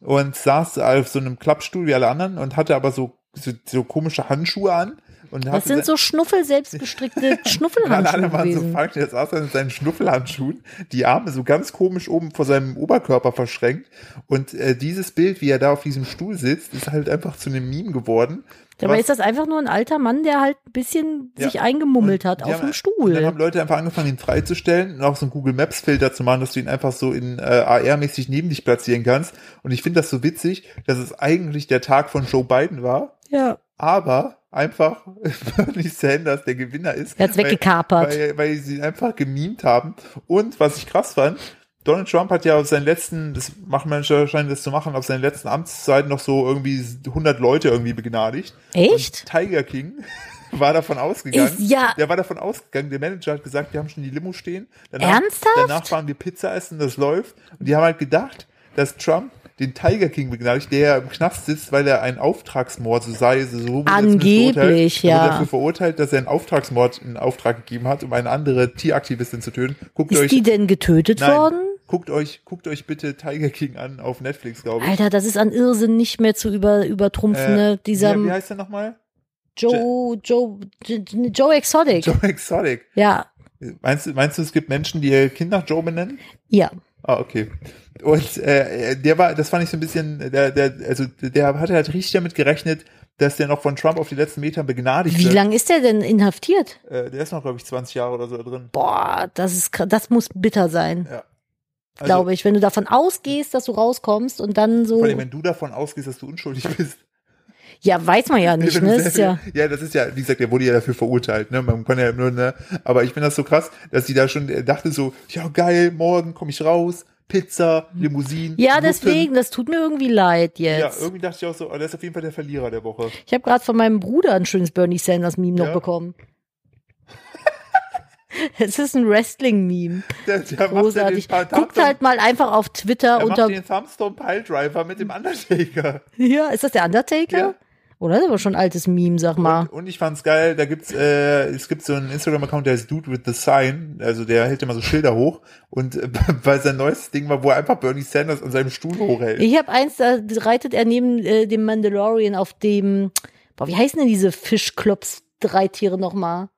[SPEAKER 2] und saß auf so einem Klappstuhl wie alle anderen und hatte aber so, so, so komische Handschuhe an. Und
[SPEAKER 1] Das
[SPEAKER 2] hatte
[SPEAKER 1] sind so Schnuffel, selbstgestrickte Schnuffelhandschuhe
[SPEAKER 2] alle waren so
[SPEAKER 1] gewesen.
[SPEAKER 2] funky, der saß dann mit seinen Schnuffelhandschuhen, die Arme so ganz komisch oben vor seinem Oberkörper verschränkt. Und äh, dieses Bild, wie er da auf diesem Stuhl sitzt, ist halt einfach zu einem Meme geworden.
[SPEAKER 1] Dabei
[SPEAKER 2] was-
[SPEAKER 1] ist das einfach nur ein alter Mann, der halt ein bisschen
[SPEAKER 2] Ja.
[SPEAKER 1] sich eingemummelt
[SPEAKER 2] Und
[SPEAKER 1] hat
[SPEAKER 2] die
[SPEAKER 1] auf
[SPEAKER 2] haben-
[SPEAKER 1] dem
[SPEAKER 2] Und dann
[SPEAKER 1] Stuhl.
[SPEAKER 2] haben Leute einfach angefangen, ihn freizustellen und auch so einen Google Maps Filter zu machen, dass du ihn einfach so in äh, AR-mäßig neben dich platzieren kannst. Und ich finde das so witzig, dass es eigentlich der Tag von Joe Biden war,
[SPEAKER 1] Ja.
[SPEAKER 2] aber einfach Bernie Sanders der Gewinner ist.
[SPEAKER 1] Er hat's
[SPEAKER 2] weil-
[SPEAKER 1] weggekapert.
[SPEAKER 2] Weil, weil sie ihn einfach gemimt haben. Und was ich krass fand, Donald Trump hat ja auf seinen letzten, das machen Menschen scheinen das zu machen, auf seinen letzten Amtszeiten noch so irgendwie 100 Leute irgendwie begnadigt.
[SPEAKER 1] Echt?
[SPEAKER 2] Tiger King war davon ausgegangen.
[SPEAKER 1] Ist ja-
[SPEAKER 2] Der war davon ausgegangen. Der Manager hat gesagt, wir haben schon die Limo stehen.
[SPEAKER 1] Ernsthaft?
[SPEAKER 2] Danach waren wir Pizza essen, das läuft. Und die haben halt gedacht, dass Trump den Tiger King begnadigt, der ja im Knast sitzt, weil er einen Auftragsmord, so sei es, so wurde er zumindest
[SPEAKER 1] Angeblich,
[SPEAKER 2] verurteilt, Er wurde
[SPEAKER 1] ja.
[SPEAKER 2] dafür verurteilt, dass er einen Auftragsmord in Auftrag gegeben hat, um eine andere Tieraktivistin zu töten. Guckt euch,
[SPEAKER 1] Ist die denn getötet
[SPEAKER 2] nein,
[SPEAKER 1] worden?
[SPEAKER 2] guckt euch, guckt euch bitte Tiger King an auf Netflix, glaube ich. Äh,
[SPEAKER 1] Alter, das ist an Irrsinn nicht mehr zu über, übertrumpfen, ne? Dieser
[SPEAKER 2] wie, wie heißt der nochmal?
[SPEAKER 1] Joe, Joe, J- Joe Exotic.
[SPEAKER 2] Joe Exotic.
[SPEAKER 1] Ja,
[SPEAKER 2] Meinst du, meinst du, es gibt Menschen, die ihr Kind nach Joe benennen?
[SPEAKER 1] ja.
[SPEAKER 2] Ah, okay. Und äh, der war, das fand ich so ein bisschen, der, der, also der hatte halt richtig damit gerechnet, dass der noch von Trump auf die letzten Metern begnadigt
[SPEAKER 1] Wie
[SPEAKER 2] wird.
[SPEAKER 1] lang ist der denn inhaftiert?
[SPEAKER 2] Äh, der ist noch, glaube ich, 20 Jahre oder so da drin.
[SPEAKER 1] Boah, das ist kr- das muss bitter sein,
[SPEAKER 2] Ja. Also,
[SPEAKER 1] glaube ich, wenn du davon ausgehst, dass du rauskommst und dann so
[SPEAKER 2] Vor allem, wenn du davon ausgehst, dass du unschuldig bist.
[SPEAKER 1] Ja, weiß man ja nicht,
[SPEAKER 2] Wenn du
[SPEAKER 1] ne?
[SPEAKER 2] selber-
[SPEAKER 1] Ist ja
[SPEAKER 2] ja, das ist ja, wie gesagt, der wurde ja dafür verurteilt, ne? Man kann ja nur, ne? Aber ich finde das so krass, dass die da schon äh, dachte so, ja geil, morgen komme ich raus, Pizza,
[SPEAKER 1] Hm.
[SPEAKER 2] Limousinen.
[SPEAKER 1] Ja,
[SPEAKER 2] Nutten.
[SPEAKER 1] deswegen, das tut mir irgendwie leid
[SPEAKER 2] Ja,
[SPEAKER 1] jetzt.
[SPEAKER 2] irgendwie dachte ich auch so, oh, der ist auf jeden Fall der Verlierer der Woche.
[SPEAKER 1] ich habe gerade von meinem Bruder ein schönes Bernie Sanders Meme
[SPEAKER 2] Ja.
[SPEAKER 1] noch bekommen. Es ist ein Wrestling-Meme.
[SPEAKER 2] Der, der
[SPEAKER 1] Großartig.
[SPEAKER 2] Macht ja den Part-
[SPEAKER 1] Guckt halt mal einfach auf Twitter
[SPEAKER 2] Er
[SPEAKER 1] unter.
[SPEAKER 2] macht den Thumbstorm Piledriver mit dem Undertaker.
[SPEAKER 1] Ja, ist das der Undertaker?
[SPEAKER 2] Ja.
[SPEAKER 1] Oh, das ist aber schon ein altes Meme, sag mal.
[SPEAKER 2] Und, und ich fand's geil, da gibt's, äh, es gibt so einen Instagram-Account, der heißt Dude with the Sign, also der hält immer so Schilder hoch und äh, weil sein neues Ding war, wo er einfach Bernie Sanders an seinem Stuhl hochhält.
[SPEAKER 1] Ich habe eins, da reitet er neben äh, dem Mandalorian auf dem. Boah, wie heißen denn diese Fischklops-Dreitiere nochmal?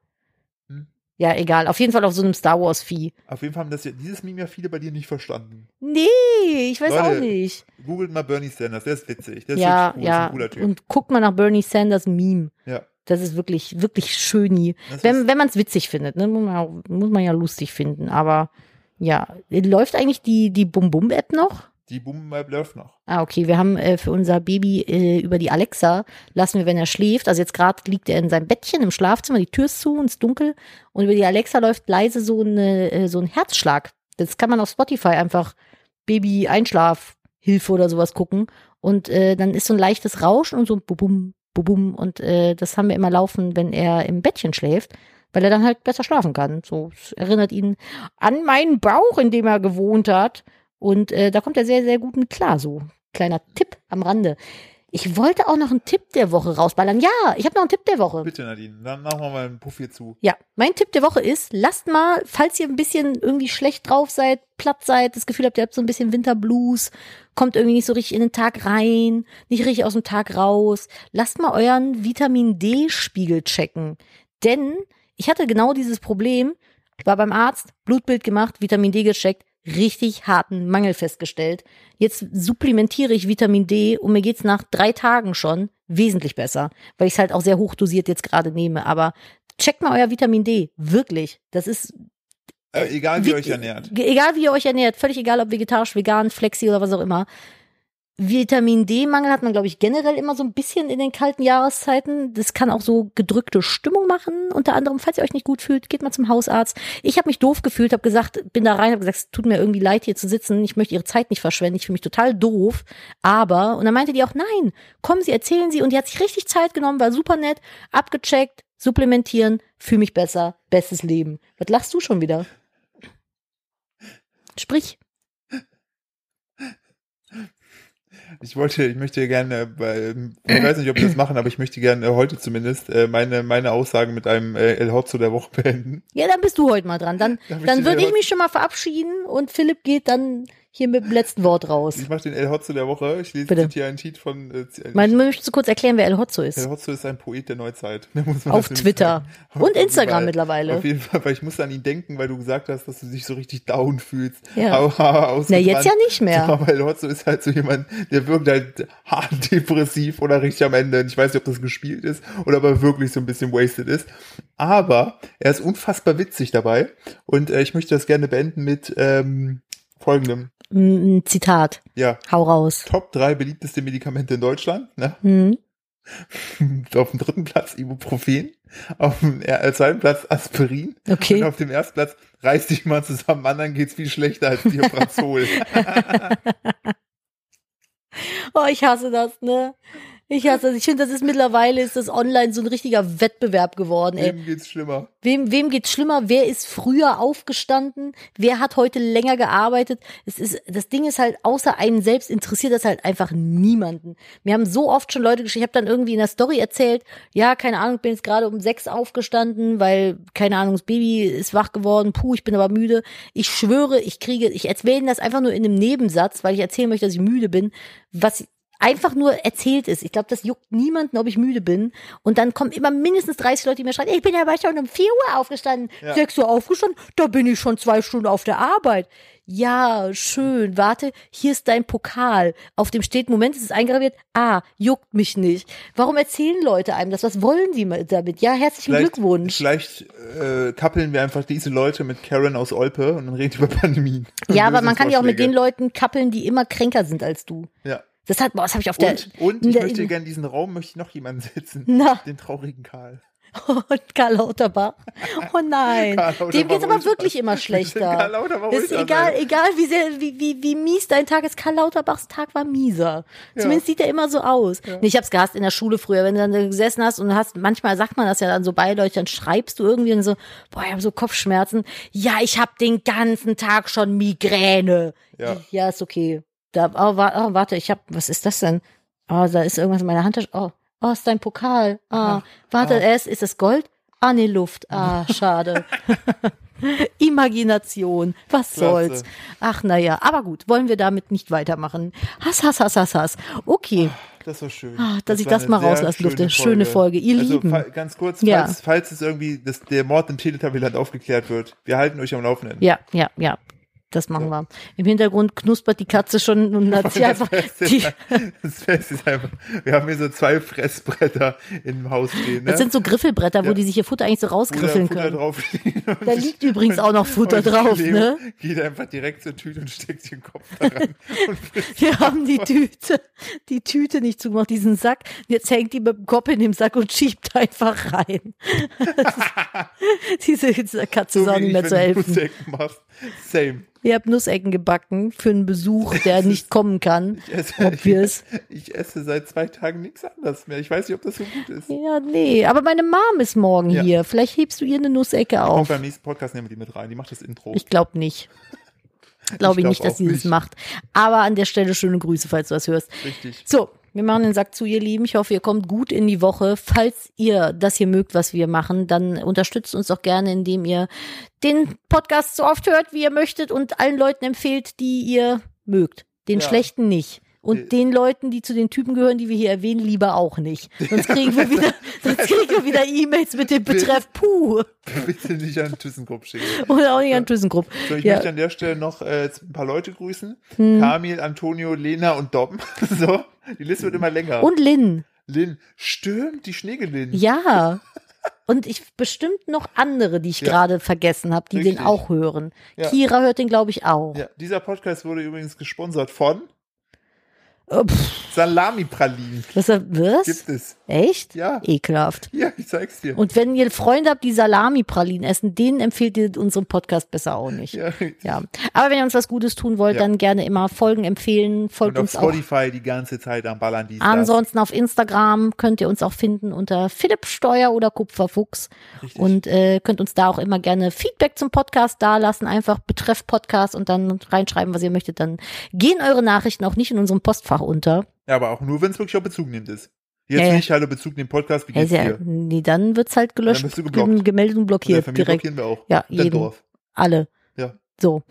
[SPEAKER 2] Hm.
[SPEAKER 1] Ja, egal. Auf jeden Fall auf so einem Star Wars-Vieh.
[SPEAKER 2] Auf jeden Fall haben das ja, dieses Meme ja viele bei dir nicht verstanden.
[SPEAKER 1] Nee, ich weiß
[SPEAKER 2] Leute,
[SPEAKER 1] auch nicht.
[SPEAKER 2] Googelt mal Bernie Sanders, der ist witzig, der ist
[SPEAKER 1] Ja,
[SPEAKER 2] wirklich cool, ist
[SPEAKER 1] ja.
[SPEAKER 2] ein cooler Typ.
[SPEAKER 1] Und guck mal nach Bernie Sanders Meme.
[SPEAKER 2] ja.
[SPEAKER 1] Das ist wirklich, wirklich schön.
[SPEAKER 2] Das
[SPEAKER 1] Wenn,
[SPEAKER 2] ist-
[SPEAKER 1] wenn man es witzig findet, ne? muss, man, auch- muss man ja lustig finden. Aber ja, läuft eigentlich die, die Bum-Bum-App noch?
[SPEAKER 2] Die Boom Map läuft noch.
[SPEAKER 1] Ah, okay. Wir haben äh, für unser Baby äh, über die Alexa, lassen wir, wenn er schläft, also jetzt gerade liegt er in seinem Bettchen im Schlafzimmer, die Tür ist zu und ist dunkel. Und über die Alexa läuft leise so, eine, äh, so ein Herzschlag. Das kann man auf Spotify einfach Baby-Einschlafhilfe oder sowas gucken. Und äh, dann ist so ein leichtes Rauschen und so ein Bubum, Bubum. Und äh, das haben wir immer laufen, wenn er im Bettchen schläft, weil er dann halt besser schlafen kann. So es erinnert ihn an meinen Bauch, in dem er gewohnt hat. Und äh, da kommt er sehr, sehr gut mit klar, so kleiner Tipp am Rande. Ich wollte auch noch einen Tipp der Woche rausballern. Ja, ich habe noch einen Tipp der Woche.
[SPEAKER 2] Bitte Nadine, dann machen wir mal einen Puff hier zu.
[SPEAKER 1] Ja, mein Tipp der Woche ist, lasst mal, falls ihr ein bisschen irgendwie schlecht drauf seid, platt seid, das Gefühl habt, ihr habt so ein bisschen Winterblues, kommt irgendwie nicht so richtig in den Tag rein, nicht richtig aus dem Tag raus, lasst mal euren Vitamin D-Spiegel checken. Denn ich hatte genau dieses Problem, war beim Arzt, Blutbild gemacht, Vitamin D gecheckt, richtig harten Mangel festgestellt. Jetzt supplementiere ich Vitamin D und mir geht's nach drei Tagen schon wesentlich besser, weil ich es halt auch sehr hochdosiert jetzt gerade nehme. Aber checkt mal euer Vitamin D. Wirklich. Das ist.
[SPEAKER 2] Äh, egal wie ihr
[SPEAKER 1] Wit-
[SPEAKER 2] euch ernährt.
[SPEAKER 1] Egal wie ihr euch ernährt, völlig egal ob vegetarisch, vegan, flexi oder was auch immer. Vitamin D-Mangel hat man, glaube ich, generell immer so ein bisschen in den kalten Jahreszeiten. Das kann auch so gedrückte Stimmung machen. Unter anderem, falls ihr euch nicht gut fühlt, geht mal zum Hausarzt. Ich habe mich doof gefühlt, habe gesagt, bin da rein, habe gesagt, es tut mir irgendwie leid, hier zu sitzen. Ich möchte ihre Zeit nicht verschwenden. Ich fühle mich total doof. Aber, und dann meinte die auch, nein, kommen Sie, erzählen Sie. Und die hat sich richtig Zeit genommen, war super nett, abgecheckt, supplementieren, fühle mich besser, bestes Leben. Was lachst du schon wieder? Sprich.
[SPEAKER 2] Ich wollte, ich möchte gerne, äh, ich weiß nicht, ob wir das machen, aber ich möchte gerne äh, heute zumindest äh, meine, meine Aussagen mit einem äh, El Hotzo der Woche beenden.
[SPEAKER 1] Ja, dann bist du heute mal dran. Dann,
[SPEAKER 2] Darf ich
[SPEAKER 1] dann
[SPEAKER 2] den
[SPEAKER 1] würde
[SPEAKER 2] El
[SPEAKER 1] ich mich schon mal verabschieden und Philipp geht dann hier mit dem letzten Wort raus.
[SPEAKER 2] Ich mache den El Hotzo der Woche. Ich lese
[SPEAKER 1] Bitte.
[SPEAKER 2] jetzt hier einen Tweet von äh,
[SPEAKER 1] Man möchte kurz erklären, wer El Hotzo
[SPEAKER 2] El
[SPEAKER 1] ist.
[SPEAKER 2] Hotzo ist ein Poet der Neuzeit. Da muss man
[SPEAKER 1] Auf
[SPEAKER 2] das nämlich
[SPEAKER 1] Twitter
[SPEAKER 2] sagen.
[SPEAKER 1] und Instagram
[SPEAKER 2] Überall.
[SPEAKER 1] mittlerweile.
[SPEAKER 2] Auf jeden Fall, weil ich muss an ihn denken, weil du gesagt hast, dass du dich so richtig down fühlst.
[SPEAKER 1] Ja.
[SPEAKER 2] Aber
[SPEAKER 1] Na, jetzt ja nicht mehr.
[SPEAKER 2] Aber El Hotzo ist halt so jemand, der wirkt halt hart depressiv oder richtig am Ende. Und Ich weiß nicht, ob das gespielt ist oder ob er wirklich so ein bisschen wasted ist. Aber er ist unfassbar witzig dabei. Und äh, ich möchte das gerne beenden mit ähm, folgendem.
[SPEAKER 1] Mm, Ein Zitat.
[SPEAKER 2] Ja,
[SPEAKER 1] Hau raus.
[SPEAKER 2] Top drei beliebteste Medikamente in Deutschland. Ne?
[SPEAKER 1] Hm.
[SPEAKER 2] auf dem dritten Platz Ibuprofen, auf dem er- zweiten Platz Aspirin und
[SPEAKER 1] Okay.
[SPEAKER 2] auf dem ersten Platz reiß dich mal zusammen, Mann, dann geht's viel schlechter als dir Brazol.
[SPEAKER 1] Oh, ich hasse das, ne? Ich hasse das. Ich finde, das ist mittlerweile ist das online so ein richtiger Wettbewerb geworden, ey.
[SPEAKER 2] Dem geht's schlimmer.
[SPEAKER 1] Wem, wem geht's schlimmer? Wer ist früher aufgestanden? Wer hat heute länger gearbeitet? Es ist, das Ding ist halt, außer einen selbst interessiert das halt einfach niemanden. Mir haben so oft schon Leute geschrieben, ich habe dann irgendwie in der Story erzählt, ja, keine Ahnung, ich bin jetzt gerade um sechs aufgestanden, weil, keine Ahnung, das Baby ist wach geworden, puh, ich bin aber müde. Ich schwöre, ich kriege, ich erzähle das einfach nur in einem Nebensatz, weil ich erzählen möchte, dass ich müde bin, was einfach nur erzählt ist. Ich glaube, das juckt niemanden, ob ich müde bin. Und dann kommen immer mindestens 30 Leute, die mir schreiben, ich bin aber schon um 4 Uhr aufgestanden.
[SPEAKER 2] Ja.
[SPEAKER 1] 6 Uhr aufgestanden, da bin ich schon zwei Stunden auf der Arbeit. Ja, schön, warte, hier ist dein Pokal. Auf dem steht, Moment, es ist eingraviert, ah, juckt mich nicht. Warum erzählen Leute einem das? Was wollen die ma- damit? Ja, herzlichen Glückwunsch.
[SPEAKER 2] Vielleicht äh, kappeln wir einfach diese Leute mit Karen aus Olpe und dann reden wir über Pandemien. Und
[SPEAKER 1] Ja, aber man kann ja auch mit den
[SPEAKER 2] Lösungsvorschläge.
[SPEAKER 1] Leuten kappeln, die immer kränker sind als du.
[SPEAKER 2] Ja.
[SPEAKER 1] Das hat, boah, das habe ich auf der.
[SPEAKER 2] Und, und ich
[SPEAKER 1] in der-
[SPEAKER 2] möchte gerne diesen Raum, möchte ich noch jemanden setzen.
[SPEAKER 1] Na.
[SPEAKER 2] Den traurigen Karl.
[SPEAKER 1] Und Karl Lauterbach. Oh nein.
[SPEAKER 2] Karl Lauterbach
[SPEAKER 1] Dem geht's aber
[SPEAKER 2] Ultra.
[SPEAKER 1] wirklich immer schlechter.
[SPEAKER 2] Karl Lauterbach
[SPEAKER 1] ist
[SPEAKER 2] Ultra
[SPEAKER 1] egal,
[SPEAKER 2] sein.
[SPEAKER 1] egal wie, sehr, wie, wie, wie mies dein Tag ist. Karl Lauterbachs Tag war mieser. Zumindest sieht er immer so aus. Nee, ich hab's gehasst in der Schule früher, wenn du dann da gesessen hast und hast, manchmal sagt man das ja dann so bei Leuten, dann schreibst du irgendwie und so, boah, ich habe so Kopfschmerzen. Ja, ich habe den ganzen Tag schon Migräne.
[SPEAKER 2] Ja.
[SPEAKER 1] ja ist okay. Da, oh, wa- oh, warte, ich hab, was ist das denn? Oh, da ist irgendwas in meiner Handtasche. Oh, oh, ist dein Pokal. Ah,
[SPEAKER 2] Ah,
[SPEAKER 1] warte,
[SPEAKER 2] ah.
[SPEAKER 1] es ist das Gold? Ah, nee, Luft. Ah, schade. Imagination. Was
[SPEAKER 2] Klasse.
[SPEAKER 1] soll's? Ach, naja. Aber gut, wollen wir damit nicht weitermachen. Hass, Hass, Hass, Hass, Hass. Okay.
[SPEAKER 2] Das war schön.
[SPEAKER 1] Ah, dass ich
[SPEAKER 2] war
[SPEAKER 1] das
[SPEAKER 2] eine
[SPEAKER 1] mal
[SPEAKER 2] sehr
[SPEAKER 1] rauslassen durfte. Schöne Folge. Ihr
[SPEAKER 2] also,
[SPEAKER 1] Lieben.
[SPEAKER 2] fa- Ganz kurz, falls,
[SPEAKER 1] Ja.
[SPEAKER 2] falls es irgendwie das, der Mord im Teletubbyland aufgeklärt wird, wir halten euch am Laufenden.
[SPEAKER 1] Ja, ja, ja. Das machen wir. Im Hintergrund knuspert die Katze schon und hat sie einfach die,
[SPEAKER 2] Das Fest ist einfach, wir haben hier so zwei Fressbretter im Haus stehen. Ne?
[SPEAKER 1] das sind so Griffelbretter, wo
[SPEAKER 2] Ja.
[SPEAKER 1] die sich ihr Futter eigentlich so
[SPEAKER 2] Wo da
[SPEAKER 1] rausgriffeln
[SPEAKER 2] Futter
[SPEAKER 1] können.
[SPEAKER 2] drauf liegt.
[SPEAKER 1] Da liegt übrigens auch noch Futter
[SPEAKER 2] Und
[SPEAKER 1] drauf,
[SPEAKER 2] Leo
[SPEAKER 1] ne?
[SPEAKER 2] Geht einfach direkt zur Tüte und steckt den Kopf da rein.
[SPEAKER 1] Wir haben die Tüte, die Tüte nicht zugemacht, diesen Sack. Und Jetzt hängt die mit dem Kopf in dem Sack und schiebt einfach rein. Diese diese Katze ist auch
[SPEAKER 2] wie
[SPEAKER 1] nicht mehr
[SPEAKER 2] ich,
[SPEAKER 1] zu
[SPEAKER 2] wenn du
[SPEAKER 1] helfen.
[SPEAKER 2] Steak machst. Same.
[SPEAKER 1] Ihr habt Nussecken gebacken für einen Besuch, der nicht kommen kann.
[SPEAKER 2] Ich esse,
[SPEAKER 1] Obvious.
[SPEAKER 2] Ich, ich esse seit zwei Tagen nichts anderes mehr. Ich weiß nicht, ob das so gut ist.
[SPEAKER 1] Ja, nee. Aber meine Mom ist morgen
[SPEAKER 2] Ja.
[SPEAKER 1] hier. Vielleicht hebst du ihr eine Nussecke
[SPEAKER 2] Und
[SPEAKER 1] auf.
[SPEAKER 2] beim nächsten Podcast nehmen wir die mit rein. Die macht das Intro.
[SPEAKER 1] Ich glaube nicht. Glaube ich,
[SPEAKER 2] glaub
[SPEAKER 1] nicht, dass
[SPEAKER 2] auch
[SPEAKER 1] sie das
[SPEAKER 2] nicht.
[SPEAKER 1] macht. Aber an der Stelle schöne Grüße, falls du das hörst.
[SPEAKER 2] Richtig.
[SPEAKER 1] So, wir machen den Sack zu, ihr Lieben. Ich hoffe, ihr kommt gut in die Woche. Falls ihr das hier mögt, was wir machen, dann unterstützt uns doch gerne, indem ihr den Podcast so oft hört, wie ihr möchtet und allen Leuten empfehlt, die ihr mögt. Den
[SPEAKER 2] Ja.
[SPEAKER 1] schlechten nicht. Und
[SPEAKER 2] Äh.
[SPEAKER 1] den Leuten, die zu den Typen gehören, die wir hier erwähnen, lieber auch nicht. Sonst kriegen wir wieder, sonst kriegen wir wieder E-Mails mit dem Betreff Puh.
[SPEAKER 2] Bitte nicht an ThyssenKrupp schicken.
[SPEAKER 1] Oder auch nicht an ThyssenKrupp.
[SPEAKER 2] So, ich
[SPEAKER 1] Oh, Ja. Hm.
[SPEAKER 2] möchte an der Stelle noch äh, ein paar Leute grüßen. Kamil, Antonio, Lena und Dom. So, die Liste wird immer länger.
[SPEAKER 1] Hm. Und Lynn.
[SPEAKER 2] Lin, stimmt, die Schneegelin.
[SPEAKER 1] Ja. Und ich bestimmt noch andere, die ich
[SPEAKER 2] Ja.
[SPEAKER 1] gerade vergessen habe, die den
[SPEAKER 2] Richtig.
[SPEAKER 1] auch hören.
[SPEAKER 2] Ja.
[SPEAKER 1] Kira hört den, glaube ich, auch.
[SPEAKER 2] Ja, dieser Podcast wurde übrigens gesponsert von
[SPEAKER 1] Äh, pff,
[SPEAKER 2] Salami-Pralinen
[SPEAKER 1] was? äh, was?
[SPEAKER 2] gibt es.
[SPEAKER 1] Echt?
[SPEAKER 2] Ja.
[SPEAKER 1] Ekelhaft.
[SPEAKER 2] Hier, ich zeig's dir.
[SPEAKER 1] Und wenn ihr Freunde habt, die Salami-Pralinen essen, denen empfehlt ihr unseren Podcast besser auch nicht.
[SPEAKER 2] Ja, richtig.
[SPEAKER 1] Ja. Aber wenn ihr uns was Gutes tun wollt,
[SPEAKER 2] Ja.
[SPEAKER 1] dann gerne immer Folgen empfehlen, folgt
[SPEAKER 2] Und auf
[SPEAKER 1] uns auch.
[SPEAKER 2] Spotify die ganze Zeit am Ballern dies, das.
[SPEAKER 1] Ansonsten auf Instagram könnt ihr uns auch finden unter Philipp Steuer oder Kupferfuchs.
[SPEAKER 2] Richtig.
[SPEAKER 1] Und äh, könnt uns da auch immer gerne Feedback zum Podcast dalassen. Einfach betreff Podcast und dann reinschreiben, was ihr möchtet. Dann gehen eure Nachrichten auch nicht in unserem Postfach unter.
[SPEAKER 2] Ja, aber auch nur, wenn es wirklich auf Bezug nimmt ist. Jetzt
[SPEAKER 1] Ja, ja.
[SPEAKER 2] nicht, hallo Bezug nimmt Podcast, wie
[SPEAKER 1] Hey,
[SPEAKER 2] geht's
[SPEAKER 1] ja,
[SPEAKER 2] dir?
[SPEAKER 1] nee, dann wird's halt gelöscht,
[SPEAKER 2] Dann bist du geblockt.
[SPEAKER 1] gemeldet und
[SPEAKER 2] Hier,
[SPEAKER 1] blockiert
[SPEAKER 2] Familie
[SPEAKER 1] direkt.
[SPEAKER 2] blockieren wir auch.
[SPEAKER 1] Ja,
[SPEAKER 2] Dein
[SPEAKER 1] jeden.
[SPEAKER 2] Dorf.
[SPEAKER 1] Alle.
[SPEAKER 2] Ja.
[SPEAKER 1] So.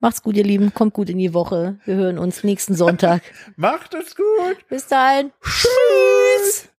[SPEAKER 1] Macht's gut, ihr Lieben. Kommt gut in die Woche. Wir hören uns nächsten Sonntag.
[SPEAKER 2] Macht es gut.
[SPEAKER 1] Bis dahin.
[SPEAKER 2] Tschüss.